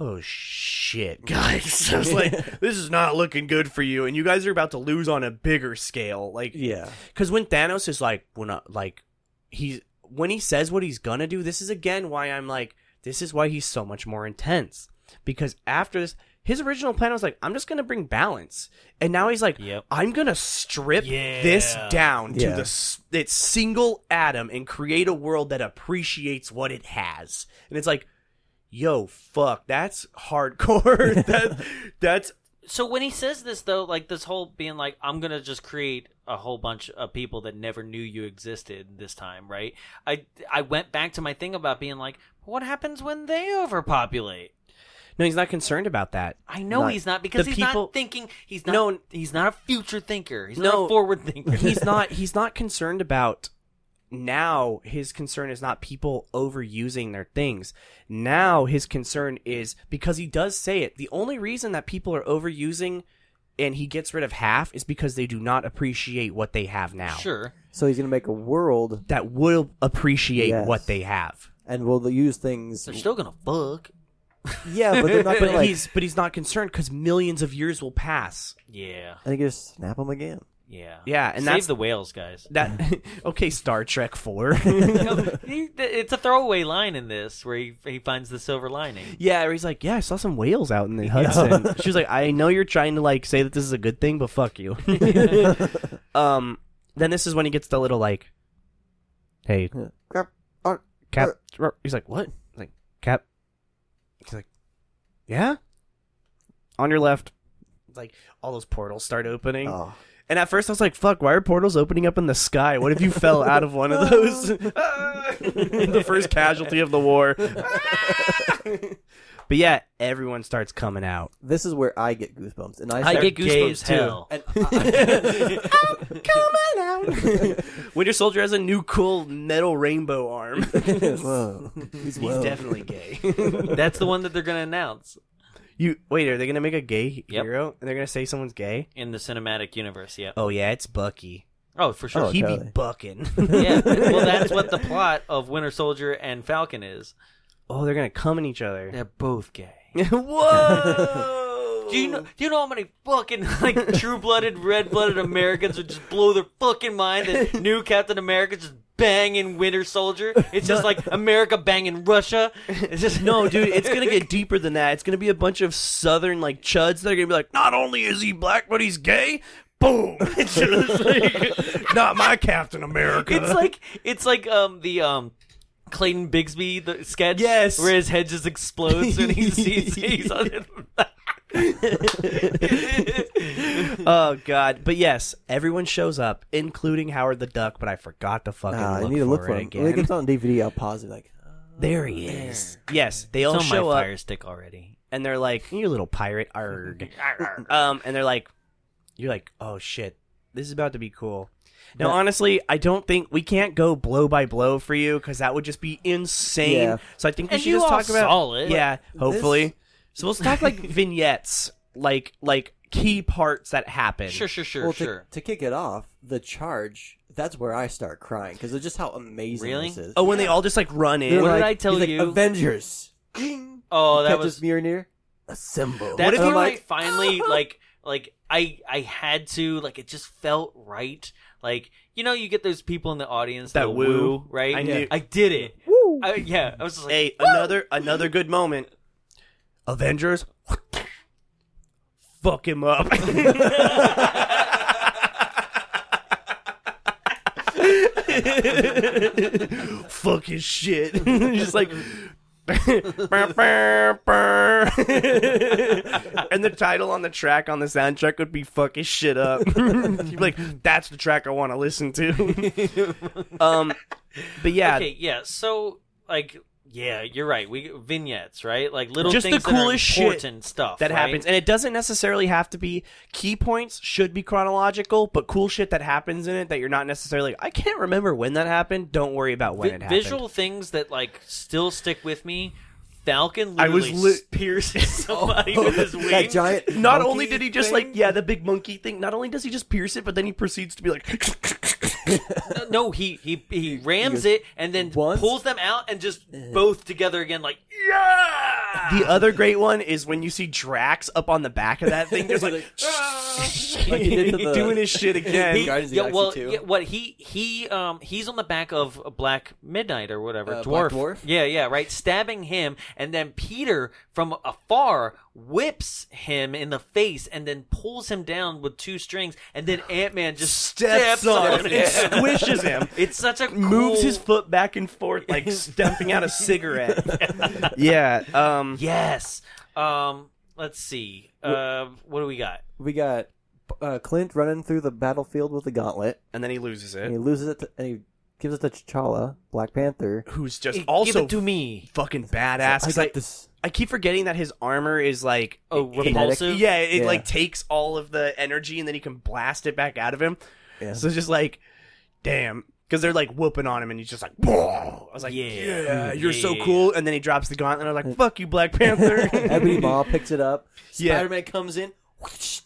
Speaker 2: "Oh shit, guys!" I was like, "This is not looking good for you, and you guys are about to lose on a bigger scale." Like,
Speaker 3: Yeah.
Speaker 2: Because when Thanos is like, we're not like, he's when he says what he's gonna do. This is again why I'm like, this is why he's so much more intense. Because after this, his original plan was like, I'm just gonna bring balance, and now he's like,
Speaker 1: Yep.
Speaker 2: I'm gonna strip this
Speaker 1: Yeah.
Speaker 2: down to
Speaker 3: Yeah.
Speaker 2: the s- its single atom and create a world that appreciates what it has. And it's like, yo, fuck, that's hardcore. that's that's
Speaker 1: So when he says this though, like this whole being like, I'm gonna just create a whole bunch of people that never knew you existed this time, right? I I went back to my thing about being like, what happens when they overpopulate?
Speaker 2: no, he's not concerned about that.
Speaker 1: I know
Speaker 2: Not-
Speaker 1: he's not because
Speaker 2: the
Speaker 1: he's
Speaker 2: people-
Speaker 1: not thinking. He's not.
Speaker 2: No.
Speaker 1: he's not a future thinker. He's
Speaker 2: No.
Speaker 1: not a forward thinker.
Speaker 2: he's not he's not concerned about now his concern is not people overusing their things now his concern is because he does say it the only reason that people are overusing and he gets rid of half is because they do not appreciate what they have now
Speaker 1: sure.
Speaker 3: So he's gonna make a world,
Speaker 2: that will appreciate
Speaker 3: Yes.
Speaker 2: what they have
Speaker 3: and will use things.
Speaker 1: They're still gonna fuck.
Speaker 3: Yeah, but they're not
Speaker 2: but
Speaker 3: gonna like.
Speaker 2: he's but he's not concerned because millions of years will pass
Speaker 1: Yeah.
Speaker 3: I think you just snap them again.
Speaker 1: Yeah.
Speaker 2: Yeah, and
Speaker 1: Save
Speaker 2: that's-
Speaker 1: the whales, guys.
Speaker 2: that okay star trek 4
Speaker 1: No, he- it's a throwaway line in this where he he finds the silver lining.
Speaker 2: Yeah, where he's like, yeah, I saw some whales out in the Hudson. she was like, I know you're trying to like say that this is a good thing, but fuck you. um, then this is when he gets the little like, hey,
Speaker 3: Yeah. Grab- ar-
Speaker 2: Cap. He's like, what? He's like Cap. He's like, yeah. On your left, like all those portals start opening.
Speaker 3: Oh.
Speaker 2: And at first, I was like, "Fuck! Why are portals opening up in the sky? What if you fell out of one of those? the first casualty of the war." but yeah, everyone starts coming out.
Speaker 3: This is where I get goosebumps, and I,
Speaker 2: I
Speaker 3: start-
Speaker 2: get
Speaker 1: They're
Speaker 2: goosebumps
Speaker 1: gay as
Speaker 2: too.
Speaker 1: hell.
Speaker 3: And I,
Speaker 2: Coming out. Winter Soldier has a new cool metal rainbow arm.
Speaker 3: Whoa. He's,
Speaker 2: He's
Speaker 3: whoa.
Speaker 2: definitely gay.
Speaker 1: That's the one that they're gonna announce
Speaker 2: you wait. Are they gonna make a gay
Speaker 1: Yep.
Speaker 2: hero? And they're gonna say someone's gay?
Speaker 1: in the cinematic universe. Yeah.
Speaker 2: Oh yeah, it's Bucky.
Speaker 1: Oh, for sure.
Speaker 3: Oh,
Speaker 2: he be
Speaker 3: totally.
Speaker 2: bucking.
Speaker 1: yeah. Well, that's what the plot of Winter Soldier and Falcon is.
Speaker 2: oh, they're gonna come in each other.
Speaker 1: They're both gay.
Speaker 2: Whoa.
Speaker 1: Do you know? Do you know how many fucking like true-blooded, red-blooded Americans would just blow their fucking mind that new Captain America just banging Winter Soldier? It's just like America banging Russia. It's just
Speaker 2: No, dude, it's gonna get deeper than that. It's gonna be a bunch of southern like chuds that are gonna be like, not only is he black, but he's gay. Boom! It's just like, not my Captain America.
Speaker 1: It's like it's like um the um Clayton Bigsby the sketch.
Speaker 2: Yes.
Speaker 1: where his head just explodes and he's he's, he's on
Speaker 2: oh god, but yes, everyone shows up, including Howard the Duck. But I forgot to fucking
Speaker 3: Ah,
Speaker 2: look,
Speaker 3: I need to
Speaker 2: for
Speaker 3: look for
Speaker 2: it
Speaker 3: him.
Speaker 2: again.
Speaker 3: When it gets on DVD, I'll pause it. Like,
Speaker 2: there he is. Yes, they all
Speaker 1: It's on
Speaker 2: show
Speaker 1: my
Speaker 2: up,
Speaker 1: fire stick already.
Speaker 2: and they're like, "You little pirate, arg." um, and they're like, "You're like, oh shit, this is about to be cool." Now,
Speaker 3: But-
Speaker 2: honestly, I don't think we can't go blow by blow for you because that would just be insane.
Speaker 3: Yeah.
Speaker 2: So I think we
Speaker 1: And
Speaker 2: should
Speaker 1: you
Speaker 2: just
Speaker 1: all
Speaker 2: talk about
Speaker 1: saw it.
Speaker 2: yeah, hopefully.
Speaker 3: This-
Speaker 2: So we'll talk like vignettes, like like key parts that happen.
Speaker 1: Sure, sure, sure,
Speaker 3: well, to,
Speaker 1: sure.
Speaker 3: to kick it off, the charge. That's where I start crying because it's just how amazing
Speaker 1: Really?
Speaker 3: this is.
Speaker 2: Oh, when they all just like run in.
Speaker 3: They're
Speaker 1: What did
Speaker 3: like-
Speaker 1: I tell
Speaker 3: he's like,
Speaker 1: you?
Speaker 3: Avengers.
Speaker 1: Oh,
Speaker 3: He
Speaker 1: that
Speaker 3: catches
Speaker 1: was
Speaker 3: Mjolnir. Assemble.
Speaker 1: That
Speaker 3: And I'm
Speaker 1: feel like,
Speaker 3: like,
Speaker 1: finally like like I I had to like it just felt right. Like you know you get those people in the audience
Speaker 2: That
Speaker 1: that woo,
Speaker 2: woo.
Speaker 1: right?
Speaker 2: I knew-
Speaker 1: I did it.
Speaker 3: Woo.
Speaker 1: I, yeah, I was just like
Speaker 2: Hey, another another good moment. Avengers, fuck him up. fuck his shit. Just like. and the title on the track on the soundtrack would be "Fuck his shit up." You'd be like, "That's the track I want to listen to." um, But yeah,
Speaker 1: Okay, yeah. So like yeah, you're right. We vignettes, right? Like little
Speaker 2: Just the
Speaker 1: things that are
Speaker 2: coolest shit
Speaker 1: important stuff
Speaker 2: that
Speaker 1: right?
Speaker 2: happens and it doesn't necessarily have to be key points should be chronological but cool shit that happens in it that you're not necessarily i can't remember when that happened don't worry about when
Speaker 1: Vi-
Speaker 2: it happened
Speaker 1: visual things that like still stick with me. Falcon
Speaker 2: I was
Speaker 1: literally
Speaker 2: lit-
Speaker 1: pierces somebody with his wing.
Speaker 3: Oh, that giant.
Speaker 2: not
Speaker 3: monkey
Speaker 2: only did he just
Speaker 3: thing?
Speaker 2: like yeah the big monkey thing not only does he just pierce it but then he proceeds to be like
Speaker 1: No, no, he he he rams
Speaker 3: He goes,
Speaker 1: it and then
Speaker 3: "Once?"
Speaker 1: pulls them out and just both together again. Like yeah,
Speaker 2: the other great one is when you see drax up on the back of that thing just like,
Speaker 3: Like he did to the-
Speaker 2: doing his shit again
Speaker 3: He- Guardians of the
Speaker 1: yeah,
Speaker 3: Galaxy
Speaker 1: well,
Speaker 3: 2.
Speaker 1: yeah, what he he um he's on the back of Black Midnight or whatever
Speaker 3: Uh,
Speaker 1: dwarf.
Speaker 3: Black Dwarf?
Speaker 1: Yeah, yeah, right. Stabbing him, and then Peter from afar whips him in the face, and then pulls him down with two strings, and then Ant Man just steps, on,
Speaker 2: him
Speaker 1: him.
Speaker 2: and squishes him
Speaker 1: It's such a
Speaker 2: moves
Speaker 1: cool-
Speaker 2: his foot back and forth like stumping out a cigarette. yeah. Um
Speaker 1: Yes. Um. Let's see. Uh. What do we got?
Speaker 3: We got uh, Clint running through the battlefield with the gauntlet,
Speaker 2: and then he loses
Speaker 3: and he
Speaker 2: it.
Speaker 3: loses it, to, and he gives it to T'Challa, Black Panther.
Speaker 2: Who's just
Speaker 1: Give
Speaker 2: also
Speaker 1: it to me.
Speaker 2: fucking badass.
Speaker 3: I
Speaker 2: 'cause
Speaker 3: got
Speaker 2: I,
Speaker 3: this.
Speaker 2: I keep forgetting that his armor is like
Speaker 1: Oh,
Speaker 2: it- it-
Speaker 1: repulsive?
Speaker 2: yeah, it
Speaker 3: Yeah.
Speaker 2: like takes all of the energy and then he can blast it back out of him.
Speaker 3: Yeah.
Speaker 2: So it's just like damn because they're like whooping on him, and he's just like, "Whoa!" I was like, "Yeah,
Speaker 1: Yeah.
Speaker 2: you're so
Speaker 1: Yeah.
Speaker 2: cool." And then he drops the gauntlet. and I'm like, "Fuck you, Black Panther."
Speaker 3: Ebony Maw picks it up.
Speaker 2: Yeah.
Speaker 3: Spider Man comes in, whoosh,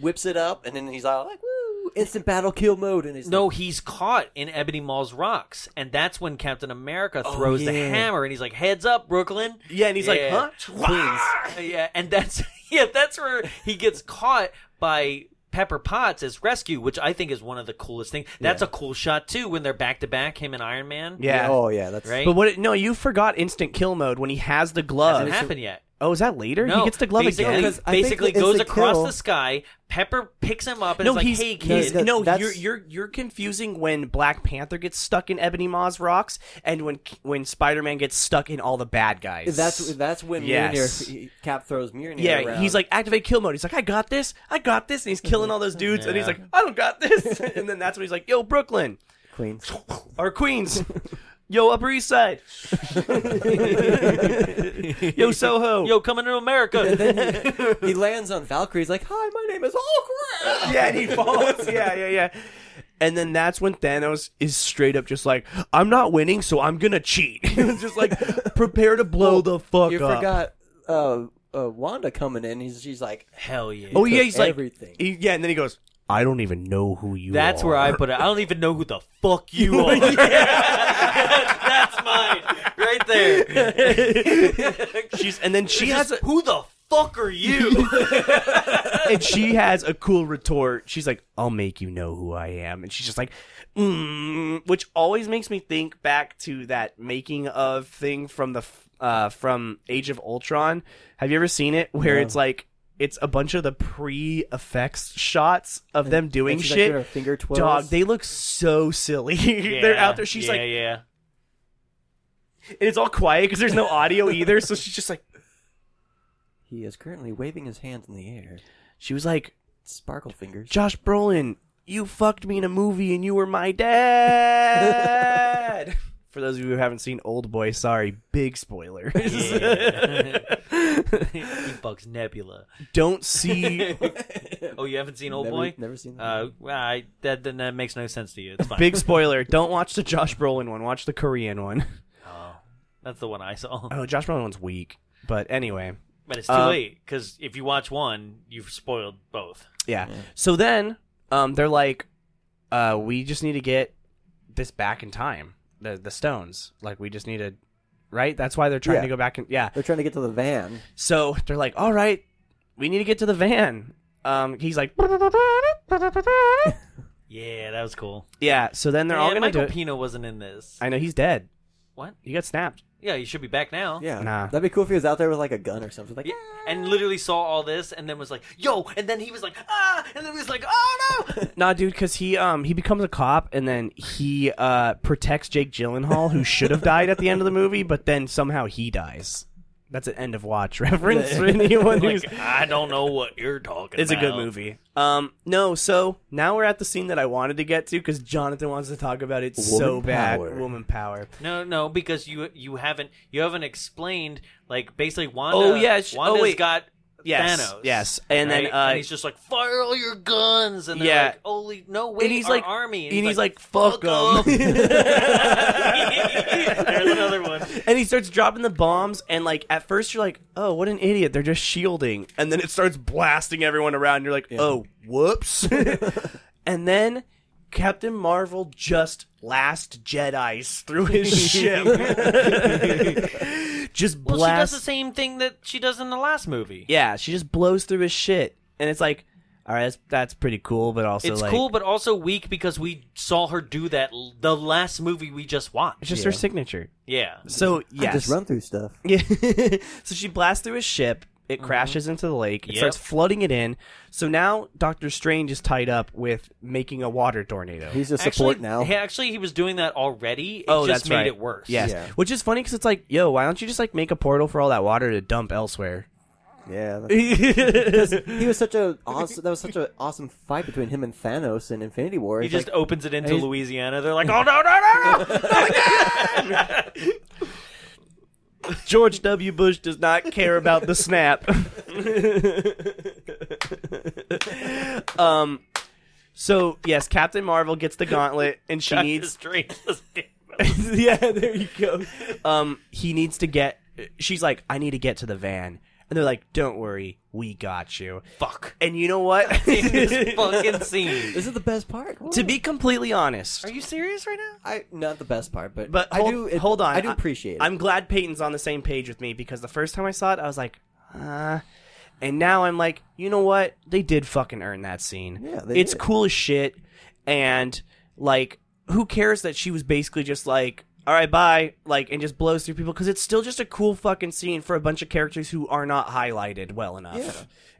Speaker 3: whips it up, and then he's all like, "Woo!" Instant battle kill mode, and he's
Speaker 1: No, he's caught in Ebony Mall's rocks, and that's when Captain America throws the
Speaker 2: Oh, yeah.
Speaker 1: hammer, and he's like, "Heads up, Brooklyn!"
Speaker 2: yeah, and he's
Speaker 1: Yeah.
Speaker 2: like, "Huh?" Ah!
Speaker 1: yeah, and that's yeah, that's where he gets caught by Pepper Potts' as rescue, which I think is one of the coolest things. That's a cool shot too when they're back to back, him and Iron Man.
Speaker 2: Yeah.
Speaker 3: Oh yeah, that's
Speaker 1: right.
Speaker 2: But what? It, no, you forgot instant kill mode when he has the glove.
Speaker 1: hasn't happened yet.
Speaker 2: Oh, is that later?
Speaker 1: No,
Speaker 2: he gets the glove
Speaker 1: basically,
Speaker 2: again.
Speaker 3: Because I think
Speaker 1: Basically,
Speaker 3: the
Speaker 1: goes
Speaker 3: instant
Speaker 1: across
Speaker 3: kill-
Speaker 1: the sky. Pepper picks him up and
Speaker 2: No,
Speaker 1: is like,
Speaker 2: he's
Speaker 1: "Hey,
Speaker 3: no,
Speaker 1: kid."
Speaker 3: that-
Speaker 2: no.
Speaker 3: that's-
Speaker 2: You're you're you're confusing when Black Panther gets stuck in Ebony Maw's rocks and when when Spider Man gets stuck in all the bad guys.
Speaker 3: That's that's when
Speaker 2: Yes.
Speaker 3: Mjolnir, Cap throws Mjolnir.
Speaker 2: yeah.
Speaker 3: around.
Speaker 2: He's like activate kill mode. He's like, I got this, I got this, and he's killing all those dudes. And he's
Speaker 1: Yeah.
Speaker 2: like, I don't got this. and then that's when he's like, Yo, Brooklyn
Speaker 3: Queens.
Speaker 2: or Queens. Yo, Upper East Side. Yo, Soho.
Speaker 1: "Yo, coming to America."
Speaker 3: he lands on Valkyrie. He's like, "Hi, my name is Hulk."
Speaker 2: yeah, and he falls. Yeah, yeah, yeah. And then that's when Thanos is straight up just like, I'm not winning, so I'm gonna cheat. It's just like, prepare to blow the fuck
Speaker 3: You
Speaker 2: up.
Speaker 3: forgot uh, uh, Wanda coming in. He's, she's like,
Speaker 1: Hell yeah.
Speaker 2: oh yeah, he's like,
Speaker 3: everything.
Speaker 2: he- yeah, and then he goes, I don't even know who you
Speaker 1: That's
Speaker 2: are.
Speaker 1: where I put it. I don't even know who the fuck you are. That's mine. Right there.
Speaker 2: She's, and then she has, a,
Speaker 1: who the fuck are you?
Speaker 2: and she has a cool retort. She's like, I'll make you know who I am, and she's just like, mm, which always makes me think back to that making of thing from the f- uh, from Age of Ultron. Have you ever seen it? Where
Speaker 3: No.
Speaker 2: it's like. It's a bunch of the pre-effects shots of them doing
Speaker 3: and she's Like,
Speaker 2: shit.
Speaker 3: doing her finger twirls.
Speaker 2: Dog, they look so silly. They're out there. She's
Speaker 1: yeah,
Speaker 2: like,
Speaker 1: yeah.
Speaker 2: and it's all quiet because there's no audio either. So she's just like,
Speaker 3: He is currently waving his hands in the air.
Speaker 2: she was like,
Speaker 3: Sparkle fingers.
Speaker 2: Josh Brolin, you fucked me in a movie and you were my dad. For those of you who haven't seen Old Boy, sorry, big spoiler.
Speaker 1: yeah. He bugs Nebula.
Speaker 2: Don't see
Speaker 1: Oh, you haven't seen Old
Speaker 3: never, e-,
Speaker 1: Boy?
Speaker 3: Never seen that.
Speaker 1: Uh, well, I, that then that makes no sense to you. It's fine.
Speaker 2: big spoiler. Don't watch the Josh Brolin one. Watch the Korean one.
Speaker 1: That's the one I saw.
Speaker 2: Oh, Josh Brolin one's weak. But anyway,
Speaker 1: But it's too
Speaker 2: Uh,
Speaker 1: late because if you watch one, you've spoiled both.
Speaker 2: yeah. So then, um, they're like, uh, we just need to get this back in time. The the stones. Like we just need to, right? That's why they're trying
Speaker 3: Yeah.
Speaker 2: to go back and yeah.
Speaker 3: They're trying to get to the van.
Speaker 2: So they're like, "All right, we need to get to the van." Um, he's like,
Speaker 1: Yeah, that was cool.
Speaker 2: "Yeah." So then they're all
Speaker 1: Man,
Speaker 2: gonna
Speaker 1: Michael
Speaker 2: do. It.
Speaker 1: Pino wasn't in this.
Speaker 2: I know he's dead.
Speaker 1: What?
Speaker 2: He got snapped.
Speaker 1: Yeah, you should be back now.
Speaker 3: Yeah,
Speaker 2: Nah.
Speaker 3: that'd be cool if he was out there with like a gun or something. Like,
Speaker 1: Yeah, and literally saw all this, and then was like, "Yo!" And then he was like, "Ah!" And then he was like, "Oh no!"
Speaker 2: Nah, dude, because he um he becomes a cop and then he uh protects Jake Gyllenhaal, who should have died at the end of the movie, but then somehow he dies. That's an end of watch reference for
Speaker 3: Yeah.
Speaker 2: anyone who's.
Speaker 1: Like, I don't know what you're talking
Speaker 2: It's a
Speaker 1: about.
Speaker 2: good movie. Um, no, so now we're at the scene that I wanted to get to because Jonathan wants to talk about it so
Speaker 3: Woman
Speaker 2: bad.
Speaker 3: power.
Speaker 2: Woman power.
Speaker 1: No, no, because you you haven't you haven't explained like basically Wanda.
Speaker 2: Oh, yeah, sh- oh,
Speaker 1: Wanda's
Speaker 2: wait.
Speaker 1: got
Speaker 2: Yes,
Speaker 1: Thanos.
Speaker 2: yes, and then,
Speaker 1: right?
Speaker 2: uh,
Speaker 1: and he's just like fire all your guns, and they're
Speaker 2: Yeah.
Speaker 1: like, holy no wait,
Speaker 2: and he's
Speaker 1: our
Speaker 2: like
Speaker 1: army,
Speaker 2: and, he's like, fuck 'em."
Speaker 1: "Fuck 'em." There's another one.
Speaker 2: and he starts dropping the bombs and like at first you're like oh what an idiot they're just shielding and then it starts blasting everyone around you're like oh whoops and then captain marvel just last jedis through his ship just
Speaker 1: Well, she does
Speaker 2: blast
Speaker 1: the same thing that she does in the last movie.
Speaker 2: yeah she just blows through his shit and it's like all right that's, that's pretty cool but also
Speaker 1: it's
Speaker 2: like
Speaker 1: cool, but also weak because we saw her do that l- the last movie we just
Speaker 2: it's
Speaker 1: watched.
Speaker 2: just her signature
Speaker 1: Yeah,
Speaker 2: so
Speaker 3: Yeah,
Speaker 2: yes
Speaker 3: Just run through stuff.
Speaker 2: Yeah. so she blasts through his ship. It crashes into the lake. It
Speaker 1: Mm-hmm. Yep.
Speaker 2: starts flooding it in. So now Doctor Strange is tied up with making a water tornado.
Speaker 3: He's just support
Speaker 1: actually,
Speaker 3: now.
Speaker 1: He, actually, he was doing that already. It
Speaker 2: oh,
Speaker 1: just
Speaker 2: that's
Speaker 1: made
Speaker 2: right.
Speaker 1: it worse.
Speaker 2: Yes.
Speaker 3: Yeah.
Speaker 2: Which is funny because it's like, yo, why don't you just like make a portal for all that water to dump elsewhere?
Speaker 3: Yeah. that-
Speaker 2: yeah.
Speaker 3: He was such a awesome. That was such an awesome fight between him and Thanos in Infinity War.
Speaker 1: He
Speaker 3: It's
Speaker 1: just
Speaker 3: like,
Speaker 1: opens it into
Speaker 3: he's-
Speaker 1: Louisiana. They're like, oh no, no, no, no!
Speaker 2: George W. Bush does not care about the snap. um. So yes, Captain Marvel gets the gauntlet, and she
Speaker 1: Doctor
Speaker 2: needs
Speaker 1: Strange.
Speaker 2: yeah, there you go. Um, he needs to get. She's like, I need to get to the van, and they're like, Don't worry, we got you.
Speaker 1: Fuck.
Speaker 2: And you know what?
Speaker 1: In this fucking scene.
Speaker 3: this is the best part.
Speaker 2: to be completely honest,
Speaker 1: Are you serious right now?
Speaker 3: I not the best part, but
Speaker 2: but
Speaker 3: I
Speaker 2: hold,
Speaker 3: do. it-
Speaker 2: hold on,
Speaker 3: I do appreciate it.
Speaker 2: I'm glad Peyton's on the same page with me because the first time I saw it, I was like, uh and now I'm like, you know what? They did fucking earn that scene.
Speaker 3: Yeah, they
Speaker 2: it's
Speaker 3: did.
Speaker 2: cool as shit. And like, who cares that she was basically just like, all right, bye, like, and just blows through people because it's still just a cool fucking scene for a bunch of characters who are not highlighted well enough.
Speaker 3: Yeah.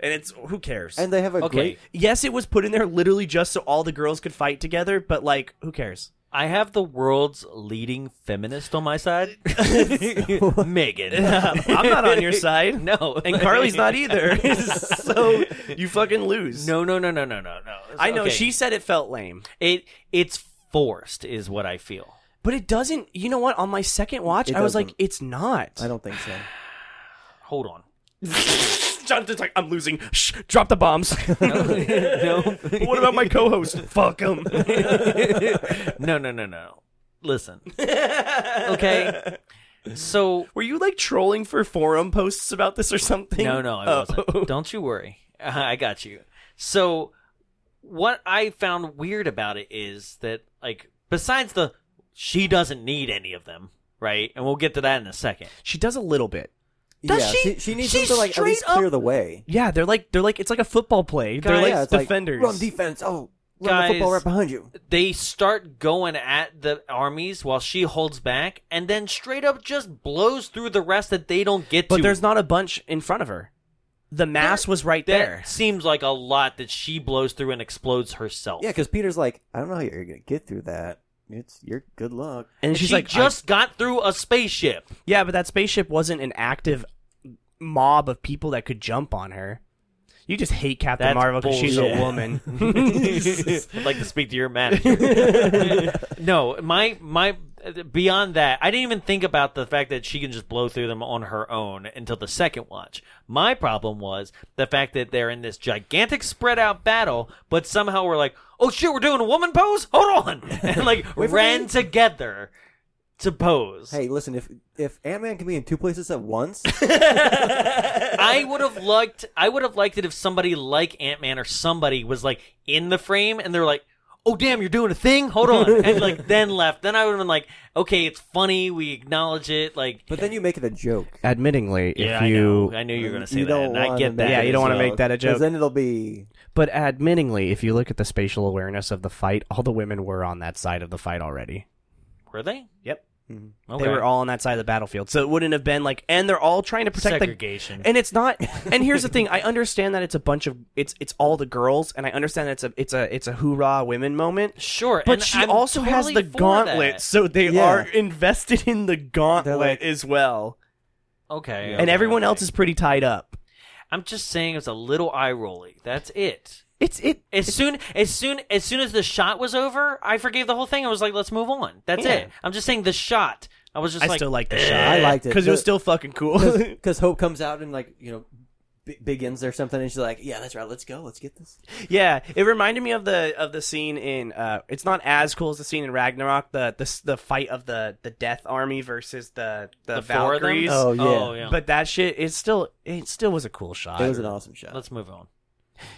Speaker 2: And it's who cares?
Speaker 3: and they have a
Speaker 1: Okay.
Speaker 3: great.
Speaker 2: yes, it was put in there literally just so all the girls could fight together, but like, who cares?
Speaker 1: I have the world's leading feminist on my side, Megan.
Speaker 2: I'm not on your side.
Speaker 1: No,
Speaker 2: and Carly's not either. so you fucking lose.
Speaker 1: No, no, no, no, no, no, no.
Speaker 2: I know
Speaker 1: Okay.
Speaker 2: she said it felt lame,
Speaker 1: it. It's forced, is what I feel.
Speaker 2: but it doesn't. You know what? On my second watch,
Speaker 3: It
Speaker 2: I was
Speaker 3: doesn't.
Speaker 2: like, it's not.
Speaker 3: I don't think so.
Speaker 1: Hold on.
Speaker 2: Jonathan's like, I'm losing. Shh, drop the bombs.
Speaker 1: no,
Speaker 2: what about my co-host? Fuck him.
Speaker 1: no, no, no, no. Listen. Okay. So
Speaker 2: Were you like trolling for forum posts about this or something?
Speaker 1: No, no, I
Speaker 2: Oh.
Speaker 1: wasn't. Don't you worry. I got you. So, what I found weird about it is that, like, besides the she doesn't need any of them, right? And we'll get to that in a second.
Speaker 2: She does a little bit.
Speaker 1: Does
Speaker 3: yeah,
Speaker 1: she-
Speaker 3: she, she needs
Speaker 1: she
Speaker 3: him to like at least
Speaker 1: straight up-
Speaker 3: clear the way.
Speaker 2: Yeah, they're like they're like it's like a football play. they're
Speaker 1: Guys-
Speaker 2: like
Speaker 3: yeah, it's
Speaker 2: defenders.
Speaker 3: Like, run defense. Oh, run
Speaker 1: Guys-
Speaker 3: the football right behind you.
Speaker 1: They start going at the armies while she holds back, and then straight up just blows through the rest that they don't get
Speaker 2: but
Speaker 1: to.
Speaker 2: there's not a bunch in front of her. The mass was right
Speaker 1: that
Speaker 2: there.
Speaker 1: seems like a lot that she blows through and explodes herself.
Speaker 3: Yeah, because Peter's like, I don't know how you're gonna get through that. It's your good luck.
Speaker 2: And, she's
Speaker 1: she
Speaker 2: like, I-
Speaker 1: just got through a spaceship.
Speaker 2: Yeah, but that spaceship wasn't an active mob of people that could jump on her. You just hate Captain
Speaker 1: That's
Speaker 2: Marvel because she's a
Speaker 1: bullshit.
Speaker 2: woman.
Speaker 1: I'd like to speak to your manager. no, my my beyond that, I didn't even think about the fact that she can just blow through them on her own until the second watch. My problem was the fact that they're in this gigantic spread out battle, but somehow we're like, oh shit, we're doing a woman pose. Hold on, and like
Speaker 3: Wait for
Speaker 1: ran
Speaker 3: me.
Speaker 1: together to pose.
Speaker 3: Hey, listen, if if Ant Man can be in two places at once,
Speaker 1: I would have liked I would have liked it if somebody like Ant Man or somebody was like in the frame and they're like, Oh damn, you're doing a thing? Hold on and like then left. Then I would have been like, Okay, it's funny, we acknowledge it, like
Speaker 3: but then you make it a joke.
Speaker 2: Admittingly, if
Speaker 1: Yeah,
Speaker 2: you
Speaker 1: I know. I knew you were gonna say
Speaker 3: you
Speaker 1: that
Speaker 3: don't
Speaker 1: and I
Speaker 3: wanna
Speaker 1: get that.
Speaker 3: make
Speaker 2: Yeah,
Speaker 3: it
Speaker 2: you don't
Speaker 3: a
Speaker 2: wanna
Speaker 3: joke,
Speaker 2: make that a
Speaker 3: 'cause
Speaker 2: joke.
Speaker 3: Then it'll be
Speaker 2: but admittingly, if you look at the spatial awareness of the fight, all the women were on that side of the fight already.
Speaker 1: Were they?
Speaker 2: Yep.
Speaker 1: Okay.
Speaker 2: They were all on that side of the battlefield. So it wouldn't have been like and they're all trying to protect the
Speaker 1: segregation.
Speaker 2: and it's not and here's the thing i understand that it's a bunch of it's it's all the girls and i understand that it's a it's a it's a hoorah women moment
Speaker 1: Sure,
Speaker 2: but
Speaker 1: and
Speaker 2: she
Speaker 1: I'm
Speaker 2: also has
Speaker 1: totally
Speaker 2: the
Speaker 1: for
Speaker 2: gauntlet
Speaker 1: that.
Speaker 2: so they
Speaker 3: Yeah.
Speaker 2: are invested in the gauntlet
Speaker 3: like-
Speaker 2: as well
Speaker 1: Okay.
Speaker 2: and
Speaker 1: okay,
Speaker 2: everyone
Speaker 1: okay.
Speaker 2: else is pretty tied up.
Speaker 1: I'm just saying it's a little eye rolly. That's it.
Speaker 2: It's it.
Speaker 1: As soon as soon as soon as the shot was over, I forgave the whole thing. I was like, let's move on. That's
Speaker 2: Yeah.
Speaker 1: it. I'm just saying the shot. I was just
Speaker 2: I
Speaker 1: like,
Speaker 2: still like the shot.
Speaker 3: Eh. I liked it.
Speaker 2: because it was
Speaker 3: The-
Speaker 2: still fucking cool.
Speaker 3: because Hope comes out and like you know b- begins or something, and she's like, "Yeah, that's right. Let's go. Let's get this."
Speaker 2: yeah, it reminded me of the of the scene in. Uh, it's not as cool as the scene in Ragnarok. The the s- the fight of the the Death Army versus the the,
Speaker 1: the four of them?
Speaker 2: Valkyries.
Speaker 3: Oh, yeah.
Speaker 2: But that shit, it still it still was a cool shot.
Speaker 3: It was an awesome shot.
Speaker 1: let's move on.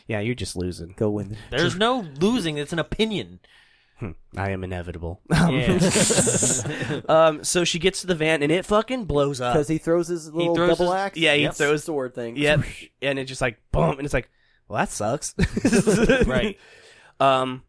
Speaker 2: yeah, you're just losing.
Speaker 3: go win.
Speaker 1: There's no losing. It's an opinion.
Speaker 2: Hmm, I am inevitable.
Speaker 1: Yeah.
Speaker 2: um, so she gets to the van and it fucking blows up.
Speaker 3: Because he throws his little
Speaker 1: throws
Speaker 3: double
Speaker 1: his-
Speaker 3: axe.
Speaker 2: yeah, he
Speaker 1: Yep.
Speaker 2: throws.
Speaker 3: sword thing.
Speaker 2: Yep, and it just like boom, and it's like, well, that sucks.
Speaker 1: Right.
Speaker 2: Um.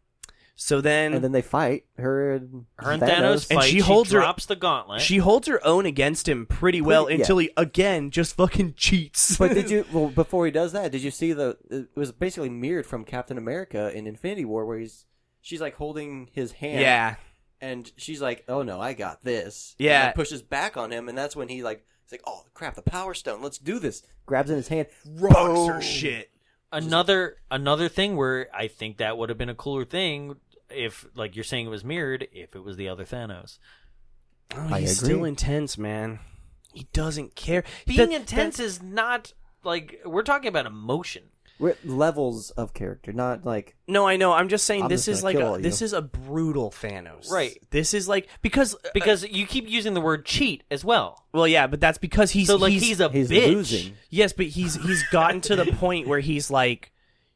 Speaker 2: So then,
Speaker 3: And then they fight her and
Speaker 1: Her and
Speaker 3: Thanos.
Speaker 1: Thanos,
Speaker 2: And
Speaker 1: fight.
Speaker 2: she holds her-
Speaker 1: drops the gauntlet.
Speaker 2: she holds her own against him pretty well
Speaker 3: Pretty- yeah.
Speaker 2: until he again just fucking cheats.
Speaker 3: But did you? Well, before he does that, did you see the? It was basically mirrored from Captain America in Infinity War, where he's she's like holding his hand.
Speaker 2: yeah.
Speaker 3: And she's like, "Oh no, I got this."
Speaker 2: Yeah.
Speaker 3: And like, pushes back on him, and that's when he like, he's like, "Oh crap, the Power Stone. Let's do this." Grabs in his hand,
Speaker 2: Rocks her
Speaker 3: Boom.
Speaker 2: shit.
Speaker 1: another another thing where I think that would have been a cooler thing if, like you're saying, it was mirrored. If it was the other Thanos,
Speaker 2: Oh,
Speaker 3: I
Speaker 2: he's
Speaker 3: agree.
Speaker 2: still intense, man. He doesn't care.
Speaker 1: being
Speaker 2: That-
Speaker 1: intense is not like we're talking about emotion.
Speaker 3: We're at levels of character, not like
Speaker 2: No, I know. I'm just saying
Speaker 3: I'm
Speaker 2: this
Speaker 3: just
Speaker 2: is
Speaker 3: gonna
Speaker 2: like
Speaker 3: kill
Speaker 2: a
Speaker 3: all you.
Speaker 2: this is a brutal Thanos.
Speaker 1: Right.
Speaker 2: This is like because because
Speaker 1: Because you keep using the word cheat as well.
Speaker 2: well yeah, but that's because he's
Speaker 1: so like he's,
Speaker 2: he's,
Speaker 1: a
Speaker 3: he's
Speaker 1: bitch.
Speaker 3: losing.
Speaker 2: yes, but he's he's gotten to the point where he's like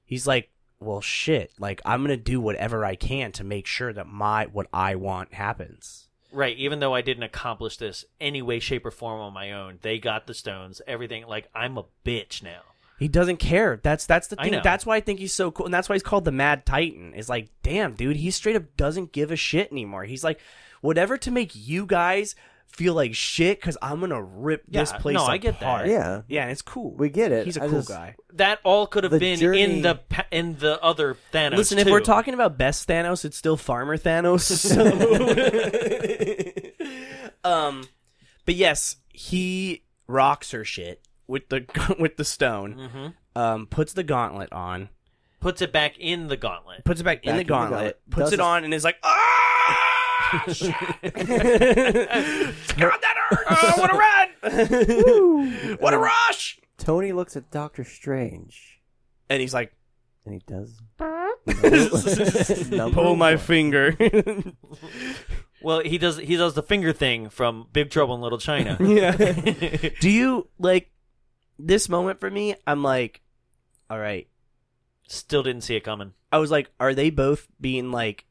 Speaker 2: he's like well shit, like I'm going to do whatever I can to make sure that my what I want happens.
Speaker 1: Right, even though I didn't accomplish this any way, shape, or form on my own, they got the stones, everything. Like I'm a bitch now.
Speaker 2: He doesn't care. That's that's the
Speaker 1: I
Speaker 2: thing.
Speaker 1: know.
Speaker 2: That's why I think he's so cool, and that's why he's called the Mad Titan. Is like, damn, dude, he straight up doesn't give a shit anymore. He's like, whatever to make you guys feel like shit, because I'm gonna rip this
Speaker 1: Yeah,
Speaker 2: place.
Speaker 1: no, I get that.
Speaker 2: apart.
Speaker 3: Yeah.
Speaker 2: yeah, and it's cool.
Speaker 3: We get it.
Speaker 2: He's a
Speaker 3: I
Speaker 2: cool
Speaker 3: just-
Speaker 2: guy.
Speaker 1: That all could have
Speaker 3: The
Speaker 1: been
Speaker 3: journey-
Speaker 1: in the pa- in the other Thanos.
Speaker 2: Listen, if
Speaker 1: too.
Speaker 2: we're talking about best Thanos, it's still Farmer Thanos. So. um, but yes, he rocks her shit with the with the stone.
Speaker 1: Mhm.
Speaker 2: Um, puts the gauntlet on.
Speaker 1: puts it back in the gauntlet.
Speaker 2: puts it back, in
Speaker 3: Back
Speaker 2: the
Speaker 3: in the
Speaker 2: gauntlet,
Speaker 3: gauntlet.
Speaker 2: puts
Speaker 3: Does
Speaker 2: it
Speaker 3: it-
Speaker 2: on, and is like, ah, shit. God, that hurt! Oh, what a run! what a rush!
Speaker 3: Tony looks at Doctor Strange
Speaker 2: And he's like,
Speaker 3: and he does.
Speaker 2: pull my finger.
Speaker 1: Well, he does he does the finger thing from Big Trouble in Little China.
Speaker 2: yeah. Do you like this moment for me? I'm like, all right.
Speaker 1: Still didn't see it coming.
Speaker 2: I was like, are they both being like,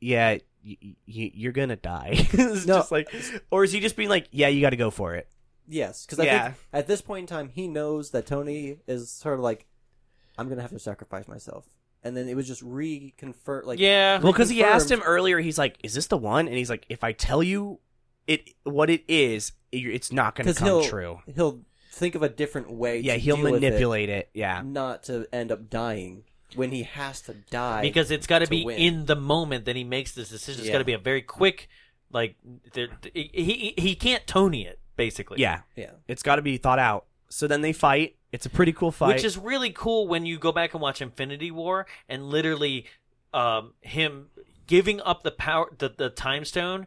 Speaker 2: yeah, y- y- you're gonna die? it's
Speaker 3: No.
Speaker 2: just like, or is he just being like, yeah, you got to go for it?
Speaker 3: Yes, because I
Speaker 2: Yeah.
Speaker 3: think at this point in time he knows that Tony is sort of like, I'm gonna have to sacrifice myself, and then it was just reconfirm like
Speaker 1: yeah.
Speaker 2: Well, because he
Speaker 3: confirmed-
Speaker 2: asked him earlier, he's like, "Is this the one?" And he's like, "If I tell you it, what it is, it- it's not going to
Speaker 3: because
Speaker 2: come
Speaker 3: he'll
Speaker 2: true."
Speaker 3: he'll think of a different way.
Speaker 2: Yeah,
Speaker 3: to
Speaker 2: he'll
Speaker 3: deal with it,
Speaker 2: manipulate it. Yeah,
Speaker 3: not to end up dying when he has to die
Speaker 1: because it's got to
Speaker 3: to
Speaker 1: be
Speaker 3: win.
Speaker 1: in the moment that he makes this decision. It's
Speaker 3: Yeah.
Speaker 1: got to be a very quick, like there- he, he he can't Tony it basically.
Speaker 2: yeah,
Speaker 3: yeah.
Speaker 2: it's got to be thought out. So then they fight. It's a pretty cool fight.
Speaker 1: which is really cool when you go back and watch Infinity War and literally um, him giving up the power the, the time stone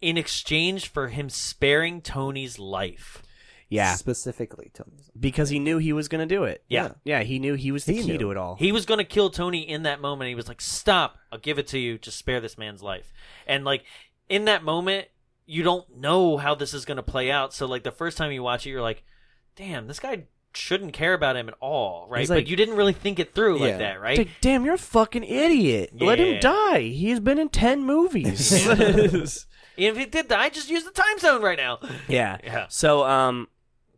Speaker 1: in exchange for him sparing Tony's life.
Speaker 2: yeah,
Speaker 3: specifically Tony's.
Speaker 2: because he knew he was going to do it.
Speaker 1: Yeah.
Speaker 2: Yeah, he knew he was the
Speaker 3: He
Speaker 2: key
Speaker 3: knew.
Speaker 2: to it all.
Speaker 1: He was going to kill Tony in that moment. He was like, "Stop. I'll give it to you. Just spare this man's life." And like in that moment, you don't know how this is going to play out. So like the first time you watch it, you're like, "Damn, this guy shouldn't care about him at all, right?"
Speaker 2: He's
Speaker 1: but
Speaker 2: like-
Speaker 1: you didn't really think it through like
Speaker 3: Yeah.
Speaker 1: that,
Speaker 2: It's
Speaker 1: right?
Speaker 2: like, damn, you're a fucking idiot. Let him
Speaker 1: Yeah.
Speaker 2: die. He's been in ten movies.
Speaker 1: if he did that, I just use the time zone right now.
Speaker 2: Yeah.
Speaker 1: Yeah.
Speaker 2: So um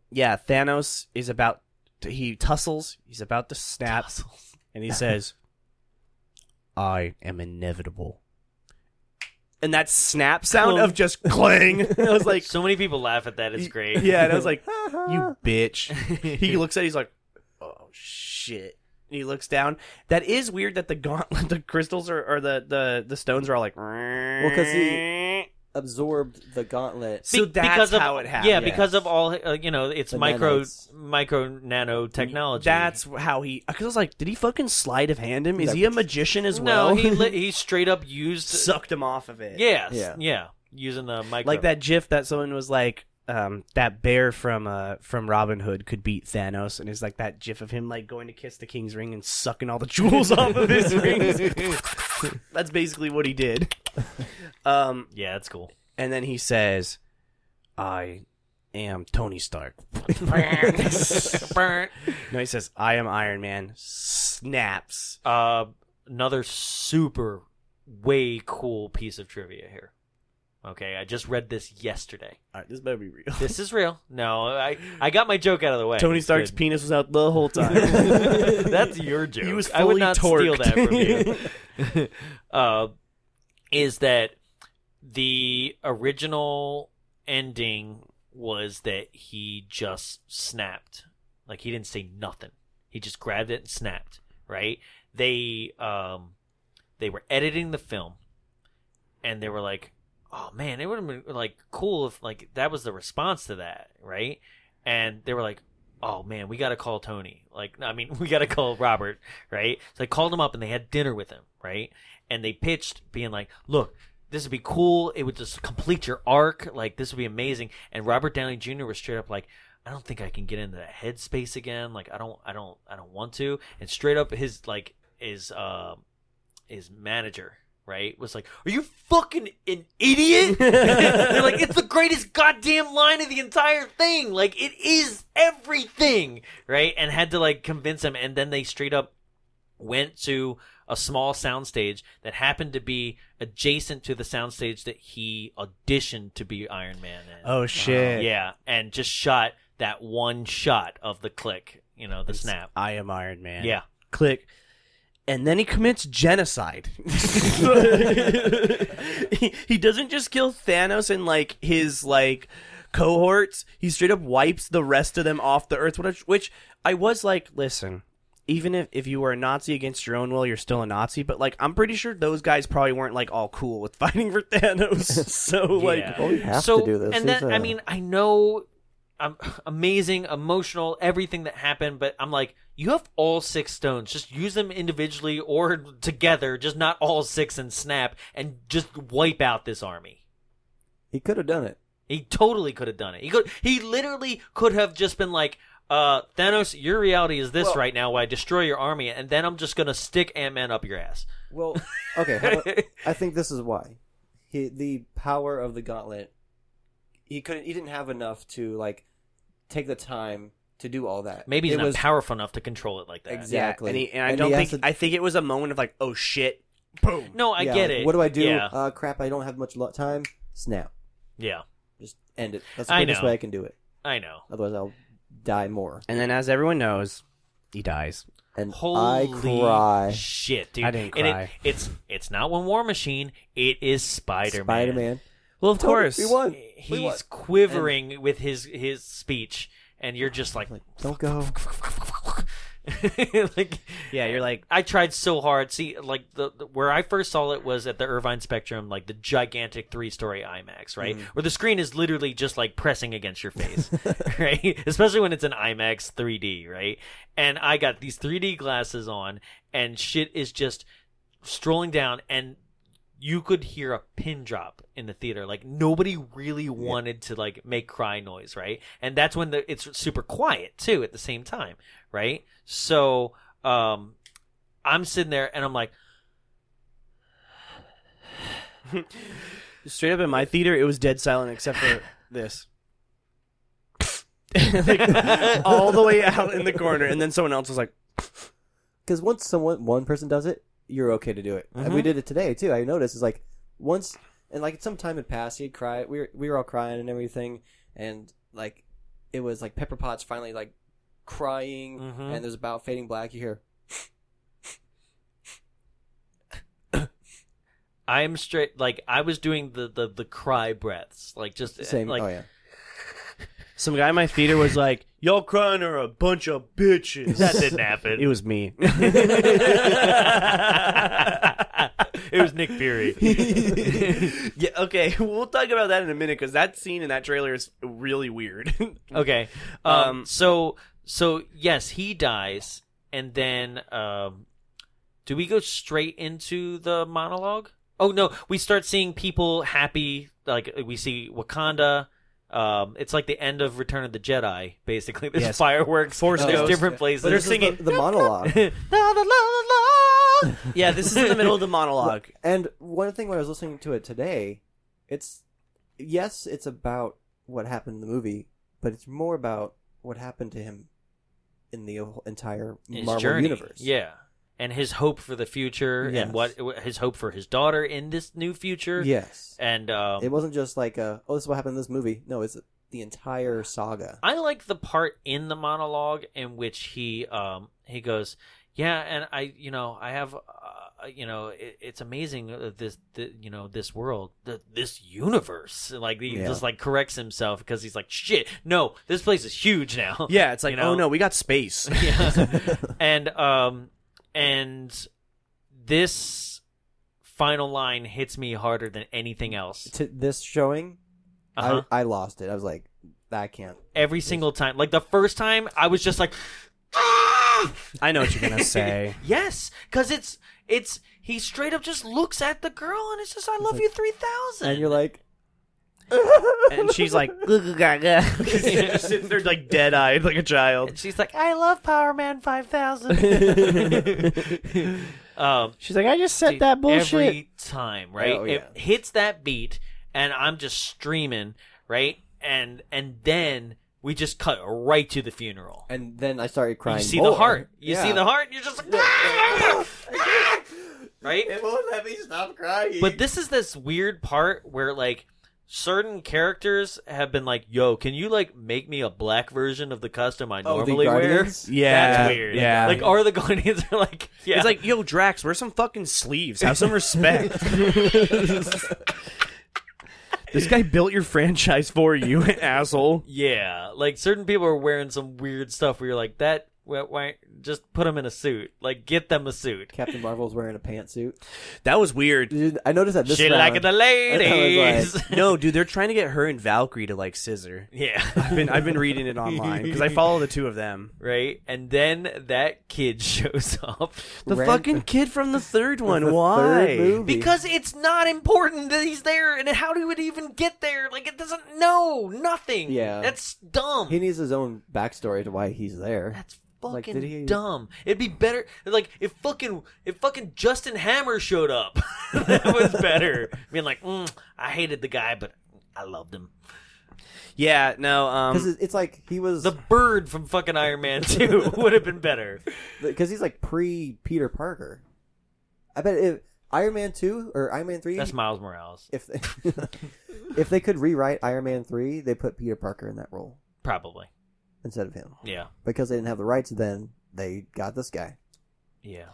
Speaker 2: yeah, Thanos is about he tussles, he's about to snap and he says I am inevitable. And that snap sound
Speaker 1: Clung.
Speaker 2: of just clang. I was like
Speaker 1: so many people laugh at that. It's great.
Speaker 2: Yeah, and I was like you bitch. He looks at it, he's like oh shit. And he looks down. That is weird that the gauntlet the crystals are or the the the stones are all like
Speaker 3: Well, 'cause he- absorbed the gauntlet.
Speaker 2: So that's
Speaker 1: because of,
Speaker 2: how it happened.
Speaker 1: Yeah, because of all uh, you know, it's
Speaker 3: The
Speaker 1: micro
Speaker 3: nanites.
Speaker 1: micro nano technology.
Speaker 2: That's how he. Because I was like, did he fucking sleight of hand him? Is
Speaker 3: Like-
Speaker 2: he a magician as
Speaker 1: no,
Speaker 2: well?
Speaker 1: he li- he straight up used
Speaker 2: sucked him off of it.
Speaker 1: yes, yeah,
Speaker 3: Yeah.
Speaker 1: using the micro
Speaker 2: like that GIF that someone was like, um, that bear from uh from Robin Hood could beat Thanos, and it's like that GIF of him like going to kiss the king's ring and sucking all the jewels off of his rings. That's basically what he did. Um,
Speaker 1: Yeah, that's cool.
Speaker 2: and then he says, "I am Tony Stark."
Speaker 1: Burn.
Speaker 2: No, he says, "I am Iron Man." Snaps.
Speaker 1: Uh, another super way cool piece of trivia here. Okay, I just read this yesterday.
Speaker 2: All right, this better be real.
Speaker 1: This is real. No, I I got my joke out of the way.
Speaker 2: Tony Stark's
Speaker 1: Good.
Speaker 2: penis was out the whole time.
Speaker 1: That's your joke.
Speaker 2: He was
Speaker 1: I would
Speaker 2: fully
Speaker 1: not steal
Speaker 2: torqued.
Speaker 1: that from you. uh, is that the original ending was that he just snapped. Like he didn't say nothing. He just grabbed it and snapped, right? They um they were editing the film and they were like, "Oh man, it would have been like cool if like that was the response to that, right?" And they were like, "Oh man, we got to call Tony. Like, I mean, we got to call Robert, right?" So they called him up and they had dinner with him, right? And they pitched being like, "Look, this would be cool. It would just complete your arc. Like, this would be amazing." And Robert Downey Jr. was straight up like. I don't think I can get into that headspace again. Like I don't, I don't, I don't want to. And straight up, his like his um his manager, right, was like, "Are you fucking an idiot?" They're like, "It's the greatest goddamn line of the entire thing. Like, it is everything, right?" And had to like convince him, and then they straight up went to a small soundstage that happened to be adjacent to the soundstage that he auditioned to be Iron Man in.
Speaker 2: oh shit!
Speaker 1: yeah, and just shot that one shot of the click, you know, the snap.
Speaker 2: I am Iron Man.
Speaker 1: Yeah.
Speaker 2: click and then he commits genocide he, he doesn't just kill thanos and like his like cohorts he straight up wipes the rest of them off the earth which, which i was like listen even if, if you were a Nazi against your own will, you're still a Nazi. But like, I'm pretty sure those guys probably weren't like all cool with fighting for Thanos. so like,
Speaker 1: Yeah.
Speaker 3: Oh, you have
Speaker 1: so,
Speaker 3: to do this.
Speaker 1: And
Speaker 3: He's
Speaker 1: then, I
Speaker 3: a-
Speaker 1: mean, I know um, amazing, emotional, everything that happened, but I'm like, you have all six stones. Just use them individually or together, just not all six and snap and just wipe out this army.
Speaker 3: he could have done it.
Speaker 1: He totally could have done it. He could. He literally could have just been like, uh, "Thanos, your reality is this
Speaker 2: Well-
Speaker 1: right now. Where I destroy your army, and then I'm just gonna stick Ant Man up your ass."
Speaker 3: Well, okay. how about- I think this is why he the power of the gauntlet. He couldn't. He didn't have enough to like take the time to do all that.
Speaker 1: Maybe he's
Speaker 3: it
Speaker 1: not
Speaker 3: was
Speaker 1: powerful enough to control it like that.
Speaker 3: Exact-
Speaker 2: Yeah,
Speaker 3: Exactly.
Speaker 2: And, he, and I
Speaker 3: And
Speaker 2: don't
Speaker 3: he
Speaker 2: think
Speaker 3: has to-
Speaker 2: I think it was a moment of like, oh shit, boom.
Speaker 1: No, I
Speaker 3: yeah,
Speaker 1: get
Speaker 3: like,
Speaker 1: it.
Speaker 3: What do I do?
Speaker 1: Yeah,
Speaker 3: Uh, crap! I don't have much lo- time. Snap.
Speaker 1: yeah,
Speaker 3: Just end it. That's the
Speaker 1: I
Speaker 3: quickest
Speaker 1: know.
Speaker 3: way I can do it.
Speaker 1: I know.
Speaker 3: Otherwise, I'll die more.
Speaker 2: And then, as everyone knows, he dies.
Speaker 3: And
Speaker 1: Holy
Speaker 3: I cry.
Speaker 1: shit, dude!
Speaker 2: I didn't
Speaker 1: And it,
Speaker 2: cry.
Speaker 1: it's it's not one War Machine. It is Spider Man.
Speaker 3: Spider-Man.
Speaker 2: Well, of
Speaker 3: Tony,
Speaker 2: course.
Speaker 3: we won. we won.
Speaker 1: He's quivering with his his speech, and you're just like,
Speaker 3: Like, don't go.
Speaker 1: like
Speaker 2: Yeah, you're like,
Speaker 1: I tried so hard. See, like the, the- where I first saw it was at the Irvine Spectrum, like the gigantic three-story IMAX,
Speaker 2: Mm-hmm.
Speaker 1: right? Where the screen is literally just like pressing against your face, right? Especially when it's an IMAX 3D, right? And I got these 3D glasses on, and shit is just strolling down, and you could hear a pin drop in the theater. Like nobody really wanted to like make cry noise, right? And that's when the it's super quiet too at the same time, right? So um I'm sitting there and I'm like,
Speaker 2: straight up in my theater, it was dead silent except for this. Like, all the way out in the corner, and then someone else was like,
Speaker 3: Because once someone one person does it, you're okay to do it. And we did it today too. I noticed it's like once and like some time had passed. He'd cry. We were, we were all crying and everything. And like it was like Pepper Potts finally like crying.
Speaker 1: Mhm.
Speaker 3: And there's about fading black. You hear
Speaker 1: I'm straight. Like I was doing the the, the cry breaths, like just eh,
Speaker 3: same.
Speaker 1: like
Speaker 3: oh yeah.
Speaker 2: some guy in my theater was like, y'all crying are a bunch of bitches.
Speaker 1: that didn't happen.
Speaker 2: It was me.
Speaker 1: it was Nick Fury.
Speaker 2: yeah, okay. We'll talk about that in a minute because that scene in that trailer is really weird.
Speaker 1: okay. Um,
Speaker 2: Um,
Speaker 1: so so yes, he dies, and then um, do we go straight into the monologue? Oh no, we start seeing people happy. Like we see Wakanda. Um, it's like the end of Return of the Jedi, basically. There's
Speaker 2: Yes.
Speaker 1: fireworks.
Speaker 2: Force
Speaker 1: there's
Speaker 2: Ghost.
Speaker 1: different places.
Speaker 3: But
Speaker 2: they're
Speaker 3: this is
Speaker 2: singing-
Speaker 3: the, the monologue.
Speaker 1: La, la, la, la, la.
Speaker 2: yeah, this is in the middle of the monologue.
Speaker 3: And one thing when I was listening to it today, it's yes, it's about what happened in the movie, but it's more about what happened to him in the whole entire
Speaker 1: His
Speaker 3: Marvel
Speaker 1: journey.
Speaker 3: universe.
Speaker 1: Yeah. And his hope for the future,
Speaker 3: Yes.
Speaker 1: and what his hope for his daughter in this new future,
Speaker 3: Yes.
Speaker 1: and um,
Speaker 3: it wasn't just like uh oh this is what happened in this movie. No, it's the entire saga.
Speaker 1: I like the part in the monologue in which he um he goes, yeah, and I you know I have uh, you know it, it's amazing uh, this the, you know this world the, this universe like he
Speaker 3: Yeah.
Speaker 1: just like corrects himself because he's like shit no this place is huge now
Speaker 2: Yeah, it's like,
Speaker 1: You know?
Speaker 2: oh no, we got space.
Speaker 1: yeah. and um and this final line hits me harder than anything else
Speaker 3: to this showing,
Speaker 1: uh-huh.
Speaker 3: I, I lost it. I was like, I can't.
Speaker 1: every single time like the first time i was just like "Ah!"
Speaker 2: I know what you're gonna say.
Speaker 1: yes because it's it's he straight up just looks at the girl and it's just i love
Speaker 3: like-
Speaker 1: you 3000
Speaker 3: And you're like,
Speaker 2: and she's like, they're like dead eyed, like a
Speaker 1: and
Speaker 2: child.
Speaker 1: she's like i love power man 5000 um
Speaker 2: She's like, I just
Speaker 1: Dude, every time, right?
Speaker 3: Oh,
Speaker 1: It hits that beat, and I'm just streaming, right? And and then we just cut right to the funeral.
Speaker 3: and then I started crying.
Speaker 1: You see
Speaker 3: more.
Speaker 1: the heart. You
Speaker 3: Yeah.
Speaker 1: see the heart. and You're just like, "Ah!" right?
Speaker 3: won't let me stop crying.
Speaker 1: But this is this weird part where like certain characters have been like, "Yo, can you like make me a black version of the costume I
Speaker 3: oh, the
Speaker 1: normally wear?"
Speaker 3: Guardians?
Speaker 2: Yeah,
Speaker 1: That's weird.
Speaker 2: Yeah,
Speaker 1: Like, are the Guardians are like, yeah,
Speaker 2: it's like, yo, Drax, wear some fucking sleeves. Have some respect. this guy built your franchise for you, asshole.
Speaker 1: Yeah, like certain people are wearing some weird stuff where you're like that. Why, why just put them in a suit? Like get them a suit.
Speaker 3: Captain Marvel's wearing a pantsuit.
Speaker 2: That was weird.
Speaker 3: Dude, I noticed that this
Speaker 1: She
Speaker 3: round.
Speaker 1: like the ladies.
Speaker 2: No, dude, they're trying to get her and Valkyrie to like scissor.
Speaker 1: yeah,
Speaker 2: I've been I've been reading it online because I follow the two of them.
Speaker 1: right. And then that kid shows up
Speaker 2: The
Speaker 3: Ran-
Speaker 2: fucking kid from the third one.
Speaker 3: the
Speaker 2: Why?
Speaker 3: third movie.
Speaker 1: because it's not important that he's there, and how he would even get there. Like it doesn't. No, nothing.
Speaker 3: Yeah.
Speaker 1: that's dumb.
Speaker 3: he needs his own backstory to why he's there.
Speaker 1: That's
Speaker 3: Like,
Speaker 1: fucking
Speaker 3: did he-
Speaker 1: dumb. It'd be better like if fucking if fucking Justin Hammer showed up. that was better. Being like, mm, I hated the guy, but I loved him.
Speaker 2: Yeah, no.
Speaker 3: Because
Speaker 2: Um,
Speaker 3: it's, it's like he was
Speaker 1: The bird from fucking Iron Man Two would have been better.
Speaker 3: because he's like pre Peter Parker. I bet if Iron Man two or Iron Man three,
Speaker 1: That's Miles Morales,
Speaker 3: if they, if they could rewrite Iron Man three, they put Peter Parker in that role
Speaker 1: probably.
Speaker 3: instead of him
Speaker 1: Yeah,
Speaker 3: because they didn't have the rights. Then they got this guy.
Speaker 1: yeah.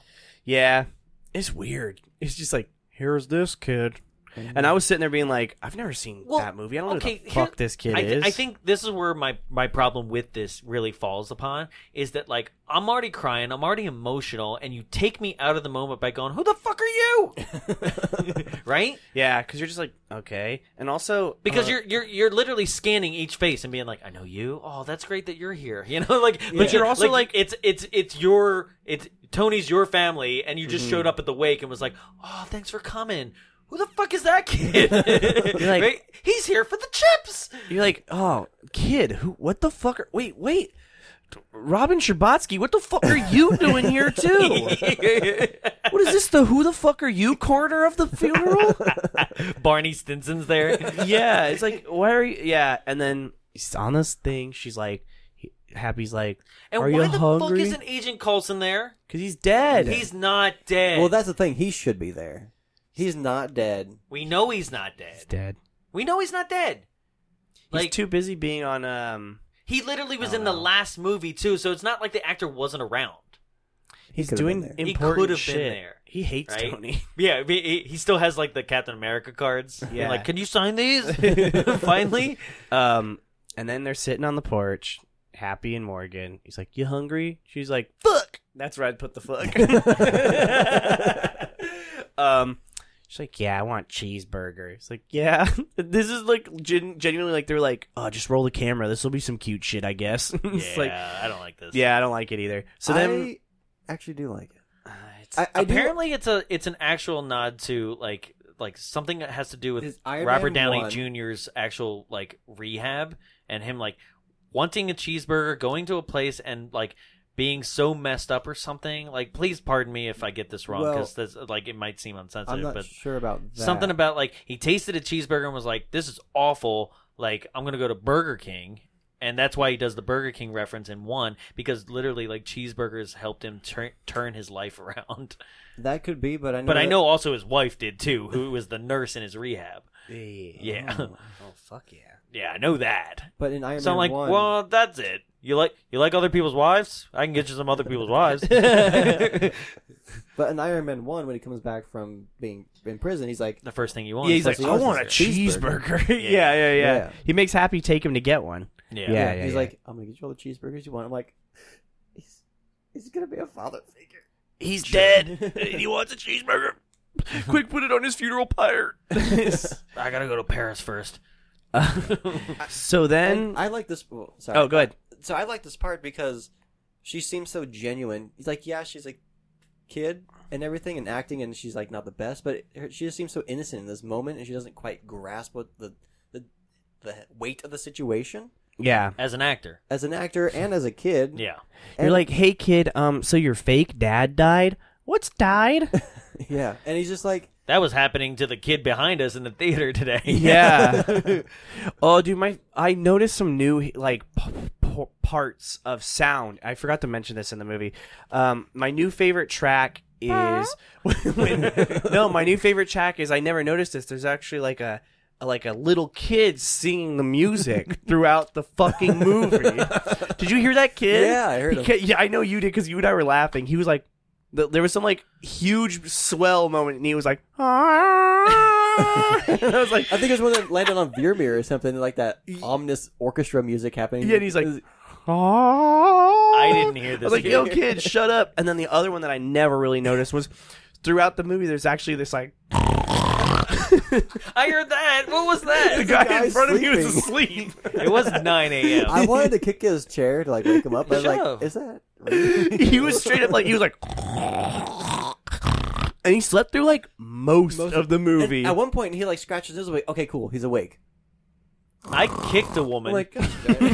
Speaker 2: yeah, it's weird. It's just like here's this kid, and I was sitting there being like, I've never seen
Speaker 1: Well,
Speaker 2: that movie. I don't know
Speaker 1: okay,
Speaker 2: who the
Speaker 1: here-
Speaker 2: fuck this kid
Speaker 1: I, thi-
Speaker 2: is.
Speaker 1: I think this is where my my problem with this really falls upon is that like I'm already crying, I'm already emotional, and you take me out of the moment by going, "Who the fuck are you?" right?
Speaker 2: Yeah, because you're just like okay, and also
Speaker 1: because
Speaker 2: uh,
Speaker 1: you're you're you're literally scanning each face and being like, I know you. Oh, that's great that you're here. You know, like,
Speaker 2: But you're also like-
Speaker 1: it's it's it's your it's Tony's your family, and you
Speaker 2: Mm-hmm.
Speaker 1: just showed up at the wake and was like, oh, thanks for coming. Who the fuck is that kid?
Speaker 2: like-
Speaker 1: right? He's here for the chips.
Speaker 2: you're like oh kid, who? What the fuck? Are, wait, wait, Robin Scherbatsky, what the fuck are you doing here too? what is this? The who the fuck are you corner of the funeral?
Speaker 1: Barney Stinson's there.
Speaker 2: yeah, it's like why are you? Yeah, and then he's on this thing. She's like, he- Happy's like,
Speaker 1: And
Speaker 2: are
Speaker 1: why
Speaker 2: you
Speaker 1: the
Speaker 2: hungry?
Speaker 1: fuck isn't Agent Coulson there?
Speaker 2: Because he's dead.
Speaker 1: He's not dead.
Speaker 3: Well, that's the thing. He should be there. He's not dead.
Speaker 1: we know he's not dead.
Speaker 2: dead.
Speaker 1: We know he's not dead.
Speaker 2: he's too busy being on. Um,
Speaker 1: He literally was
Speaker 2: don't
Speaker 1: in the
Speaker 2: know.
Speaker 1: last movie too, so it's not like the actor wasn't around.
Speaker 3: He
Speaker 2: he's
Speaker 3: could've
Speaker 2: doing
Speaker 3: been there.
Speaker 1: He
Speaker 2: important
Speaker 1: could've been
Speaker 2: shit.
Speaker 1: there,
Speaker 2: He hates
Speaker 1: right?
Speaker 2: Tony.
Speaker 1: Yeah, I mean, he, he still has like the Captain America cards. Yeah,
Speaker 2: Yeah.
Speaker 1: like can you sign these? Finally,
Speaker 2: Um, and then they're sitting on the porch, Happy and Morgan. He's like, "You hungry?" She's like, "Fuck." That's where I'd put the fuck. um, She's like, yeah, I want cheeseburger. It's like, yeah, this is like gen- genuinely like they're like, oh, just roll the camera. This will be some cute shit, I guess. it's
Speaker 4: yeah,
Speaker 2: like,
Speaker 4: I don't like this.
Speaker 2: yeah, I don't like it either. So then,
Speaker 3: I actually do like it.
Speaker 2: uh, it's,
Speaker 3: I, I do-
Speaker 1: Apparently, it's a it's an actual nod to like like something that has to do with
Speaker 3: Is Iron
Speaker 1: Robert
Speaker 3: Man
Speaker 1: Downey
Speaker 3: one-
Speaker 1: Jr.'s actual like rehab and him like wanting a cheeseburger, going to a place and like being so messed up or something. Like, please pardon me if I get this wrong
Speaker 3: Well-
Speaker 1: because this like it might seem
Speaker 3: I'm
Speaker 1: unsensitive,
Speaker 3: not
Speaker 1: but
Speaker 3: sure about that.
Speaker 1: something about like he tasted a cheeseburger and was like, "This is awful." Like, I'm gonna go to Burger King. And that's why he does the Burger King reference in one because literally, like cheeseburgers helped him tur- turn his life around.
Speaker 3: that could be, but I know.
Speaker 1: But I
Speaker 3: that-
Speaker 1: know also his wife did too, who was the nurse in his rehab. Yeah.
Speaker 2: Oh, oh, fuck yeah.
Speaker 1: Yeah, I know that.
Speaker 3: But in Iron
Speaker 1: so
Speaker 3: Man
Speaker 1: I'm like,
Speaker 3: one,
Speaker 1: well, that's it. You like you like other people's wives? I can get you some other people's wives.
Speaker 2: yeah,
Speaker 1: the
Speaker 3: but in Iron Man one, when he comes back from being in prison, he's like,
Speaker 1: first thing you want.
Speaker 2: he's
Speaker 1: is
Speaker 2: like,
Speaker 3: Plus
Speaker 2: I
Speaker 3: yours
Speaker 2: want a
Speaker 3: is
Speaker 2: cheeseburger.
Speaker 3: cheeseburger."
Speaker 2: yeah, yeah, yeah,
Speaker 3: Yeah.
Speaker 2: He makes Happy take him to get one.
Speaker 1: yeah.
Speaker 2: Yeah.
Speaker 3: he's
Speaker 2: yeah.
Speaker 3: like, I'm gonna get you all the cheeseburgers you want. I'm like, he's he's gonna be a father figure.
Speaker 2: He's
Speaker 4: dead,
Speaker 2: and
Speaker 4: he
Speaker 2: wants a cheeseburger. Quick, put it on his funeral pyre.
Speaker 1: I gotta go to Paris first.
Speaker 2: so then,
Speaker 3: And I like this. Well, sorry.
Speaker 2: oh, go ahead.
Speaker 3: so I like this part because she seems so genuine. He's like, yeah, she's a kid and everything and acting, and she's like not the best, but her, she just seems so innocent in this moment, and she doesn't quite grasp what the the, the weight of the situation
Speaker 2: Yeah,
Speaker 1: As an actor.
Speaker 3: as an actor and as a kid.
Speaker 1: Yeah.
Speaker 2: you're
Speaker 3: And-
Speaker 2: like, hey kid, um, so your fake dad died. What's died?
Speaker 3: yeah, and he's just like,
Speaker 1: That was happening to the kid behind us in the theater today.
Speaker 2: yeah. oh, dude, my I noticed some new like p- p- parts of sound. I forgot to mention this in the movie. Um, my new favorite track is when, no, my new favorite track is I never noticed this. There's actually like a like a little kid singing the music throughout the fucking movie. did you hear that kid?
Speaker 3: Yeah, I heard
Speaker 2: He
Speaker 3: him.
Speaker 2: ca- yeah, I know you did because you and I were laughing. He was like, th- there was some like huge swell moment, and he was like, "Ah." And I was like,
Speaker 3: I think it's when it landed on Veermeer or something like that ominous orchestra music happening.
Speaker 2: Yeah, and he's like, oh.
Speaker 1: I didn't hear this
Speaker 2: I was like,
Speaker 1: kid.
Speaker 2: yo, kid, shut up. And then the other one that I never really noticed was throughout the movie, there's actually this like,
Speaker 1: I heard that. What was
Speaker 2: the
Speaker 1: that?
Speaker 2: guy, in
Speaker 3: guy's
Speaker 2: front of me was asleep.
Speaker 1: It was nine AM.
Speaker 3: I wanted to kick his chair to like wake him up, but I was
Speaker 1: Shut up.
Speaker 3: like, is that? real?"
Speaker 2: he was straight up like, he was like, and he slept through like most, of the movie.
Speaker 3: At one point, he like scratches his awake. Okay, cool, he's awake.
Speaker 1: I kicked a woman
Speaker 3: I'm like, "Gosh,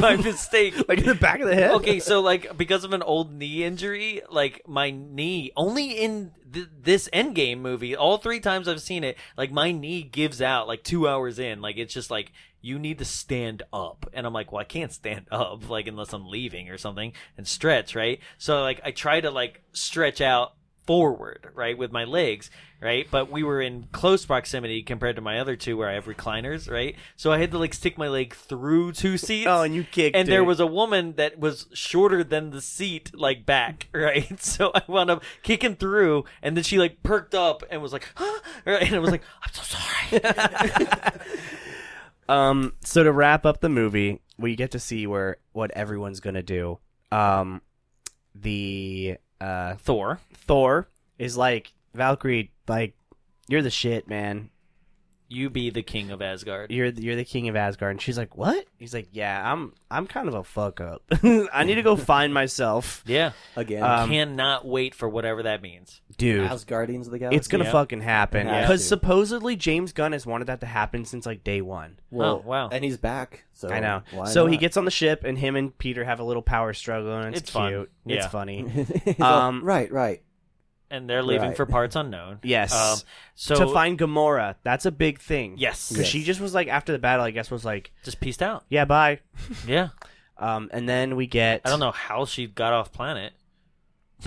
Speaker 1: by mistake.
Speaker 2: like in the back of the head.
Speaker 1: okay, so like because of an old knee injury, like my knee only in th- this Endgame movie, all three times I've seen it, like my knee gives out like two hours in. Like it's just like you need to stand up, and I'm like, well, I can't stand up like unless I'm leaving or something and stretch, right? So like I try to like stretch out forward, right, with my legs, right? But we were in close proximity compared to my other two where I have recliners, right? So I had to like stick my leg through two seats.
Speaker 2: Oh, and you kicked
Speaker 1: And there
Speaker 2: it.
Speaker 1: was a woman that was shorter than the seat, like back, right? So I wound up kicking through, and then she like perked up and was like, huh? Right? and I was like, I'm so sorry.
Speaker 2: Um, so to wrap up the movie, we get to see where what everyone's gonna do. Um, the uh,
Speaker 1: Thor,
Speaker 2: Thor is like Valkyrie, like you're the shit, man.
Speaker 1: you be the king of Asgard.
Speaker 2: You're the, you're the king of Asgard. And she's like, what? He's like, yeah, I'm I'm kind of a fuck up. I need to go find myself,
Speaker 1: Yeah,
Speaker 3: Again,
Speaker 2: Uh, Um,
Speaker 1: cannot wait for whatever that means.
Speaker 2: dude.
Speaker 3: Asgardians of the Galaxy.
Speaker 2: It's gonna
Speaker 1: Yeah.
Speaker 2: fucking happen
Speaker 3: Yeah.
Speaker 2: because supposedly James Gunn has wanted that to happen since like day one.
Speaker 1: Oh, wow.
Speaker 3: and he's back. So
Speaker 1: Oh,
Speaker 2: I know.
Speaker 3: why
Speaker 2: So he
Speaker 3: not?
Speaker 2: gets on the ship, and him and Peter have a little power struggle, and it's,
Speaker 1: It's
Speaker 2: cute.
Speaker 1: fun.
Speaker 2: It's
Speaker 1: Yeah.
Speaker 2: funny.
Speaker 3: He's like,
Speaker 2: Um,
Speaker 3: right, right.
Speaker 1: And they're leaving
Speaker 3: Right.
Speaker 1: for parts unknown.
Speaker 2: Yes.
Speaker 1: Um, so
Speaker 2: to find Gamora, that's a big thing.
Speaker 1: yes,
Speaker 2: because
Speaker 3: Yes.
Speaker 2: she just was like after the battle, I guess was like,
Speaker 1: just pieced out.
Speaker 2: yeah, bye.
Speaker 1: Yeah,
Speaker 2: Um, and then we get
Speaker 1: I don't know how she got off planet,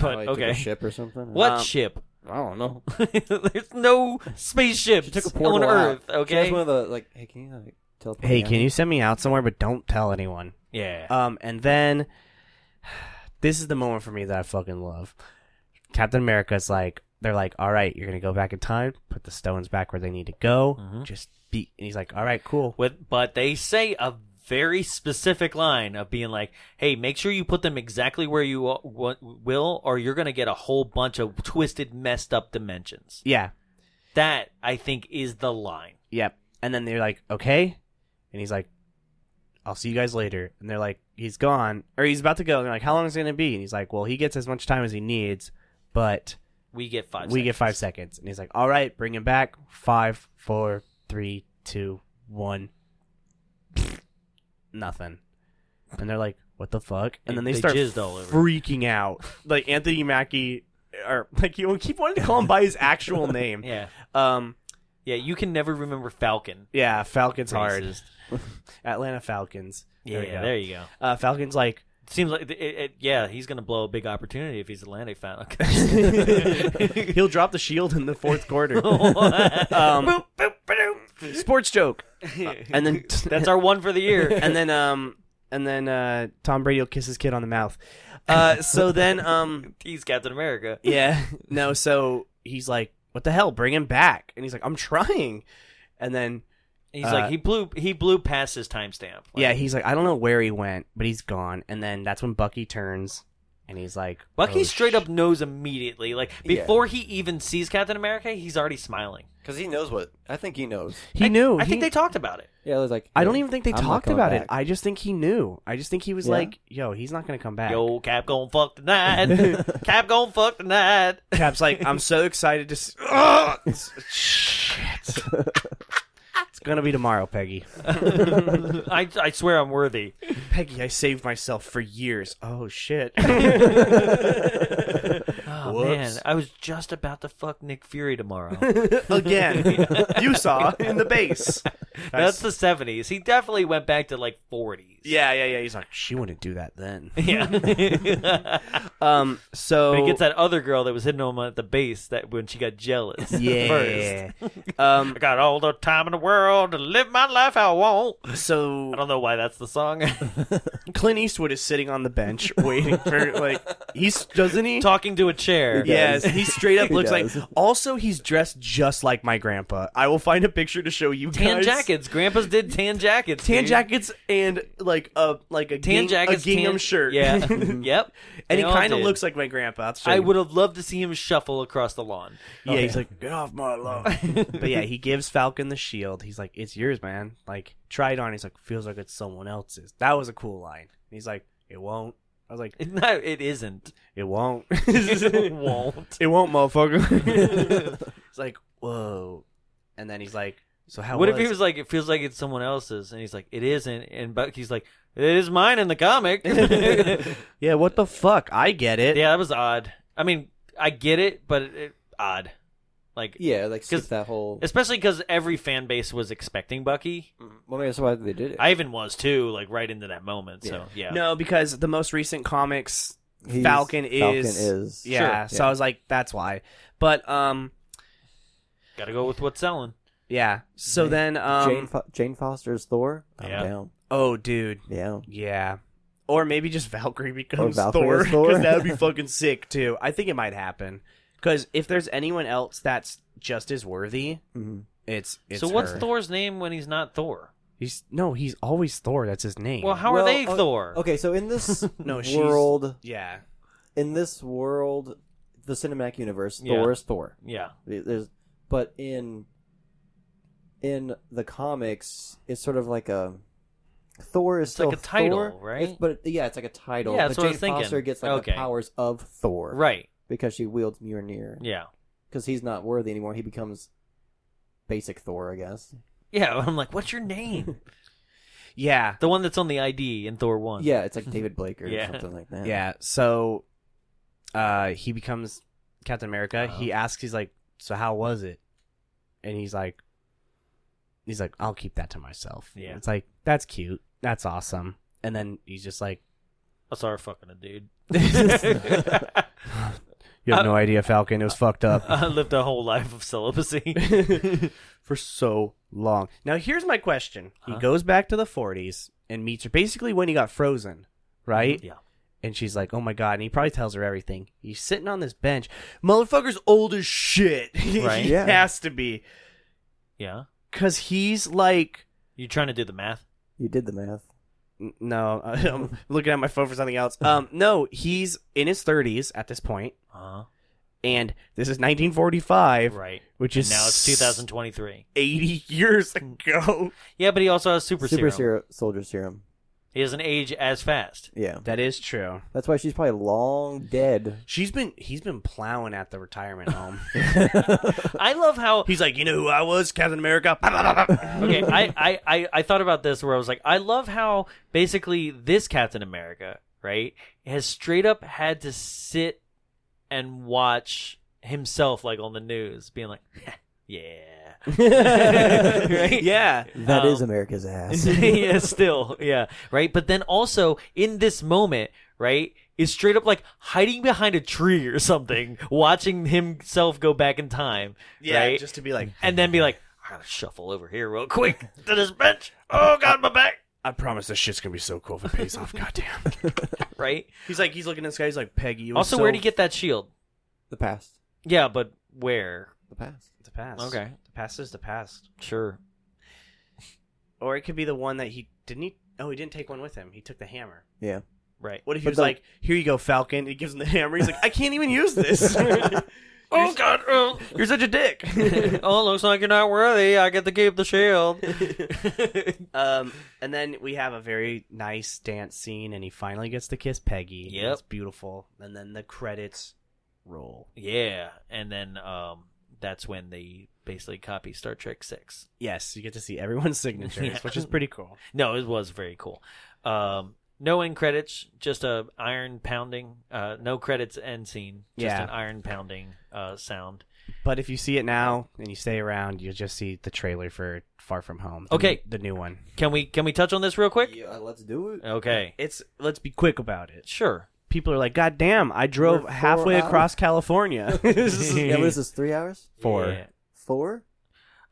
Speaker 3: Oh,
Speaker 1: but
Speaker 3: he took a
Speaker 1: okay.
Speaker 3: ship or something.
Speaker 1: What
Speaker 2: Um,
Speaker 1: ship?
Speaker 3: I don't know.
Speaker 1: There's no spaceships
Speaker 3: She took a portal
Speaker 1: on Earth.
Speaker 3: out. She
Speaker 1: Okay.
Speaker 3: has one of the like. Hey, can you like teleport?
Speaker 2: Hey,
Speaker 3: me out?"
Speaker 2: can you send me out somewhere, but don't tell anyone.
Speaker 1: yeah.
Speaker 2: Um, and then this is the moment for me that I fucking love. Captain America's like, they're like, all right, you're gonna go back in time, put the stones back where they need to go,
Speaker 1: Mhm.
Speaker 2: just be. And he's like, all right, cool.
Speaker 1: With but they say a very specific line of being like, "Hey, make sure you put them exactly where you wa- wa- will, or you're gonna get a whole bunch of twisted, messed up dimensions."
Speaker 2: Yeah.
Speaker 1: That I think is the line.
Speaker 2: Yep. And then they're like, okay. And he's like, I'll see you guys later. And they're like, he's gone. Or he's about to go. And they're like, how long is it going to be? And he's like, well, he gets as much time as he needs, but
Speaker 1: We get five.
Speaker 2: we get
Speaker 1: seconds.
Speaker 2: five seconds. And he's like, all right, bring him back. Five, four, three, two, one. Nothing. And they're like, what the fuck? And then they,
Speaker 1: They
Speaker 2: start
Speaker 1: jizzed all over.
Speaker 2: freaking out. Like Anthony Mackie, or like you keep wanting to call him by his actual name.
Speaker 1: Yeah,
Speaker 2: Um,
Speaker 1: yeah. You can never remember Falcon.
Speaker 2: yeah, Falcons hard.
Speaker 1: Racist.
Speaker 2: Atlanta Falcons.
Speaker 1: Yeah,
Speaker 2: you go.
Speaker 1: there you go.
Speaker 2: Uh, Falcons like
Speaker 1: Seems like it, it, yeah, he's gonna blow a big opportunity if he's Atlantic fan. Okay.
Speaker 2: he'll drop the shield in the fourth quarter. um,
Speaker 1: Boop, boop, ba-doom.
Speaker 2: sports joke, and then
Speaker 1: That's our one for the year.
Speaker 2: and then um and then uh, Tom Brady will kiss his kid on the mouth. Uh, so then um
Speaker 1: He's Captain America.
Speaker 2: yeah no so he's like what the hell bring him back and he's like I'm trying, and then
Speaker 1: He's
Speaker 2: Uh,
Speaker 1: like he blew he blew past his timestamp. Like,
Speaker 2: yeah he's like I don't know where he went but he's gone and then that's when Bucky turns and he's like
Speaker 1: Bucky
Speaker 2: oh,
Speaker 1: straight
Speaker 2: sh-
Speaker 1: up knows immediately. Like
Speaker 3: Yeah.
Speaker 1: before he even sees Captain America, he's already smiling.
Speaker 3: because he knows what I think he knows.
Speaker 2: he
Speaker 1: I-
Speaker 2: knew
Speaker 1: I
Speaker 2: he-
Speaker 1: think they talked about it.
Speaker 3: Yeah, it was like
Speaker 2: I don't even think they
Speaker 3: I'm not
Speaker 2: talked
Speaker 3: coming
Speaker 2: about it.
Speaker 3: back.
Speaker 2: I just think he knew. I just think he was
Speaker 3: Yeah.
Speaker 2: like, "Yo, he's not gonna come back."
Speaker 1: Yo, Cap gon' fuck tonight. Cap gon' fuck tonight.
Speaker 2: Cap's like, "I'm so excited to." s Ugh! It's- Shit. it's gonna be tomorrow, Peggy.
Speaker 1: I I swear I'm worthy.
Speaker 2: Peggy, I saved myself for years. Oh shit.
Speaker 1: Oh
Speaker 2: Whoops.
Speaker 1: man, I was just about to fuck Nick Fury tomorrow.
Speaker 2: Again, you saw in the base.
Speaker 1: That's the seventies. He definitely went back to like forties.
Speaker 2: yeah, yeah, yeah. He's like, she wouldn't do that then.
Speaker 1: Yeah. but
Speaker 2: Um, so
Speaker 1: he gets that other girl that was hitting him at the base that when she got jealous. First.
Speaker 2: yeah. um,
Speaker 1: I got all the time in the world to live my life how I want.
Speaker 2: so
Speaker 1: I don't know why that's the song.
Speaker 2: Clint Eastwood is sitting on the bench waiting for like he's doesn't he?
Speaker 1: Talking to a chair.
Speaker 3: He
Speaker 2: Yes,
Speaker 3: does.
Speaker 2: he straight up
Speaker 3: He
Speaker 2: looks
Speaker 3: does.
Speaker 2: like. Also, he's dressed just like my grandpa. I will find a picture to show you
Speaker 1: Tan
Speaker 2: guys.
Speaker 1: jackets. Grandpas did tan jackets.
Speaker 2: tan
Speaker 1: dude.
Speaker 2: jackets, and like a like a
Speaker 1: Tan
Speaker 2: ging-
Speaker 1: jackets.
Speaker 2: a gingham
Speaker 1: tan-
Speaker 2: shirt.
Speaker 1: Yeah.
Speaker 2: and
Speaker 1: yep.
Speaker 2: he
Speaker 1: They all
Speaker 2: kind of
Speaker 1: did.
Speaker 2: looks like my grandpa. I'll show
Speaker 1: I
Speaker 2: you.
Speaker 1: would have loved to see him shuffle across the lawn.
Speaker 2: Yeah, he's like, get off my lawn. but yeah, he gives Falcon the shield. He's like, it's yours, man. Like, try it on. He's like, feels like it's someone else's. That was a cool line. And he's like, it won't. I was like,
Speaker 1: No, it isn't.
Speaker 2: it won't.
Speaker 1: It won't.
Speaker 2: It won't, motherfucker. it's like, whoa. And then he's like, so how
Speaker 1: What if he was like, it feels like it's someone else's, and he's like, it isn't, and Bucky's like, it is mine in the comic. yeah,
Speaker 2: Yeah, what the fuck? I get it.
Speaker 1: that was odd. I mean, I get it, but it, it- odd, like
Speaker 3: yeah, like skip
Speaker 1: 'Cause
Speaker 3: that whole.
Speaker 1: especially because every fan base was expecting Bucky.
Speaker 3: Well, maybe that's why they did it.
Speaker 1: I even was too, like right into that moment. So yeah,
Speaker 2: No, because the most recent comics
Speaker 3: He's-
Speaker 2: Falcon
Speaker 3: Falcon
Speaker 2: is-
Speaker 3: is
Speaker 2: Yeah.
Speaker 3: Sure.
Speaker 2: So I was like, that's why. But um
Speaker 1: gotta go with what's selling.
Speaker 2: yeah. So then um
Speaker 3: Jane Fo- Jane Foster's Thor. I'm
Speaker 1: Yeah.
Speaker 3: down.
Speaker 2: Oh dude.
Speaker 3: Yeah.
Speaker 2: Yeah. Or maybe just Valkyrie becomes
Speaker 3: Valkyrie
Speaker 2: Thor.
Speaker 3: is Thor.
Speaker 2: Because that would be fucking sick too. I think it might happen. Because if there's anyone else that's just as worthy,
Speaker 3: hmm
Speaker 2: it's, it's
Speaker 1: so what's
Speaker 2: her.
Speaker 1: Thor's name when he's not Thor?
Speaker 2: He's no, he's always Thor. That's his name.
Speaker 1: Well, how
Speaker 3: Well,
Speaker 1: are they
Speaker 3: oh,
Speaker 1: Thor?
Speaker 3: Okay, so in this
Speaker 2: No, she's-
Speaker 3: world,
Speaker 2: yeah,
Speaker 3: in this world, the cinematic universe,
Speaker 1: Yeah.
Speaker 3: Thor is Thor.
Speaker 1: Yeah,
Speaker 3: There's, but in in the comics, it's sort of like a Thor is
Speaker 1: It's
Speaker 3: still
Speaker 1: like a title,
Speaker 3: Thor,
Speaker 1: right?
Speaker 3: it's- but yeah, it's like a title.
Speaker 1: Yeah, that's
Speaker 3: but Jane
Speaker 1: what I was thinking.
Speaker 3: Foster gets like
Speaker 1: Okay.
Speaker 3: the powers of Thor,
Speaker 1: right.
Speaker 3: Because she wields Mjolnir.
Speaker 1: Yeah,
Speaker 3: Because he's not worthy anymore. He becomes basic Thor, I guess.
Speaker 1: yeah. I'm like, what's your name?
Speaker 2: yeah,
Speaker 1: the one that's on the ID in Thor one.
Speaker 3: Yeah, it's like David Blake or
Speaker 1: Yeah.
Speaker 3: something like that.
Speaker 2: yeah. So, uh, he becomes Captain America.
Speaker 1: Uh-huh.
Speaker 2: He asks, he's like, "So how was it?" And he's like, he's like, "I'll keep that to myself."
Speaker 1: Yeah.
Speaker 2: it's like that's cute. That's awesome. And then he's just like,
Speaker 1: I saw her fucking a dude.
Speaker 2: "You
Speaker 1: Uh,
Speaker 2: have no idea, Falcon. It was fucked up."
Speaker 1: I lived a whole life of celibacy.
Speaker 2: for so long. Now here's my question.
Speaker 1: Huh?
Speaker 2: He goes back to the 40s and meets her basically when he got frozen, right?
Speaker 1: Yeah.
Speaker 2: And she's like, "Oh my god!" And he probably tells her everything. He's sitting on this bench. Motherfucker's old as shit.
Speaker 1: Right.
Speaker 2: he
Speaker 3: Yeah.
Speaker 2: has to be
Speaker 1: Yeah.
Speaker 2: because he's like,
Speaker 1: You trying to do the math?
Speaker 3: You did the math.
Speaker 2: N- no, I'm looking at my phone for something else. Um, no, he's in his 30s at this point,
Speaker 1: Uh huh.
Speaker 2: and this is 1945,
Speaker 1: Right.
Speaker 2: which is
Speaker 1: Now it's 2023.
Speaker 2: 80 years ago.
Speaker 1: Yeah, but he also has super,
Speaker 3: Super
Speaker 1: serum.
Speaker 3: serum. soldier serum.
Speaker 1: He doesn't age as fast.
Speaker 3: Yeah,
Speaker 2: That is true.
Speaker 3: that's why she's probably long dead.
Speaker 2: She's been he's been plowing at the retirement home.
Speaker 1: I love how
Speaker 2: he's like, you know who I was, Captain America. Bah, bah, bah, bah.
Speaker 1: okay, I, I, I, I thought about this where I was like, I love how basically this Captain America, right, has straight up had to sit and watch himself like on the news, being like, yeah. Right?
Speaker 2: Yeah.
Speaker 3: That is
Speaker 1: Um,
Speaker 3: America's ass.
Speaker 1: yeah, still, yeah, right. But then also in this moment, right, is straight up like hiding behind a tree or something, watching himself go back in time,
Speaker 2: Yeah,
Speaker 1: right?
Speaker 2: just to be like,
Speaker 1: and then be like, I gotta shuffle over here real quick to this bench. Oh God, my back.
Speaker 2: I promise this shit's gonna be so cool if it pays off. Goddamn.
Speaker 1: Right.
Speaker 2: He's like, he's looking at this guy. He's like, Peggy. You
Speaker 1: Also,
Speaker 2: so...
Speaker 1: where'd he get that shield?
Speaker 3: the past.
Speaker 1: Yeah, but where?
Speaker 3: The past.
Speaker 2: the past?
Speaker 1: Okay.
Speaker 2: the past is the past.
Speaker 1: Sure.
Speaker 2: Or it could be the one that he didn't. He oh, he didn't take one with him. He took the hammer.
Speaker 3: Yeah.
Speaker 1: Right.
Speaker 2: What if he
Speaker 3: But
Speaker 2: was
Speaker 3: the-
Speaker 2: like, "Here you go, Falcon"? and He gives him the hammer. He's like, "I can't even use this.
Speaker 1: Oh God. Oh.
Speaker 2: You're such a dick."
Speaker 1: oh, looks like you're not worthy. I get to keep the shield.
Speaker 2: um, and then we have a very nice dance scene, and he finally gets to kiss Peggy. and
Speaker 1: Yep.
Speaker 2: it's beautiful. And then the credits roll.
Speaker 1: yeah, and then um, that's when they basically copy Star Trek Six.
Speaker 2: Yes, you get to see everyone's signatures,
Speaker 1: Yeah.
Speaker 2: which is pretty cool.
Speaker 1: No, it was very cool. Um, no end credits, just a iron pounding. Uh, no credits end scene, just
Speaker 2: Yeah.
Speaker 1: an iron pounding uh, sound.
Speaker 2: But if you see it now and you stay around, you'll just see the trailer for Far From Home. the
Speaker 1: Okay.
Speaker 2: new- the new one.
Speaker 1: Can we can we touch on this real quick?
Speaker 3: Yeah, let's do it.
Speaker 1: Okay,
Speaker 2: It's let's be quick about it.
Speaker 1: sure.
Speaker 2: People are like, "God damn, I drove
Speaker 3: We're four
Speaker 2: halfway
Speaker 3: hours."
Speaker 2: across California."
Speaker 3: yeah, what is this? Three hours?
Speaker 2: Four.
Speaker 1: Yeah.
Speaker 3: Four?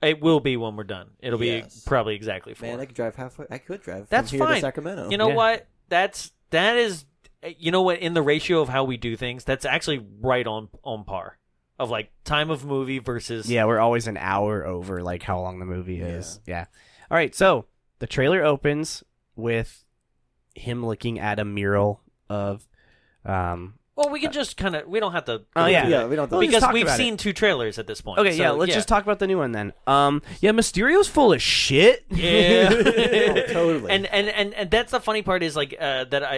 Speaker 1: It will be when we're done. It'll be
Speaker 3: Yes.
Speaker 1: probably exactly four.
Speaker 3: Man, I could drive halfway. I could drive.
Speaker 1: That's
Speaker 3: from here
Speaker 1: fine.
Speaker 3: To Sacramento.
Speaker 1: you know
Speaker 2: Yeah.
Speaker 1: what? That's that is. You know what? In the ratio of how we do things, that's actually right on on par of like time of movie versus
Speaker 2: Yeah, we're always an hour over like how long the movie is. Yeah. All right, so the trailer opens with him looking at a mural of um
Speaker 1: Well, we can just kind of we don't have to.
Speaker 2: Oh, yeah.
Speaker 3: Yeah, we don't.
Speaker 2: Well,
Speaker 3: think-
Speaker 2: just
Speaker 1: because
Speaker 2: talk
Speaker 1: we've
Speaker 2: about it.
Speaker 1: seen two trailers at this point.
Speaker 2: Okay,
Speaker 1: so,
Speaker 2: yeah, let's just talk about the new one then. Um yeah, Mysterio's full of shit.
Speaker 1: Yeah,
Speaker 3: Oh, totally.
Speaker 1: And, and and and that's the funny part is like uh, that I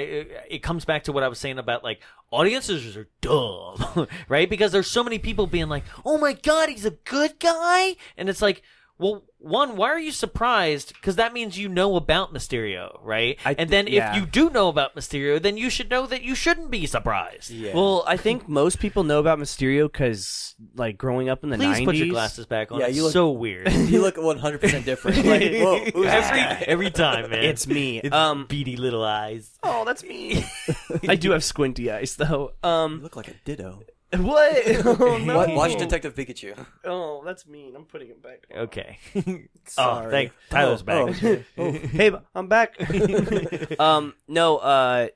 Speaker 1: it comes back to what I was saying about like audiences are dumb, right? Because there's so many people being like, "Oh my god, he's a good guy," and it's like. Well, one, why are you surprised? Because that means you know about Mysterio, right?
Speaker 2: I
Speaker 1: and
Speaker 2: thi-
Speaker 1: then
Speaker 2: yeah.
Speaker 1: if you do know about Mysterio, then you should know that you shouldn't be surprised.
Speaker 3: yeah.
Speaker 2: Well, I think most people know about Mysterio cuz like growing up in the
Speaker 1: Please
Speaker 2: 90s
Speaker 1: put your glasses back on.
Speaker 3: Yeah,
Speaker 1: it's
Speaker 3: you look-
Speaker 1: so weird.
Speaker 3: you look 100 percent different. Like, whoa, who's this
Speaker 1: every
Speaker 3: guy?
Speaker 1: every time, man.
Speaker 2: It's me.
Speaker 1: It's
Speaker 2: um
Speaker 1: beady little eyes.
Speaker 2: Oh, that's me. I do have squinty eyes though. Um
Speaker 3: You look like a ditto.
Speaker 2: What? Oh, no.
Speaker 3: Wa- Watch Detective Pikachu.
Speaker 2: Oh, that's mean. I'm putting him back.
Speaker 1: Okay.
Speaker 3: Sorry.
Speaker 1: Oh, thank Tyler's back.
Speaker 3: Oh, okay. Oh.
Speaker 2: hey, I'm back. um, no. Uh,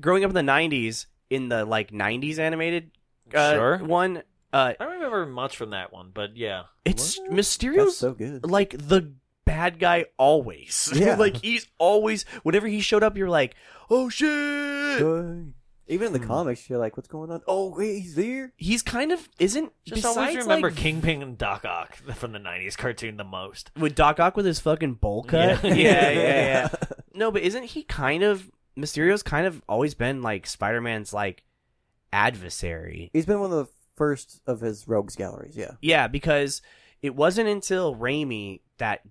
Speaker 2: growing up in the '90s, in the like '90s animated uh,
Speaker 1: Sure.
Speaker 2: one, uh,
Speaker 1: I don't remember much from that one, but yeah.
Speaker 2: it's
Speaker 3: What? That's
Speaker 2: Mysterio's
Speaker 3: so good.
Speaker 2: like the bad guy always.
Speaker 3: Yeah.
Speaker 2: like he's always whenever he showed up, you're like, oh shit.
Speaker 3: Good. Even in the comics, you're like, what's going on? Oh, wait, he's there.
Speaker 2: He's kind of isn't
Speaker 1: Just always
Speaker 2: besides,
Speaker 1: remember
Speaker 2: like,
Speaker 1: Kingpin and Doc Ock from the '90s cartoon the most.
Speaker 2: with Doc Ock with his fucking bowl cut.
Speaker 1: Yeah.
Speaker 2: yeah, yeah. yeah. No, but isn't he kind of Mysterio's kind of always been like Spider Man's like adversary?
Speaker 3: He's been one of the first of his rogues galleries. Yeah.
Speaker 2: Yeah, because it wasn't until Raimi that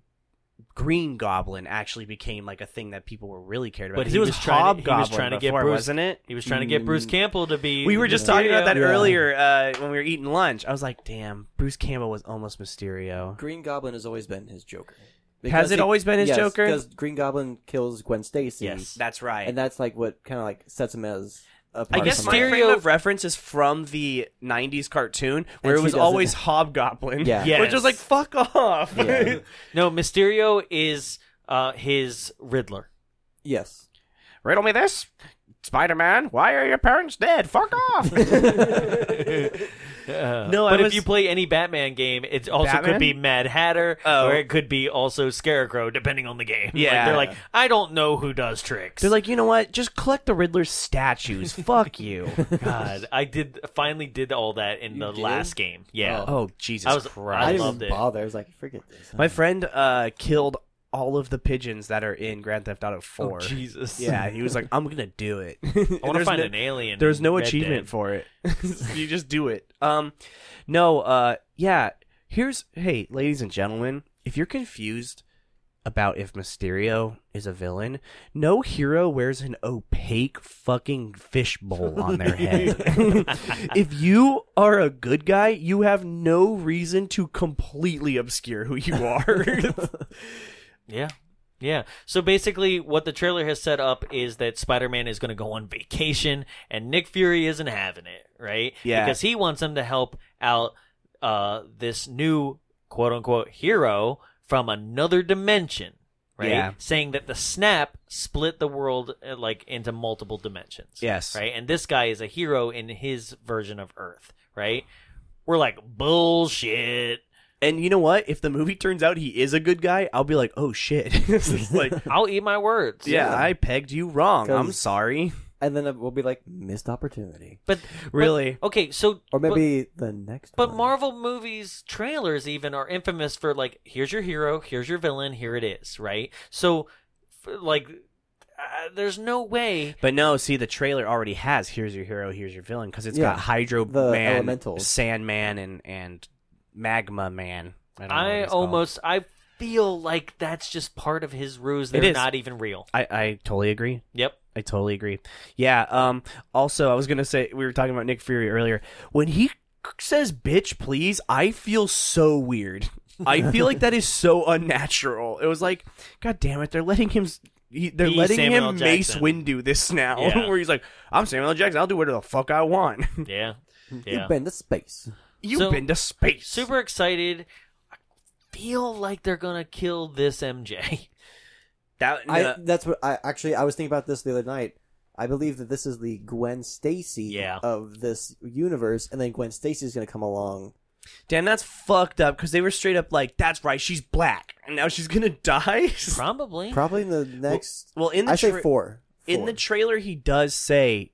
Speaker 2: Green Goblin actually became like a thing that people were really cared about.
Speaker 1: But
Speaker 2: 'Cause
Speaker 1: he was trying to- he was
Speaker 2: Hobgoblin
Speaker 1: trying to get
Speaker 2: before,
Speaker 1: Bruce-
Speaker 2: wasn't it?
Speaker 1: He was trying to get Bruce Campbell to be.
Speaker 2: Mm. We were just
Speaker 1: Mysterio.
Speaker 2: talking about that
Speaker 3: Yeah.
Speaker 2: earlier uh, when we were eating lunch. I was like, "Damn, Bruce Campbell was almost Mysterio."
Speaker 3: Green Goblin has always been his Joker.
Speaker 2: Has it always been his
Speaker 3: yes,
Speaker 2: Joker?
Speaker 3: Because Green Goblin kills Gwen Stacy.
Speaker 1: Yes.
Speaker 2: Mm, That's right.
Speaker 3: And that's like what kind of like sets him as.
Speaker 2: I
Speaker 3: apart
Speaker 2: guess
Speaker 3: from
Speaker 2: my
Speaker 1: Mysterio-
Speaker 3: that.
Speaker 2: frame of reference is from the '90s cartoon where
Speaker 3: And
Speaker 2: it
Speaker 3: she
Speaker 2: was
Speaker 3: doesn't-
Speaker 2: always Hobgoblin,
Speaker 3: Yeah.
Speaker 2: which
Speaker 1: Yes.
Speaker 2: was like "fuck off."
Speaker 3: Yeah.
Speaker 1: No, Mysterio is uh, his Riddler.
Speaker 3: Yes.
Speaker 2: Riddle me this, Spider-Man. Why are your parents dead? Fuck off. No, I
Speaker 1: but if
Speaker 2: was-
Speaker 1: you play any Batman game, it also could
Speaker 2: Batman?
Speaker 1: be Mad Hatter,
Speaker 2: Oh.
Speaker 1: or it could be also Scarecrow, depending on the game. Like,
Speaker 2: Yeah.
Speaker 1: they're like, I don't know who does tricks.
Speaker 2: They're like, you know what? Just collect the Riddler's statues. Fuck you.
Speaker 1: God, I did finally did all that in the
Speaker 3: did?
Speaker 1: last game. Yeah,
Speaker 3: Oh.
Speaker 2: Oh Jesus
Speaker 1: I was-
Speaker 2: Christ!
Speaker 1: I
Speaker 3: I, didn't
Speaker 1: loved
Speaker 3: even
Speaker 1: it.
Speaker 3: bother. I was like, forget this.
Speaker 2: My friend uh, killed all of the pigeons that are in Grand Theft Auto Four.
Speaker 3: Oh,
Speaker 1: Jesus.
Speaker 2: yeah, he was like, "I'm gonna do it."
Speaker 1: I want to find an alien.
Speaker 2: Oh, There's
Speaker 1: in
Speaker 2: no
Speaker 1: Red
Speaker 2: achievement
Speaker 1: Dead.
Speaker 2: for it. you just do it. Um, no. Uh, yeah. Here's hey, ladies and gentlemen, if you're confused about if Mysterio is a villain, no hero wears an opaque fucking fishbowl on their head. if you are a good guy, you have no reason to completely obscure who you are.
Speaker 1: Yeah. Yeah. So basically, what the trailer has set up is that Spider Man is going to go on vacation, and Nick Fury isn't having it, right?
Speaker 2: Yeah.
Speaker 1: Because he wants him to help out uh, this new quote unquote hero from another dimension, right?
Speaker 2: Yeah.
Speaker 1: Saying that the snap split the world uh, like into multiple dimensions.
Speaker 2: Yes.
Speaker 1: Right? And this guy is a hero in his version of Earth, right? We're like, bullshit.
Speaker 2: and you know what? If the movie turns out he is a good guy, I'll be like, "Oh shit!" It's just like.
Speaker 1: I'll eat my words.
Speaker 2: Yeah,
Speaker 3: Yeah.
Speaker 2: I pegged you wrong. I'm
Speaker 3: 'Cause-
Speaker 2: sorry.
Speaker 3: And then it will be like missed opportunity,
Speaker 1: But
Speaker 2: Really?
Speaker 1: but- okay, so
Speaker 3: or
Speaker 1: but-
Speaker 3: maybe the next.
Speaker 1: But
Speaker 3: one.
Speaker 1: Marvel movies trailers even are infamous for like, here's your hero, here's your villain, here it is, right? So, f- like, uh, there's no way.
Speaker 2: But no, see, the trailer already has "Here's your hero, here's your villain" because it's
Speaker 3: Yeah.
Speaker 2: got Hydro
Speaker 3: The
Speaker 2: Man,
Speaker 3: elementals.
Speaker 2: Sandman, and and Magma Man. don't know what
Speaker 1: I
Speaker 2: it's called.
Speaker 1: almost, I feel like that's just part of his ruse. They're
Speaker 2: is.
Speaker 1: not even real.
Speaker 2: I, I totally agree.
Speaker 1: Yep.
Speaker 2: I totally agree. Yeah. Um. Also, I was gonna say we were talking about Nick Fury earlier. When he k- says "bitch, please," I feel so weird. I feel like that is so unnatural. It was like, God damn it! They're letting him. s- He, they're
Speaker 1: He's
Speaker 2: letting
Speaker 1: Samuel
Speaker 2: him
Speaker 1: L.
Speaker 2: Mace
Speaker 1: Jackson.
Speaker 2: Windu this now,
Speaker 1: Yeah.
Speaker 2: where he's like, "I'm Samuel L. Jackson. I'll do whatever the fuck I want."
Speaker 1: Yeah. Yeah.
Speaker 3: you've been to space.
Speaker 2: You've
Speaker 1: So-
Speaker 2: been to space.
Speaker 1: Super excited. I feel like they're going to kill this MJ.
Speaker 2: That,
Speaker 3: I, that's what I actually I was thinking about this the other night. I believe that this is the Gwen Stacy
Speaker 1: Yeah.
Speaker 3: of this universe, and then Gwen Stacy is going to come along.
Speaker 2: damn, that's fucked up because they were straight up like, "That's right, she's black, and now she's gonna die."
Speaker 1: Probably.
Speaker 3: Probably in the next.
Speaker 2: well, in the
Speaker 3: I say
Speaker 2: tra-
Speaker 3: four. four.
Speaker 2: in the trailer, he does say,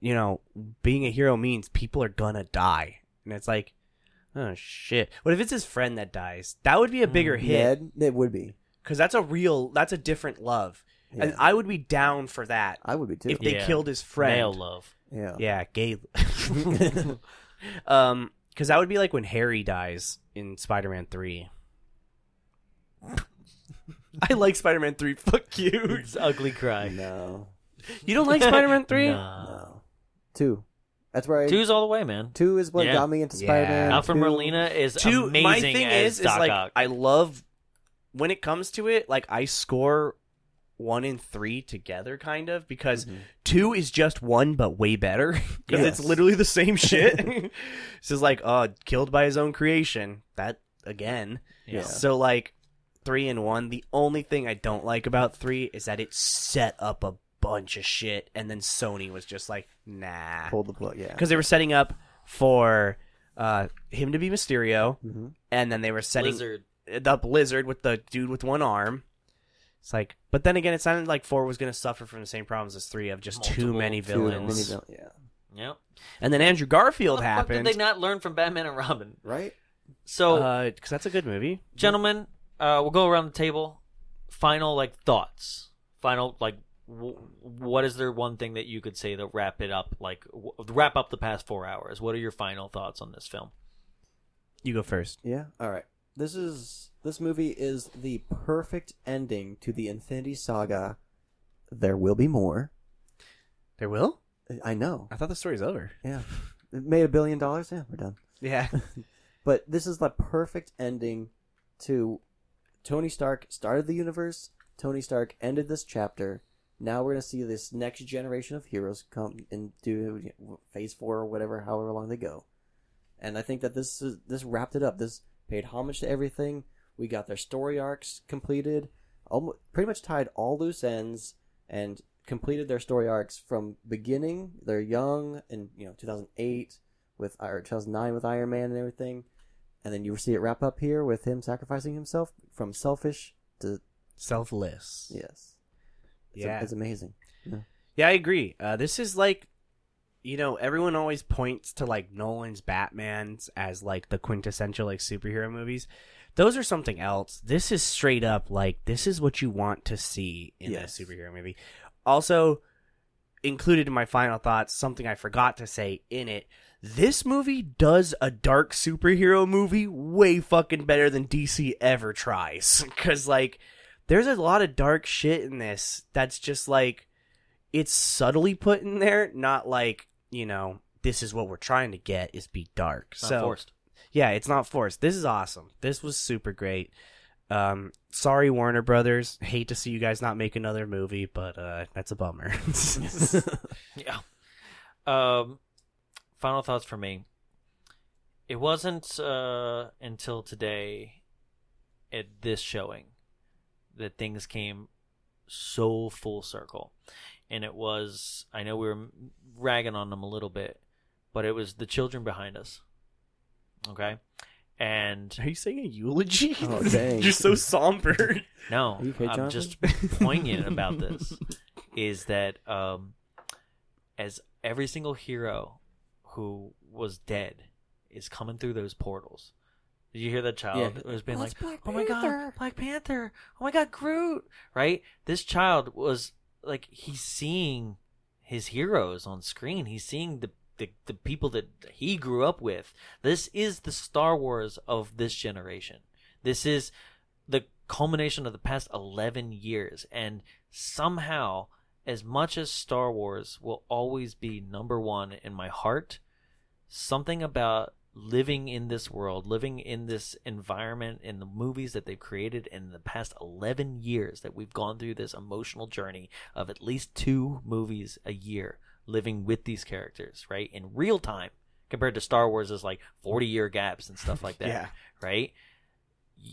Speaker 2: you know, being a hero means people are gonna die, and it's like, oh shit. What if it's his friend that dies? That would be a
Speaker 3: Mm,
Speaker 2: bigger hit
Speaker 3: Ned, it would be.
Speaker 2: because that's a real, that's a different love,
Speaker 3: Yeah.
Speaker 2: and I would be down for that
Speaker 3: I would be too.
Speaker 2: if they
Speaker 1: Yeah.
Speaker 2: killed his friend.
Speaker 1: Male love.
Speaker 3: yeah.
Speaker 2: Yeah, gay. um, because that would be like when Harry dies in Spider-Man Three. I like Spider-Man Three. Fuck you.
Speaker 1: It's ugly cry.
Speaker 3: No,
Speaker 2: You don't like Spider-Man Three?
Speaker 1: Nah.
Speaker 3: no, two. That's where I,
Speaker 1: Two's all the way, man.
Speaker 3: two is what
Speaker 1: Yeah.
Speaker 3: got me into
Speaker 2: Yeah.
Speaker 3: Spider-Man.
Speaker 1: Alfred
Speaker 3: two.
Speaker 1: Merlina is
Speaker 2: Two.
Speaker 1: amazing
Speaker 2: my thing
Speaker 1: as
Speaker 2: is, is
Speaker 1: Doc
Speaker 2: like
Speaker 1: Ock.
Speaker 2: I love when it comes to it. Like I score one and three together, kind of because
Speaker 1: Mm-hmm.
Speaker 2: two is just one, but way better because
Speaker 3: Yes.
Speaker 2: it's literally the same shit. this is like, uh, killed by his own creation. That again.
Speaker 1: Yeah.
Speaker 2: So like three and one. The only thing I don't like about three is that it set up a bunch of shit, and then Sony was just like, nah,
Speaker 3: pulled the plug. Yeah,
Speaker 2: because they were setting up for uh, him to be Mysterio,
Speaker 3: hmm
Speaker 2: and then they were setting
Speaker 1: Blizzard.
Speaker 2: up Lizard with the dude with one arm. It's like, but then again, it sounded like four was going to suffer from the same problems as three of just too
Speaker 1: Multiple-
Speaker 2: many
Speaker 1: Too
Speaker 2: villains.
Speaker 3: Mini villain. Yeah,
Speaker 1: Yep.
Speaker 2: And then Andrew Garfield
Speaker 1: What the fuck
Speaker 2: happened.
Speaker 1: Did they not learn from Batman and Robin?
Speaker 3: right.
Speaker 1: So,
Speaker 2: Uh, 'cause that's a good movie.
Speaker 1: gentlemen, uh, we'll go around the table. Final like thoughts. Final like, w- what is there one thing that you could say to wrap it up? Like w- wrap up the past four hours. What are your final thoughts on this film?
Speaker 2: You go first.
Speaker 3: Yeah. All right. This is this movie is the perfect ending to the Infinity Saga. There will be more.
Speaker 2: There will?
Speaker 3: I know.
Speaker 2: I thought the story's over.
Speaker 3: Yeah. It made a billion dollars. Yeah, we're done.
Speaker 2: Yeah.
Speaker 3: But this is the perfect ending to Tony Stark started the universe. Tony Stark ended this chapter. Now we're gonna see this next generation of heroes come and do Phase Four or whatever, however long they go. And I think that this is, this wrapped it up. This paid homage to everything. We got their story arcs completed, almost, pretty much tied all loose ends, and completed their story arcs from beginning. They're young, in you know 2008 with or 2009 with Iron Man and everything, and then you see it wrap up here with him sacrificing himself from selfish to
Speaker 2: Selfless. Yeah,
Speaker 3: yes, it's, it's amazing. Yeah.
Speaker 2: Yeah, I agree. Uh, this is like, you know, everyone always points to like Nolan's Batman's as like the quintessential like superhero movies. Those are something else. This is straight up like this is what you want to see in
Speaker 3: Yes.
Speaker 2: a superhero movie. Also, included in my final thoughts, something I forgot to say in it. This movie does a dark superhero movie way fucking better than DC ever tries. Cause like, there's a lot of dark shit in this that's just like, it's subtly put in there, not like, you know, this is what we're trying to get is be dark.
Speaker 1: It's not
Speaker 2: so
Speaker 1: forced.
Speaker 2: yeah, it's not forced. This is awesome. This was super great. Um, sorry, Warner Brothers. Hate to see you guys not make another movie, but uh, that's a bummer.
Speaker 1: Yeah. Um, final thoughts for me. It wasn't uh, until today, at this showing, that things came so full circle, and it was. I know we were ragging on them a little bit, but it was the children behind us. Okay, and
Speaker 2: Are you saying a eulogy?
Speaker 3: Oh, dang.
Speaker 2: You're so somber.
Speaker 1: no,
Speaker 3: Are you okay,
Speaker 1: I'm
Speaker 3: Jonathan?
Speaker 1: just poignant about this is that um, as every single hero who was dead is coming through those portals. Did you hear that child
Speaker 3: Yeah.
Speaker 1: who was being
Speaker 3: That's
Speaker 1: like,
Speaker 3: Black
Speaker 1: "Oh my god,
Speaker 3: Panther."
Speaker 1: Black Panther! Oh my god, Groot!" Right? This child was like he's seeing his heroes on screen. He's seeing the the, the people that he grew up with. This is the Star Wars of this generation. This is the culmination of the past 11 years and somehow as much as star wars will always be number one in my heart something about living in this world living in this environment in the movies that they've created in the past 11 years that we've gone through this emotional journey of at least two movies a year living with these characters right in real time compared to star wars is like 40 year gaps and stuff like that
Speaker 2: Yeah.
Speaker 1: right Y-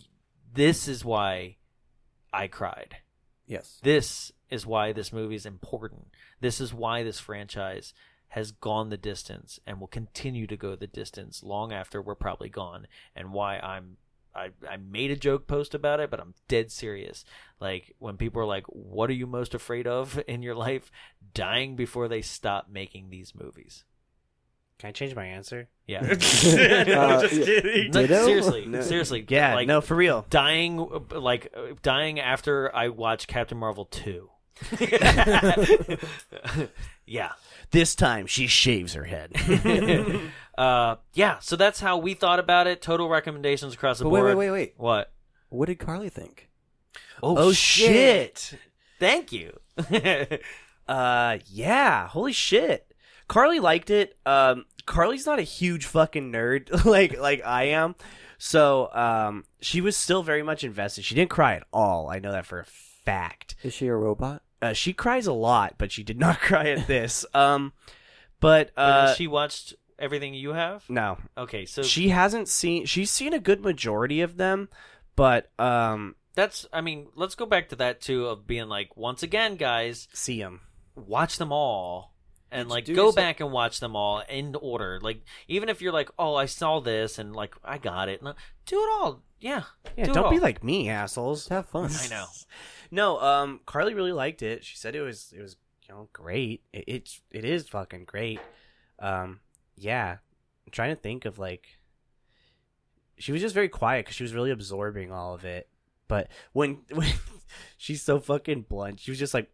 Speaker 1: this is why i cried
Speaker 3: Yes.
Speaker 1: this is why this movie is important. This is why this franchise has gone the distance and will continue to go the distance long after we're probably gone and why I'm I, I made a joke post about it, but I'm dead serious. Like when people are like, What are you most afraid of in your life? Dying before they stop making these movies.
Speaker 2: Can I change my answer?
Speaker 1: Yeah.
Speaker 2: no,
Speaker 1: No,
Speaker 3: Uh,
Speaker 2: just
Speaker 3: yeah.
Speaker 2: kidding.
Speaker 3: No. Ditto?
Speaker 1: seriously.
Speaker 2: No.
Speaker 1: Seriously.
Speaker 2: Yeah,
Speaker 1: like
Speaker 2: no, for real.
Speaker 1: dying uh, like uh, dying after I watch Captain Marvel 2. yeah.
Speaker 2: This time she shaves her head.
Speaker 1: uh, yeah, so that's how we thought about it. Total recommendations across the
Speaker 3: But wait,
Speaker 1: board.
Speaker 3: wait, wait, wait.
Speaker 1: What?
Speaker 3: What did Carly think?
Speaker 1: Oh,
Speaker 2: oh shit.
Speaker 1: Thank you.
Speaker 2: Uh, yeah. Holy shit. Carly liked it. Um, Carly's not a huge fucking nerd like like I am, so um, she was still very much invested. She didn't cry at all. I know that for a fact.
Speaker 3: Is she a robot?
Speaker 2: Uh, she cries a lot, but she did not cry at this. Um, but
Speaker 1: Uh,
Speaker 2: uh,
Speaker 1: she watched everything you have?
Speaker 2: no,
Speaker 1: Okay, so
Speaker 2: she hasn't seen. She's seen a good majority of them, but um,
Speaker 1: that's I mean, let's go back to that too of being like once again, guys,
Speaker 2: see them.
Speaker 1: watch them all and like
Speaker 3: do
Speaker 1: go
Speaker 3: yourself-
Speaker 1: back and watch them all in order. Like even if you're like, "Oh, I saw this and like I got it." No, do it all. Yeah.
Speaker 2: Yeah,
Speaker 1: do it
Speaker 2: don't be
Speaker 1: all.
Speaker 2: like me, assholes.
Speaker 3: Just have fun.
Speaker 1: I know.
Speaker 2: No, um, Carly really liked it. She said it was it was you know great. It, it's it is fucking great. Um, yeah, I'm trying to think of like. She was just very quiet because she was really absorbing all of it. But when when she's so fucking blunt, she was just like,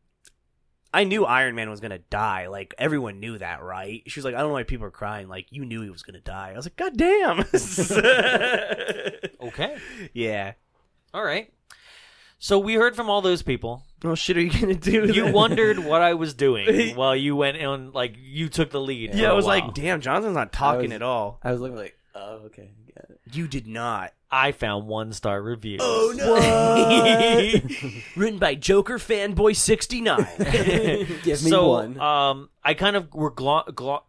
Speaker 2: "I knew Iron Man was gonna die. Like everyone knew that, right?" She was like, "I don't know why people are crying. Like you knew he was gonna die." I was like, "God damn."
Speaker 1: Okay.
Speaker 2: yeah.
Speaker 1: All right. So we heard from all those people.
Speaker 2: Well, shit, are you gonna do? with
Speaker 1: You
Speaker 2: it?
Speaker 1: wondered what I was doing while you went on, like you took the lead. for
Speaker 2: Yeah, I
Speaker 1: a
Speaker 2: was
Speaker 1: while.
Speaker 2: like, damn, Johnson's not talking
Speaker 3: was-
Speaker 2: at all.
Speaker 3: I was looking like, oh, okay, got it.
Speaker 2: You did not.
Speaker 1: I found one star reviews.
Speaker 3: Oh,
Speaker 2: Oh, Written by Joker Fanboy 69.
Speaker 3: Give me
Speaker 1: so,
Speaker 3: one.
Speaker 1: Um, I kind of were glo- glo-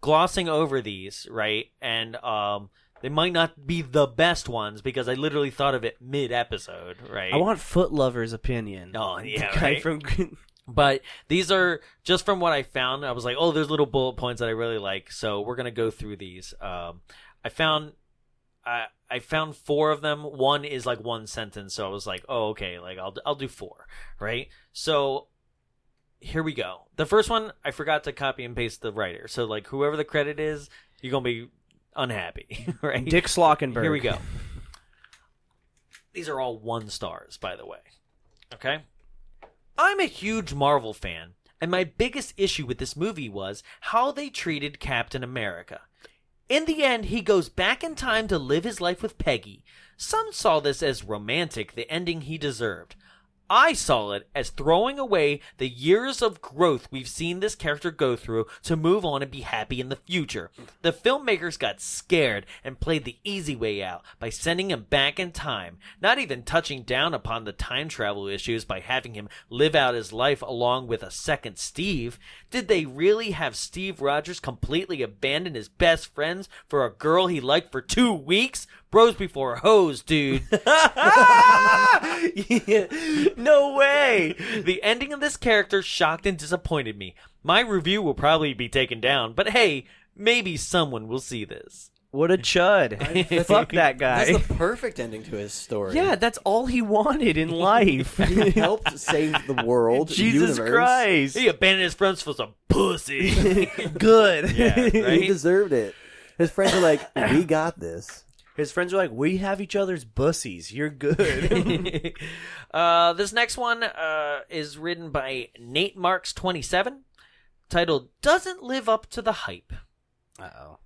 Speaker 1: glossing over these, right? And um, they might not be the best ones because I literally thought of it mid episode, right?
Speaker 2: I want Foot Lover's opinion.
Speaker 1: Oh, yeah,
Speaker 2: The guy
Speaker 1: right?
Speaker 2: from Green-
Speaker 1: But these are just from what I found. I was like, oh, there's little bullet points that I really like, so we're gonna go through these. Um, I found, I I found four of them. One is like one sentence, so I was like, oh, okay, like I'll I'll do four, right? So here we go. The first one I forgot to copy and paste the writer, so like whoever the credit is, you're gonna be unhappy, right?
Speaker 2: Dick Slockenberg.
Speaker 1: Here we go. These are all one stars, by the way. Okay? I'm a huge Marvel fan, and my biggest issue with this movie was how they treated Captain America. In the end, he goes back in time to live his life with Peggy. Some saw this as romantic, the ending he deserved. I saw it as throwing away the years of growth we've seen this character go through to move on and be happy in the future. The filmmakers got scared and played the easy way out by sending him back in time, not even touching down upon the time travel issues by having him live out his life along with a second Steve. Did they really have Steve Rogers completely abandon his best friends for a girl he liked for two weeks? Bros before hoes, dude.
Speaker 2: no way.
Speaker 1: the ending of this character shocked and disappointed me. My review will probably be taken down, but hey, maybe someone will see this.
Speaker 2: What a chud. Fuck that guy.
Speaker 3: That's the perfect ending to his story.
Speaker 2: yeah, that's all he wanted in life.
Speaker 3: he helped save the world.
Speaker 2: Jesus
Speaker 3: universe.
Speaker 2: Christ.
Speaker 1: He abandoned his friends for some pussy.
Speaker 2: Good.
Speaker 1: Yeah, right?
Speaker 3: He deserved it. His friends are like, "We got this."
Speaker 2: His friends are like, we have each other's bussies. You're good.
Speaker 1: uh, this next one uh, is written by Nate Marks 27, titled Doesn't Live Up to the Hype.
Speaker 2: uh oh.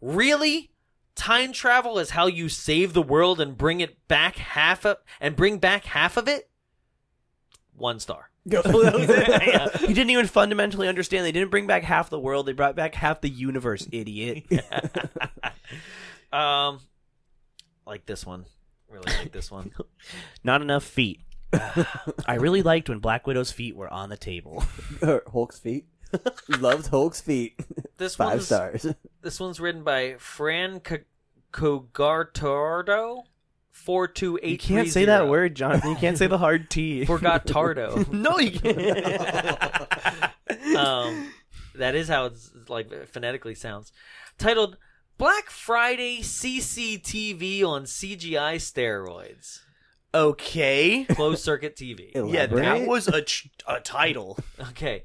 Speaker 1: Really? Time travel is how you save the world and bring it back half of and bring back half of it? One star.
Speaker 2: Yeah. He didn't even fundamentally understand. They didn't bring back half the world. They brought back half the universe, idiot.
Speaker 1: Um like this one. Really like this one.
Speaker 2: Not enough feet. I really liked when Black Widow's feet were on the table.
Speaker 3: Or Hulk's feet. Loved Hulk's feet.
Speaker 1: This
Speaker 3: Five
Speaker 1: one's
Speaker 3: stars.
Speaker 1: this one's written by Fran C- Cogartardo four two eight.
Speaker 2: You can't say that word, Jonathan. You can't say the hard T.
Speaker 1: Forgotardo.
Speaker 2: no, you can't.
Speaker 1: um, that is how it's like phonetically sounds. Titled Black Friday CCTV on CGI steroids.
Speaker 2: okay.
Speaker 1: Closed circuit TV.
Speaker 2: Yeah, that
Speaker 3: Elaborate?
Speaker 2: was a, ch- a title.
Speaker 1: Okay.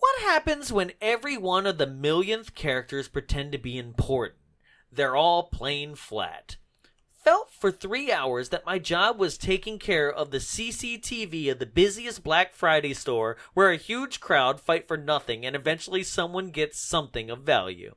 Speaker 1: What happens when every one of the millionth characters pretend to be important? They're all plain flat. Felt for three hours that my job was taking care of the CCTV of the busiest Black Friday store where a huge crowd fight for nothing and eventually someone gets something of value.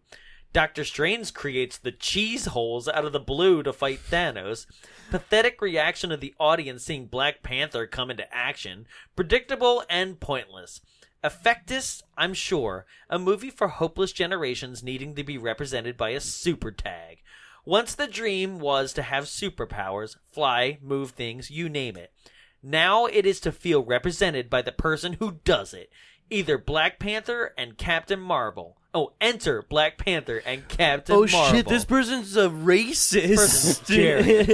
Speaker 1: Doctor Strange creates the cheese holes out of the blue to fight Thanos. Pathetic reaction of the audience seeing Black Panther come into action. Predictable and pointless. Effectist, I'm sure. A movie for hopeless generations needing to be represented by a super tag. Once the dream was to have superpowers, fly, move things, you name it. Now it is to feel represented by the person who does it. Either Black Panther and Captain Marvel. Oh, enter Black Panther and Captain
Speaker 2: oh
Speaker 1: Marvel.
Speaker 2: shit! This person's a
Speaker 1: person's
Speaker 2: racist.
Speaker 1: Jerry.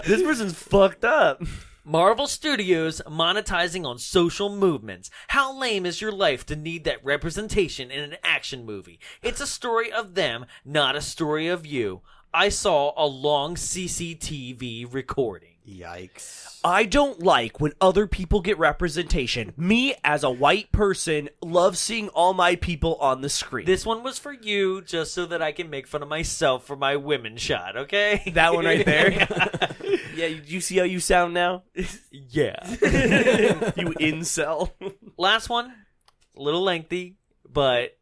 Speaker 2: this person's fucked up.
Speaker 1: Marvel Studios monetizing on social movements. How lame is your life to need that representation in an action movie? It's a story of them, not a story of you. I saw a long CCTV recording.
Speaker 3: Yikes.
Speaker 2: I don't like when other people get representation. Me, as a white person, love seeing all my people on the screen.
Speaker 1: This one was for you, just so that I can make fun of myself for my women shot, okay?
Speaker 2: that one right there. yeah, you, you see how you sound now?
Speaker 1: yeah.
Speaker 2: you incel.
Speaker 1: Last one, a little lengthy, but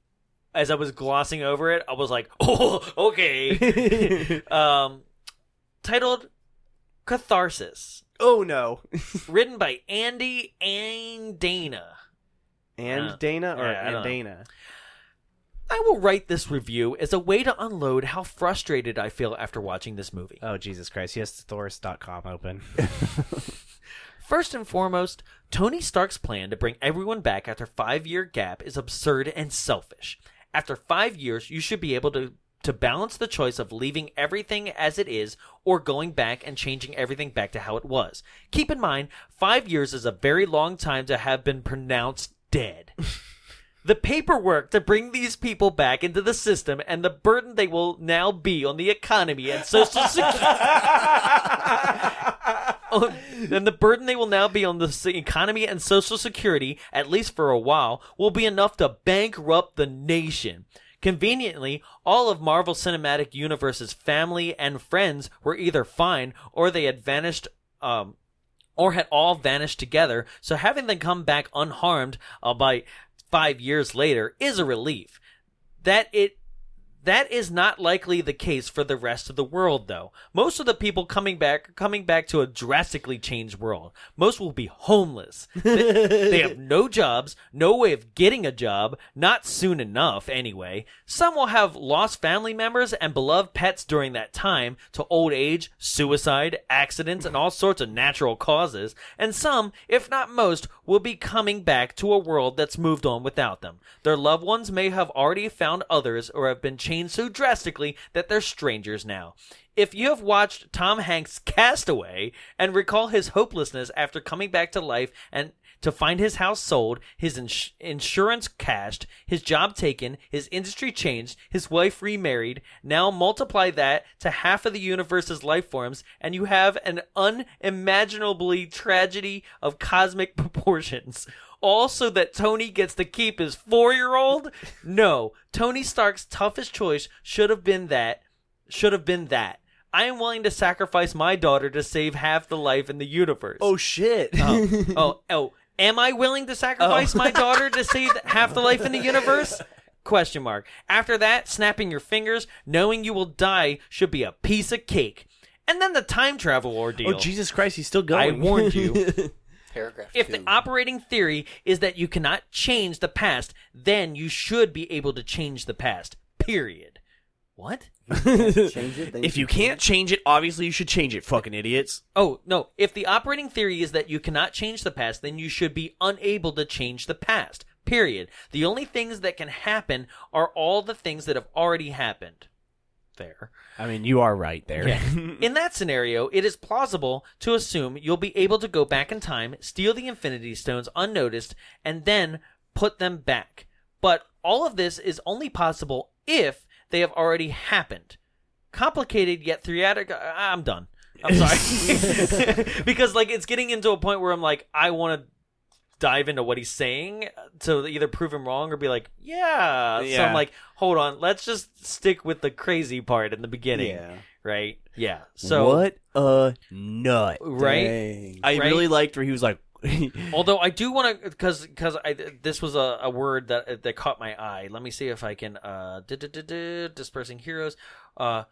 Speaker 1: as I was glossing over it, I was like, oh, okay. um, titled Catharsis,
Speaker 2: Oh no.
Speaker 1: written by Andy and Dana.
Speaker 2: And
Speaker 1: Uh,
Speaker 2: Dana or
Speaker 1: yeah, I don't
Speaker 2: and
Speaker 1: know.
Speaker 2: Dana.
Speaker 1: I will write this review as a way to unload how frustrated I feel after watching this movie.
Speaker 2: Oh Jesus Christ! He has Thoris.com open.
Speaker 1: First and foremost, Tony Stark's plan to bring everyone back after five year gap is absurd and selfish. After five years, you should be able to to balance the choice of leaving everything as it is or going back and changing everything back to how it was. Keep in mind, five years is a very long time to have been pronounced dead. the paperwork to bring these people back into the system and the burden they will now be on the economy and social security and the burden they will now be on the s- economy and social security at least for a while will be enough to bankrupt the nation conveniently all of marvel cinematic universe's family and friends were either fine or they had vanished um, or had all vanished together, so having them come back unharmed uh, by five years later is a relief. That it that is not likely the case for the rest of the world, though. Most of the people coming back are coming back to a drastically changed world. Most will be homeless. They, they have no jobs, no way of getting a job, not soon enough, anyway. Some will have lost family members and beloved pets during that time to old age, suicide, accidents, and all sorts of natural causes. And some, if not most, will be coming back to a world that's moved on without them. Their loved ones may have already found others or have been changed so drastically that they're strangers now. If you have watched Tom Hanks' Castaway and recall his hopelessness after coming back to life and to find his house sold, his ins- insurance cashed, his job taken, his industry changed, his wife remarried, now multiply that to half of the universe's life forms, and you have an unimaginably tragedy of cosmic proportions all so that Tony gets to keep his four year old? No. Tony Stark's toughest choice should have been that. Should have been that. I am willing to sacrifice my daughter to save half the life in the universe.
Speaker 2: Oh shit!
Speaker 1: oh, oh, oh. Am I willing to sacrifice
Speaker 2: Oh.
Speaker 1: my daughter to save half the life in the universe? Question mark. After that, snapping your fingers, knowing you will die, should be a piece of cake. And then the time travel ordeal.
Speaker 2: Oh Jesus Oh. Christ! He's still
Speaker 1: I
Speaker 2: going.
Speaker 1: warned you.
Speaker 4: Paragraph
Speaker 1: If
Speaker 4: two.
Speaker 1: the operating theory is that you cannot change the past, then you should be able to change the past. Period. What?
Speaker 3: Change it. then
Speaker 2: if you can't change it, obviously you should change it. Fucking idiots.
Speaker 1: Oh, no. If the operating theory is that you cannot change the past, then you should be unable to change the past. Period. The only things that can happen are all the things that have already happened. There.
Speaker 2: I mean, you are right there.
Speaker 1: in that scenario, it is plausible to assume you'll be able to go back in time, steal the Infinity Stones unnoticed, and then put them back. But all of this is only possible if they have already happened. Complicated yet theatric. I- I'm done. I'm sorry. because, like, it's getting into a point where I'm like, I want to dive into what he's saying to either prove him wrong or be like, yeah. So
Speaker 2: Yeah.
Speaker 1: I'm like, hold on, let's just stick with the crazy part in the beginning
Speaker 3: Yeah.
Speaker 1: right? Yeah. So
Speaker 2: what a nut!
Speaker 1: right?
Speaker 3: Dang.
Speaker 2: I
Speaker 1: Right?
Speaker 2: really liked where he was like, Uh,
Speaker 1: Although I do want to, because because I this was a, a word that that caught my eye. Let me see if I can uh duh, duh, duh, duh, dispersing heroes, uh.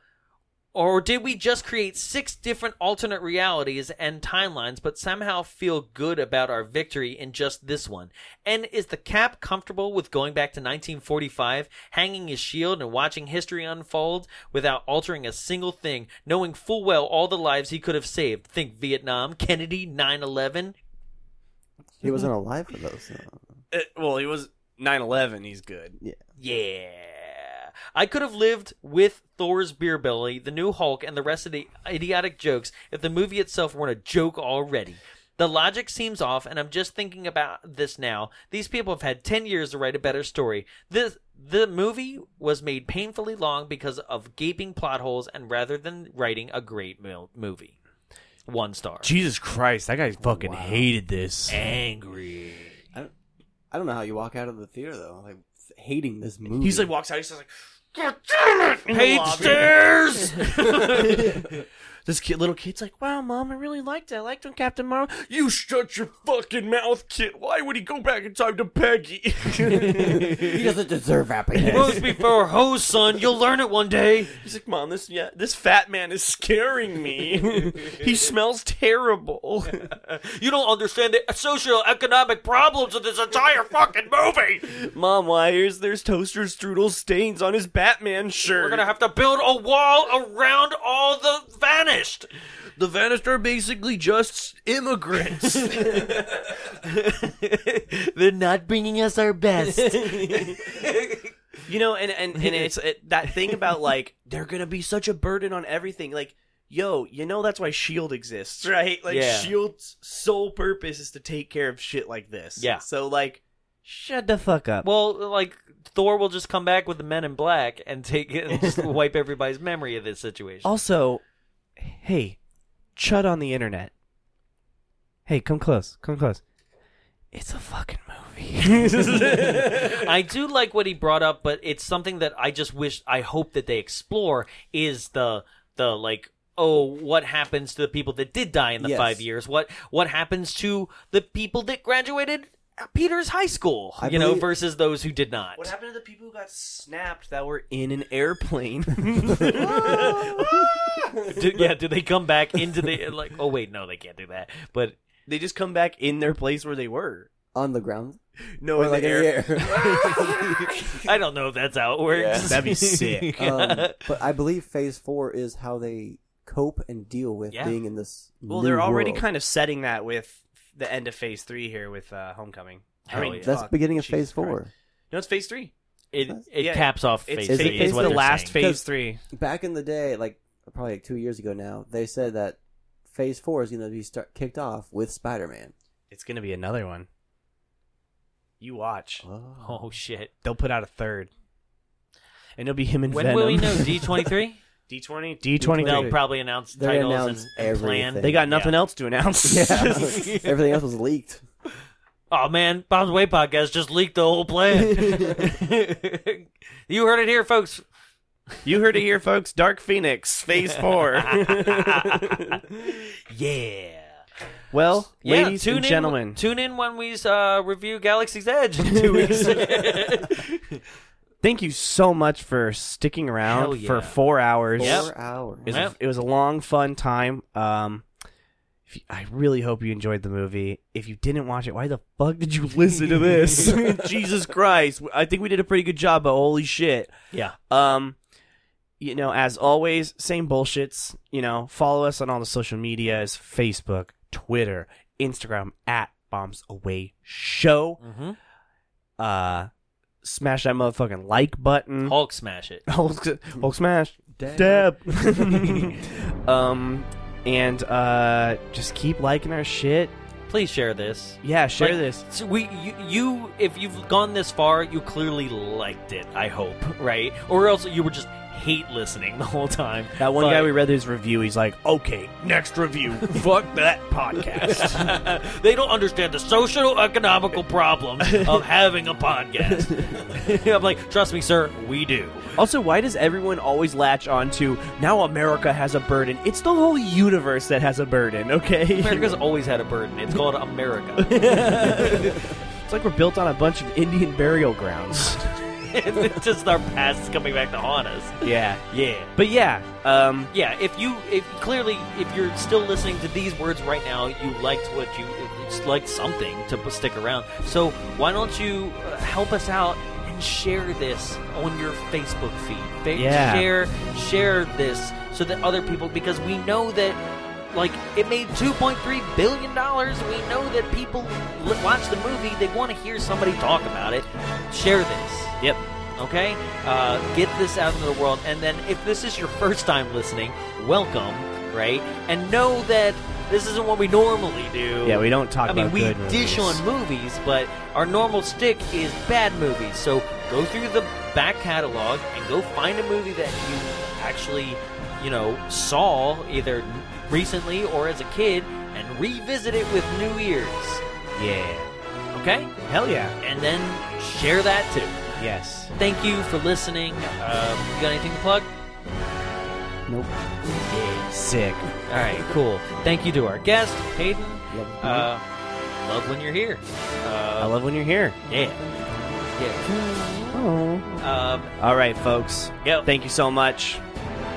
Speaker 1: Or did we just create six different alternate realities and timelines, but somehow feel good about our victory in just this one? And is the Cap comfortable with going back to 1945, hanging his shield and watching history unfold without altering a single thing, knowing full well all the lives he could have saved? Think Vietnam, Kennedy, 9 11,
Speaker 3: he wasn't alive for those. though.
Speaker 2: Uh, "Well, he was 9/11. He's good."
Speaker 1: Yeah. I could have lived with Thor's beer belly, the new Hulk, and the rest of the idiotic jokes if the movie itself weren't a joke already. The logic seems off, and I'm just thinking about this now. These people have had 10 years to write a better story. This, the movie was made painfully long because of gaping plot holes and rather than writing a great mil- movie. One star.
Speaker 2: Jesus Christ, that guy fucking hated this.
Speaker 1: Angry.
Speaker 3: I don't know how you walk out of the theater though, like hating this movie.
Speaker 2: He's like walks out. He's just like,
Speaker 1: Paid stairs!
Speaker 2: this kid, little kid's like, "Wow, mom, I really liked it. I liked when Captain Marvel." You shut your fucking mouth, kid. Why would he go back in time to Peggy?
Speaker 3: he doesn't deserve happiness.
Speaker 1: Rose before hose, son. You'll learn it one day.
Speaker 2: He's like, "Mom, this yeah, this fat man is scaring me. he smells terrible."
Speaker 1: You don't understand the socioeconomic problems of this entire fucking movie.
Speaker 2: Mom, why is there's toaster strudel stains on his Batman shirt?
Speaker 1: We're gonna have to build a wall around all the vanished.
Speaker 2: the vanished are basically just immigrants.
Speaker 1: They're not bringing us our best.
Speaker 2: You know, and and, and it's it, that thing about like they're gonna be such a burden on everything. Like, yo, you know that's why Shield E exists, right? Like,
Speaker 1: Yeah.
Speaker 2: Shield's E sole purpose is to take care of shit like this.
Speaker 1: Yeah.
Speaker 2: So like, shut the fuck up.
Speaker 1: Well, like Thor will just come back with the Men in Black and take it and just wipe everybody's memory of this situation.
Speaker 2: also, hey, chud on the internet. Hey, come close, come close. It's a fucking movie.
Speaker 1: I do like what he brought up, but it's something that I just wish I hope that they explore is the the like oh what happens to the people that did die in the
Speaker 3: Yes.
Speaker 1: 5 years? What what happens to the people that graduated Peter's high school,
Speaker 3: I
Speaker 1: you know,
Speaker 3: believe-
Speaker 1: versus those who did not.
Speaker 2: What happened to the people who got snapped that were in an airplane?
Speaker 1: Do- yeah, do they come back into the like oh wait, no, they can't do that. But
Speaker 2: they just come back in their place where they were.
Speaker 3: on the ground
Speaker 2: No,
Speaker 3: or
Speaker 2: in
Speaker 3: like
Speaker 2: the
Speaker 3: in
Speaker 2: air.
Speaker 3: the air.
Speaker 1: I don't know if that's how it works.
Speaker 2: Yeah, that'd be sick.
Speaker 3: um, but I believe Phase Four is how they cope and deal with
Speaker 1: Yeah.
Speaker 3: being in this.
Speaker 2: Well,
Speaker 3: new
Speaker 2: they're already
Speaker 3: world.
Speaker 2: kind of setting that with the end of Phase Three here with uh, Homecoming.
Speaker 1: Hell
Speaker 2: I mean,
Speaker 1: yeah.
Speaker 3: That's
Speaker 2: fuck,
Speaker 3: beginning of
Speaker 2: Jesus
Speaker 3: Phase Four.
Speaker 2: Christ. No, it's Phase Three.
Speaker 1: it it
Speaker 2: Yeah.
Speaker 1: caps off phase
Speaker 2: It's,
Speaker 3: Is it
Speaker 1: three.
Speaker 2: phase,
Speaker 1: is
Speaker 2: it's
Speaker 1: what
Speaker 2: the
Speaker 1: they're
Speaker 2: last
Speaker 1: saying.
Speaker 2: Phase Three.
Speaker 3: Back in the day, like probably like two years ago now, they said that Phase Four is going to be start- kicked off with Spider Man.
Speaker 2: It's gonna be another one. You watch.
Speaker 1: Oh shit!
Speaker 2: They'll put out a third, and it'll be him and
Speaker 1: When
Speaker 2: Venom.
Speaker 1: will we know? D twenty three.
Speaker 2: D twenty. D
Speaker 3: D23.
Speaker 2: twenty.
Speaker 1: They'll probably announce
Speaker 3: They
Speaker 1: titles
Speaker 3: announce
Speaker 1: and, and plan.
Speaker 3: everything.
Speaker 2: They got nothing else to announce.
Speaker 3: Yeah, everything else was leaked.
Speaker 1: Oh man, Bob's Way podcast just leaked the whole plan. you heard it here, folks.
Speaker 2: You heard it here, folks. Dark Phoenix, Phase Four.
Speaker 1: Yeah.
Speaker 2: well,
Speaker 1: Yeah,
Speaker 2: ladies
Speaker 1: tune
Speaker 2: and
Speaker 1: in-
Speaker 2: gentlemen,
Speaker 1: tune in when we uh, review Galaxy's Edge in two weeks.
Speaker 2: thank you so much for sticking
Speaker 1: Hell
Speaker 2: around
Speaker 1: yeah.
Speaker 2: for four hours.
Speaker 3: Four
Speaker 1: Yep.
Speaker 3: hours.
Speaker 2: It was,
Speaker 1: Yep.
Speaker 2: a, it was a long, fun time. Um, if you, I really hope you enjoyed the movie. If you didn't watch it, why the fuck did you listen to this? Jesus Christ! I think we did a pretty good job, but holy shit!
Speaker 1: yeah.
Speaker 2: Um, you know, as always, same bullshits. You know, follow us on all the social medias: Facebook, Twitter, Instagram at Bombs Away Show.
Speaker 1: hmm
Speaker 2: Uh, smash that motherfucking like button.
Speaker 1: Hulk smash it.
Speaker 2: Hulk, Hulk smash.
Speaker 3: Dab.
Speaker 2: Dab. um, and uh, just keep liking our shit.
Speaker 1: Please share this.
Speaker 2: Yeah, share
Speaker 1: Like-
Speaker 2: this.
Speaker 1: So we, you, you, if you've gone this far, you clearly liked it. I hope, right? Or else you were just hate listening the whole time.
Speaker 2: That one
Speaker 1: But-
Speaker 2: guy we read his review. He's like, "Okay, next review. Fuck that podcast."
Speaker 1: they don't understand the social economical problems of having a podcast. I'm like, trust me, sir, we do.
Speaker 2: Also, why does everyone always latch on to now America has a burden? It's the whole universe that has a burden, okay?
Speaker 1: America's always had a burden. It's called America.
Speaker 2: it's like we're built on a bunch of Indian burial grounds.
Speaker 1: it's just our past coming back to haunt us.
Speaker 2: yeah.
Speaker 1: Yeah.
Speaker 2: But yeah, um,
Speaker 1: Yeah, if you if clearly if you're still listening to these words right now, you liked what you it's liked something to p- stick around. So why don't you uh, help us out and share this on your Facebook feed? Fa-
Speaker 2: Yeah.
Speaker 1: Share share this so that other people because we know that like it made 2.3 billion dollars. We know that people li- watch the movie, they want to hear somebody talk about it. Share this
Speaker 2: yep.
Speaker 1: okay uh, get this out into the world and then if this is your first time listening welcome right and know that this isn't what we normally do
Speaker 2: Yeah, we don't talk
Speaker 1: I mean,
Speaker 2: about
Speaker 1: we
Speaker 2: good
Speaker 1: dish
Speaker 2: movies.
Speaker 1: on movies, but our normal stick is bad movies. So go through the back catalog and go find a movie that you actually, you know, saw either recently or as a kid and revisit it with new ears.
Speaker 2: Yeah.
Speaker 1: Okay?
Speaker 2: Hell yeah.
Speaker 1: And then share that too
Speaker 2: Yes.
Speaker 1: thank you for listening. Uh, you got anything to plug?
Speaker 3: Nope.
Speaker 2: Sick.
Speaker 1: All right, cool. Thank you to our guest, Hayden.
Speaker 3: Yep.
Speaker 1: Uh, love when you're here.
Speaker 2: I
Speaker 1: Uh,
Speaker 2: love when you're here.
Speaker 1: yeah, yeah.
Speaker 2: Oh.
Speaker 1: Um,
Speaker 2: All right, folks.
Speaker 1: yep,
Speaker 2: Thank you so much.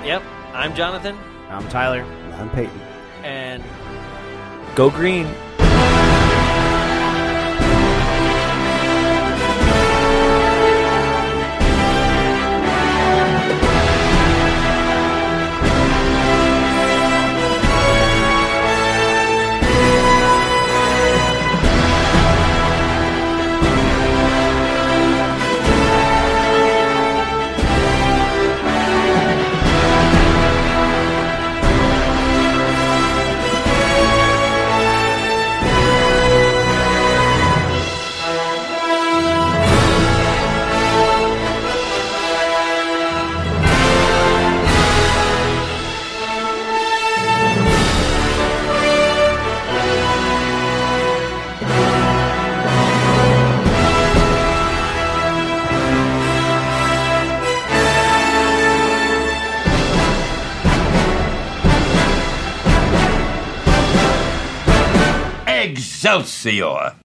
Speaker 1: yep. I'm Jonathan,
Speaker 2: I'm Tyler.
Speaker 3: I'm Peyton.
Speaker 1: and go green.
Speaker 4: Excelsior!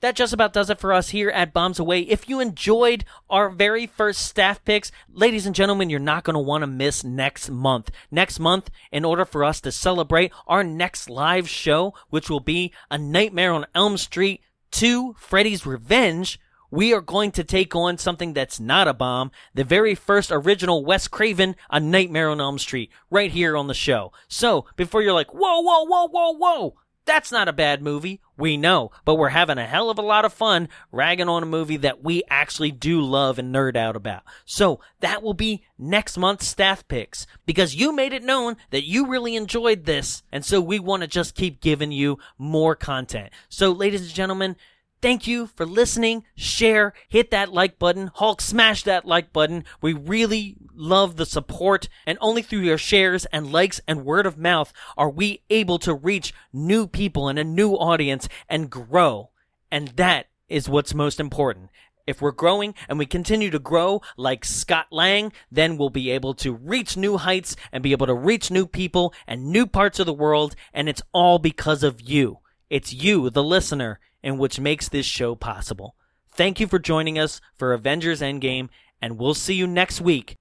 Speaker 1: That just about does it for us here at Bombs Away. If you enjoyed our very first staff picks, ladies and gentlemen, you're not going to want to miss next month. Next month, in order for us to celebrate our next live show, which will be A Nightmare on Elm Street 2 Freddy's Revenge, we are going to take on something that's not a bomb, the very first original Wes Craven, A Nightmare on Elm Street, right here on the show. So, before you're like, whoa, whoa, whoa, whoa, whoa, that's not a bad movie. We know, but we're having a hell of a lot of fun ragging on a movie that we actually do love and nerd out about. So that will be next month's staff picks because you made it known that you really enjoyed this. And so we want to just keep giving you more content. So ladies and gentlemen, Thank you for listening. Share, hit that like button. Hulk, smash that like button. We really love the support, and only through your shares and likes and word of mouth are we able to reach new people and a new audience and grow. And that is what's most important. If we're growing and we continue to grow like Scott Lang, then we'll be able to reach new heights and be able to reach new people and new parts of the world. And it's all because of you. It's you, the listener, and which makes this show possible. Thank you for joining us for Avengers Endgame, and we'll see you next week